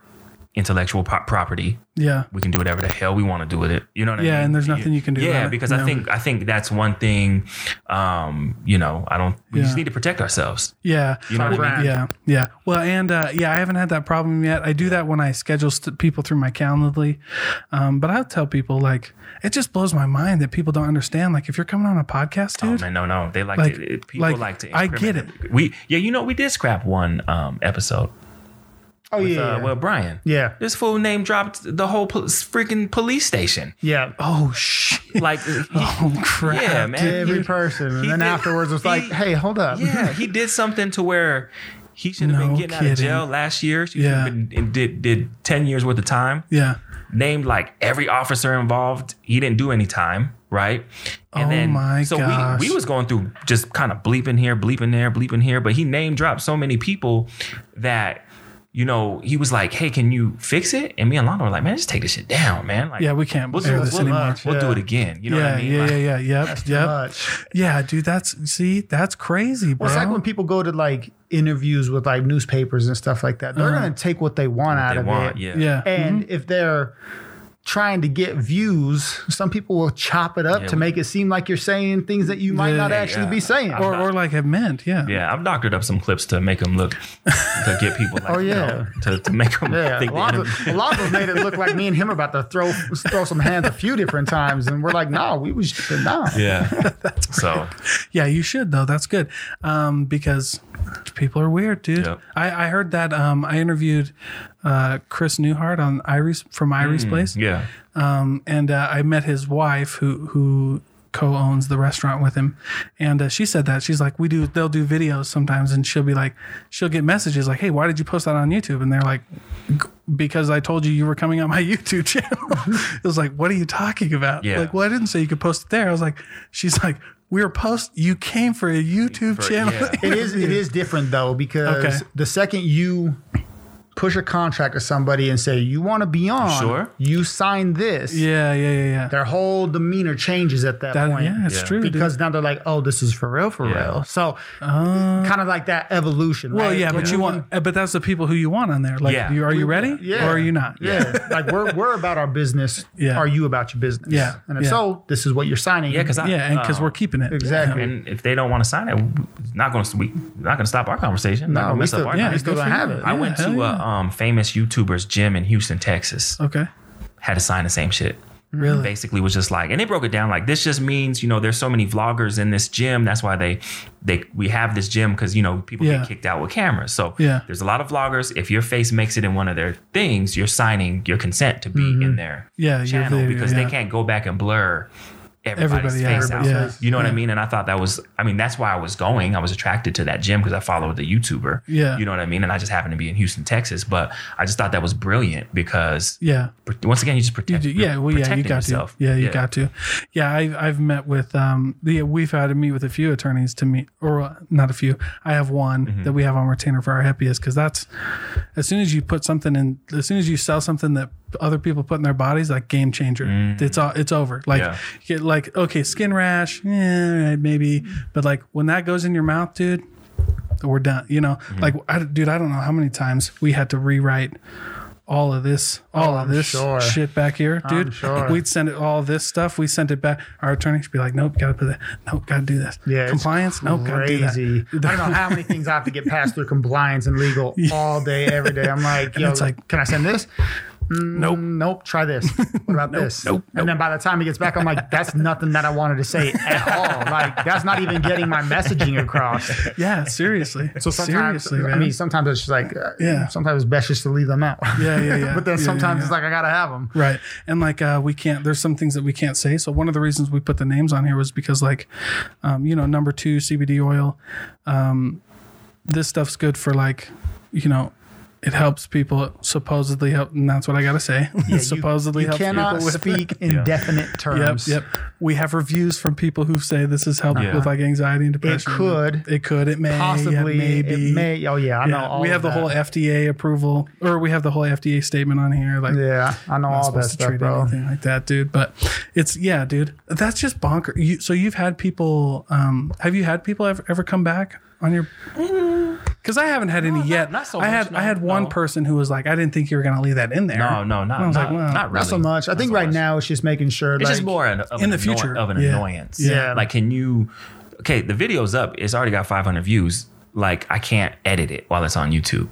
intellectual pro- property.
Yeah.
we can do whatever the hell we want to do with it. You know what I mean?
Yeah, and there's nothing you can do about
Yeah,
it.
because
No.
I think I think that's one thing. Um, you know, I don't. We
Yeah.
just need to protect ourselves.
Yeah.
You know what I mean?
Right.
Yeah. Yeah. Well, and uh, yeah, I haven't had that problem yet. I do that when I schedule st- people through my Calendly. Um, but I'll tell people, like, it just blows my mind that people don't understand. Like, if you're coming on a podcast,
Oh,
dude,
man, no, no. They like,
Like-
to, it- people
like,
like, to.
I get
incriminate- We yeah, you know, we did scrap one um episode.
Oh
With,
yeah.
uh, well, Brian.
yeah.
This fool name dropped the whole pol- freaking police station.
Yeah.
oh, shit.
Like,
Oh, crap.
yeah, man.
Every
He-
person. And
he
then
did-
afterwards it's like,
he-
hey, hold up.
Yeah, he did something to where he should have
No
been getting out
kidding.
of jail last year. She should
Yeah.
have been, and did did ten years worth of time.
Yeah.
named like every officer involved. He didn't do any time, right? And
Oh my
so
gosh.
we we was going through just kind of bleeping here, bleeping there, bleeping here, but he name dropped so many people that you know he was like, "Hey, can you fix it?" And me and Lana were like, "Man, just take this shit down, man." Like,
Yeah. We can't
We'll,
air
we'll-
this
we'll- uh,
anymore.
we'll do
Yeah.
it again. You know
yeah,
what I mean?
yeah,
Like,
yeah, yeah, yep,
That's too
yep.
much.
Yeah, dude, that's see, that's crazy, bro.
Well, it's like when people go to like interviews with like newspapers and stuff like that. They're gonna take what they want out
Uh-huh. they
of
want, Mm-hmm.
it.
yeah.
yeah,
And if they're trying to get views, some people will chop it up
Yeah,
to
we-
make it seem like you're saying things that you might
Yeah,
not
yeah,
actually
yeah.
be saying.
I-
or, or like have meant, yeah.
Yeah, I've doctored up some clips to make them look to get people. Like,
Oh,
you know, to, to make them
yeah,
think. The enemy,
Alonzo, Alonzo made it look like me and him about to throw throw some hands a few different times, and we're like, "No, nah, we was nah."
yeah. so
Yeah, you should though. That's good um, because people are weird, dude.
Yep.
I, I heard that um, I interviewed uh, Chris Newhart on Iris from Iris Place,
yeah,
um, and uh, I met his wife who who co-owns the restaurant with him, and uh, she said that she's like, we do they'll do videos sometimes, and she'll be like, she'll get messages like, hey, why did you post that on YouTube? And they're like. Because I told you you were coming on my YouTube channel. it was like, what are you talking about?
Yeah.
Like, well, I didn't say you could post it there. I was like, she's like, we were post. You came for a YouTube
For-
channel.
yeah.
It is it is different though because
Okay.
the second you push a contract to somebody and say you want to be on,
Sure.
you sign this,
yeah, yeah, yeah, yeah.
their whole demeanor changes at that,
That-
point.
yeah, it's
Yeah.
true. dude.
Because now they're like, oh, this is for real, for
Yeah.
real. So, kind of like that evolution.
Uh, well,
right?
yeah, but you want, uh, but that's the people who you want on there. Like,
Yeah.
you, are you ready?
Yeah.
or are you not?
Yeah, like we're we're about our business.
Yeah.
Are you about your business?
Yeah.
And if
Yeah.
so, this is what you're signing.
yeah, because
yeah, and
Uh,
because we're keeping it
exactly.
and if they don't want to sign it, it's not going to we not going to stop our conversation. Not
No,
gonna
we
mess
still,
up our
yeah, we
conversation.
still
Good
don't
for
have
you.
it.
I went
Yeah,
to
hell
a um, famous YouTuber's gym in Houston, Texas.
Okay,
Had to sign the same shit.
really?
Basically, was just like, and they broke it down like this. Just means you know, there's so many vloggers in this gym. That's why they, they we have this gym because you know people
Yeah.
get kicked out with cameras. So
Yeah.
there's a lot of vloggers. If your face makes it in one of their things, you're signing your consent to be in there
Mm-hmm. Yeah, your
channel
video,
because
yeah.
they can't go back and blur everybody's
Everybody, yeah,
face out.
everybody's face.
You know what I mean? And I thought that was, I mean, that's why I was going. I was attracted to that gym because I followed the YouTuber.
Yeah.
You know what I mean? And I just happened to be in Houston, Texas, but I just thought that was brilliant because
Yeah.
once again, you just protect.
You do- yeah, well, yeah, you
protecting
got
yourself.
to. Yeah, you got to. Yeah, I've I've met with um, the, we've had to meet with a few attorneys to meet, or uh, not a few. I have one that we have on retainer for our hippies because that's as soon as you put something in, as soon as you sell something that other people put in their bodies, like game changer. It's all it's over. Like
Yeah.
you get like okay, skin rash, eh, all right, maybe, but like when that goes in your mouth, dude. We're done, you know. Like, I, dude, I don't know how many times we had to rewrite all of this, all
Oh,
of
I'm
this
sure.
shit back here, dude.
sure.
We'd send it all this stuff. We sent it back. Our attorney should be like, nope, gotta put that. Nope, gotta do this.
Yeah, it's
compliance. Nope, gotta do that.
crazy. I don't know how many things I have to get passed through compliance and legal all day, every day. I'm like, yo,
it's like-
can I send this? Mm,
Nope.
Nope. Try this. What about this? Nope. And then by the time he gets back, I'm like, that's nothing that I wanted to say at all. Like, that's not even getting my messaging across.
Yeah, seriously.
So sometimes,
seriously, man.
I mean, sometimes it's just like, uh,
Yeah.
Sometimes it's best just to leave them out.
Yeah, yeah, yeah.
but then
Yeah, yeah,
sometimes
yeah.
it's like I gotta have them.
Right. And like uh, we can't there's some things that we can't say. So one of the reasons we put the names on here was because like um, you know, number 2 CBD oil um this stuff's good for like you know, it helps people supposedly help and that's what I got to say. It supposedly
you
helps
cannot
people with
speak in definite
Yep,
terms.
yep. We have reviews from people who say this has helped
Yeah.
with like anxiety and depression.
could.
It could. It may.
Possibly,
It may.
it may. Oh yeah, I know.
Yeah,
All
we have
of
the
that.
whole FDA approval, or we have the whole FDA statement on here. Like,
Yeah, I know all that
supposed to
stuff,
treat
bro.
anything like that, dude. But it's yeah, dude. That's just bonker. You, so you've had people. Um, have you had people ever, ever come back on your?
Mm.
Because I haven't had any yet.
not so
I had
much, no,
I had one
no.
person who was like, I didn't think you were gonna leave that in there.
No, no, not,
I was
not,
like, well,
not really.
Not so much. I think
so
right
much.
now it's just making sure.
It's
like,
just more an, of
In
an
the
annoy-
future.
of an
Yeah.
annoyance.
Yeah.
Like, can you? Okay, the video's up. It's already got 500 views. Like, I can't edit it while it's on YouTube.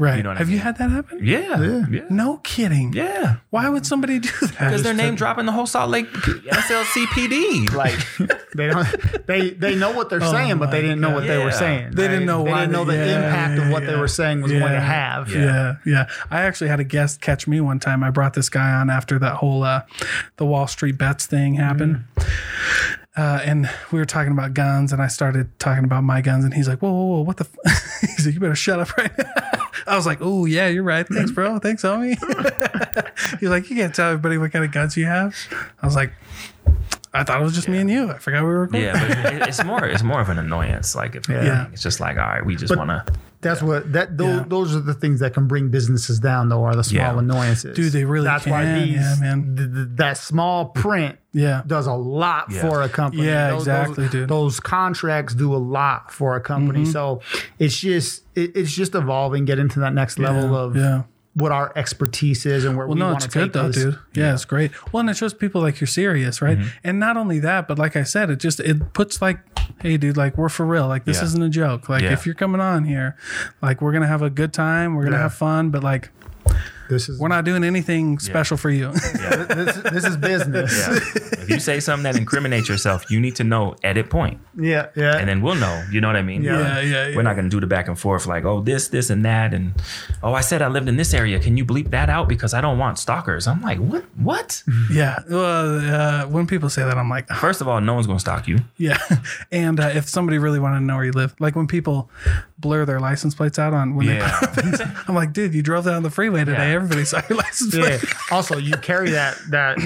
right?
know what I
have you
mean.
had that happen?
Yeah. Yeah. Yeah.
No kidding.
yeah.
Why would somebody do that?
Because they're name dropping the whole Salt Lake SLCPD. Like,
They don't. They they know what they're saying, but they didn't know what they were
Yeah.
saying.
Oh They didn't know
They
why
didn't know
they-
the
yeah,
impact
yeah,
of what they
yeah.
were saying was going
Yeah.
to have.
Yeah. yeah, I actually had a guest catch me one time. I brought this guy on after that whole uh, the Wall Street bets thing happened.
Mm-hmm.
Uh, and we were talking about guns, and I started talking about my guns, and he's like, "Whoa, whoa, whoa what the?" F-? he's like, "You better shut up right now." I was like, "Oh yeah, you're right. Thanks, bro. Thanks, homie." he's like, "You can't tell everybody what kind of guns you have." I was like, "I thought it was just me and you. I forgot we were recording."
yeah, but it- it's more it's more of an annoyance. Like, if
Yeah.
it's just like, all right, we just want to.
That's what that those,
Yeah.
those are the things that can bring businesses down though are the small
Yeah.
annoyances.
Dude, they really
That's
can.
why these
Yeah, man.
th- th- that small print
Yeah.
does a lot
Yeah.
for a company.
Yeah,
Those-
exactly,
those,
dude. Mm-hmm.
Those contracts do a lot for a company. So it's just it, it's just evolving, getting to that next level
Yeah,
of
yeah.
what our expertise is and where
Well,
we
no,
want
it's
to
good
take
though,
this.
dude. Yeah, it's great. Well, and it shows people like you're serious, right?
Mm-hmm.
And not only that, but like I said, it just it puts like, hey, dude, like we're for real. Like this
Yeah.
isn't a joke. Like
Yeah.
if you're coming on here, like we're gonna have a good time. We're gonna
Yeah.
have fun, but like
This is
we're not doing anything special for you.
this, this is business.
Yeah. if you say something that incriminates yourself, you need to know at it point,
Yeah, yeah.
and then we'll know. You know what I mean?
Yeah.
yeah, yeah, yeah.
We're not gonna do the back and forth like, oh, this, this, and that, and oh, I said I lived in this area. Can you bleep that out because I don't want stalkers? I'm like, what? What?
yeah. Well, uh, when people say that, I'm like,
First of all, no one's gonna stalk you.
yeah. and uh, if somebody really wanted to know where you live, like when people blur their license plates out on when
Yeah.
they, I'm like, dude, you drove down the freeway today.
Yeah.
Everybody saw your license plate.
Yeah. also, you carry that that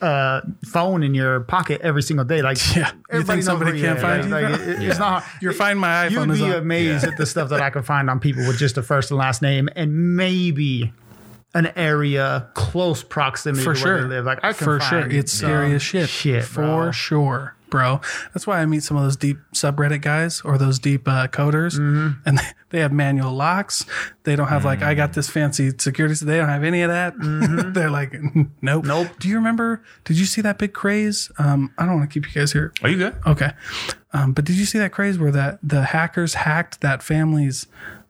uh, phone in your pocket every single day. Like,
Yeah. You
everybody
think
knows
somebody
where
can't
is.
find you?
Like, it- It's not.
You're finding my
You'd
iPhone is
be
on.
amazed at the stuff that I can find on people with just the first and last name, and maybe an area close proximity
for
to
sure.
where they live. Like, I can
for
find
sure, it's
some
serious shit.
Shit,
for
bro.
sure, bro. That's why I meet some of those deep subreddit guys or those deep uh, coders,
Mm-hmm.
and they, they have manual locks. They don't have like I got this fancy security. So they don't have any of that. They're like, nope,
Mm-hmm. Nope.
Do you remember? Did you see that big craze? Um, I don't want to keep you guys here.
Are you good?
Okay. Um, but did you see that craze where that the hackers hacked that family's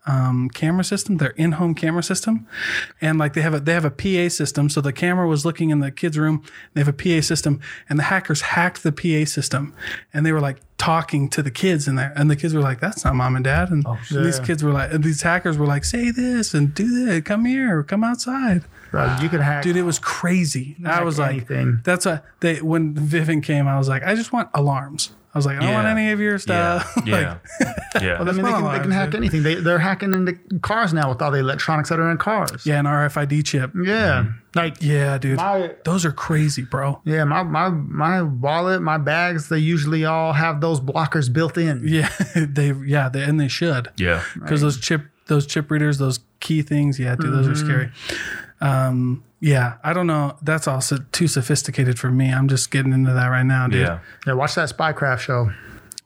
um, camera system, their in-home camera system, and like they have a they have a PA system. So the camera was looking in the kids' room. They have a PA system, and the hackers hacked the PA system, and they were like talking to the kids in there, and the kids were like, "That's not mom and dad," and, and these
Yeah.
kids were like, and these hackers were like, "Say this and do that. Come here. Come outside."
Bro, you could hack.
Dude, it was crazy. I
hack
was like,
anything.
that's a they when Vivin came, I was like, I just want alarms. I was like, I don't want
Yeah.
any of your
Yeah.
stuff. like,
Yeah. yeah.
I mean,
not a
they can, they
lie,
can hack
dude.
anything. They, they're hacking into cars now with all the electronics that are in cars.
yeah, an RFID chip.
Yeah. Like,
Yeah, dude.
My-
Those are crazy, bro.
yeah, my, my, my wallet, my bags, they usually all have those blockers built in.
Yeah, they yeah, they, and they should.
yeah.
Because those chip those chip readers, those key things, yeah, dude, those are scary. Um yeah, I don't know. That's also too sophisticated for me. I'm just getting into that right now, dude.
Yeah.
Yeah, watch that Spycraft show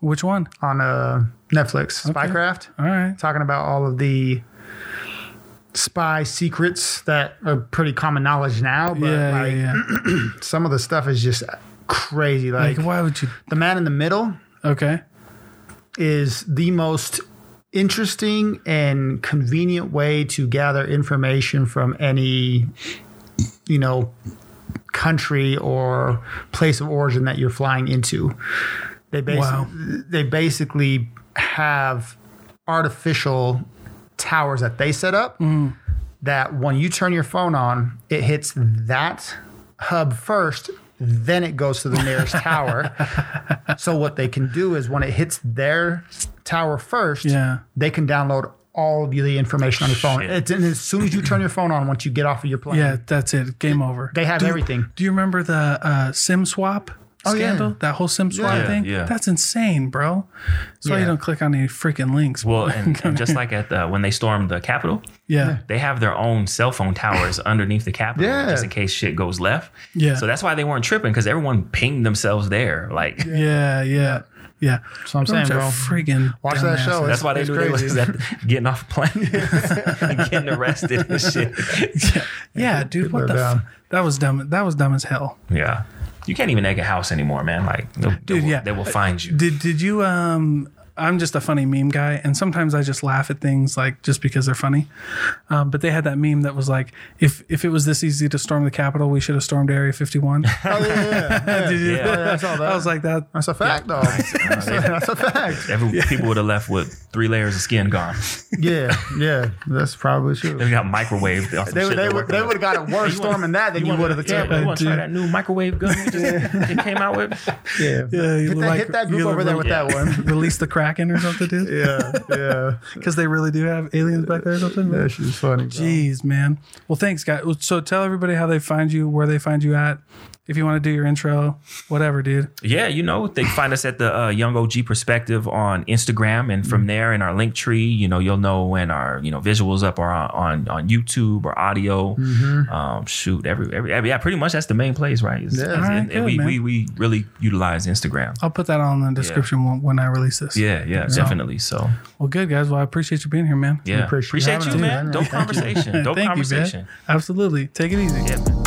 Which one?
on uh, Netflix. Spycraft,
All right.
talking about all of the spy secrets that are pretty common knowledge now, but
yeah,
like
yeah, yeah.
some of the stuff is just crazy. Like,
Like, why would you?
the man in the middle
Okay.
is the most interesting and convenient way to gather information from any you know country or place of origin that you're flying into they basically
Wow.
they basically have artificial towers that they set up that when you turn your phone on it hits that hub first then it goes to the nearest tower so what they can do is when it hits their tower first,
Yeah.
they can download all of the information on your phone.
Shit.
It's, and as soon as you turn your phone on, once you get off of your plane,
Yeah, that's it. Game over.
they have
Do-
everything.
Do you remember the uh, SIM swap
Oh, yeah.
scandal? That whole SIM swap
Yeah,
thing?
yeah.
That's insane, bro. That's why you
Yeah.
don't click on any freaking links.
Well, and, and just like at the, when they stormed the Capitol,
yeah.
they have their own cell phone towers underneath the Capitol
Yeah.
just in case shit goes left.
Yeah.
So that's why they weren't tripping because everyone pinged themselves there. Like
Yeah, yeah, yeah.
So I'm saying,
Bunch of
bro,
Freaking
watch that
dumbasses.
show.
that's why they
It's
knew they
crazy.
was at- getting off a plane, getting arrested and shit.
Yeah, yeah dude. What
are
the? F-
dumb.
that was dumb. That was dumb as hell.
Yeah. You can't even egg a house anymore, man. Like, they'll- they
Dude,
will,
yeah.
they will find you.
Did Did you? Um, I'm just a funny meme guy, and sometimes I just laugh at things like just because they're funny. Um, but they had that meme that was like, if if it was this easy to storm the Capitol, we should have stormed Area 51.
Oh, yeah, yeah, yeah.
Did you-
Yeah.
I saw that.
I was like that.
That's a fact, though. That's a, that's a fact.
Every, People would have left with three layers of skin gone.
Yeah, yeah, that's probably
They
true.
got microwaved. on some
They,
shit
would- they,
they're
would
working
they
on.
would have got a worse storm in that than you, would have the
yeah,
camera.
you want to try
dude.
that new microwave gun you just you came out with?
Yeah,
Yeah, you
hit,
look
that,
uh, like-
hit that group
you look
over there
like-
with that one.
Release the Kraken or something, dude.
Yeah, yeah,
Because they really do have aliens back there or something.
that shit's funny. bro.
Jeez, man. Well, thanks, guys. So tell everybody how they find you, where they find you at. If you want to do your intro, whatever, dude.
Yeah, you know, they can find us at the uh, Young OG Perspective on Instagram, and
Mm-hmm.
from there in our link tree, you know, you'll know when our you know visuals up are on on, on YouTube or audio. Um, shoot, every, every every yeah, pretty much that's the main place, right? It's-
Mm-hmm. Yeah.
it's-
All right,
and and
good,
we,
man.
we we really utilize Instagram.
I'll put that on the description when, when I release this.
Yeah, yeah, yeah, definitely. So
Well, good guys. Well, I appreciate you being here, man.
yeah,
appreciate
appreciate,
having
you,
us,
man.
man.
Dope
Thank you.
conversation. Dope
Thank you,
conversation.
man. Absolutely. Take it easy.
yeah, man.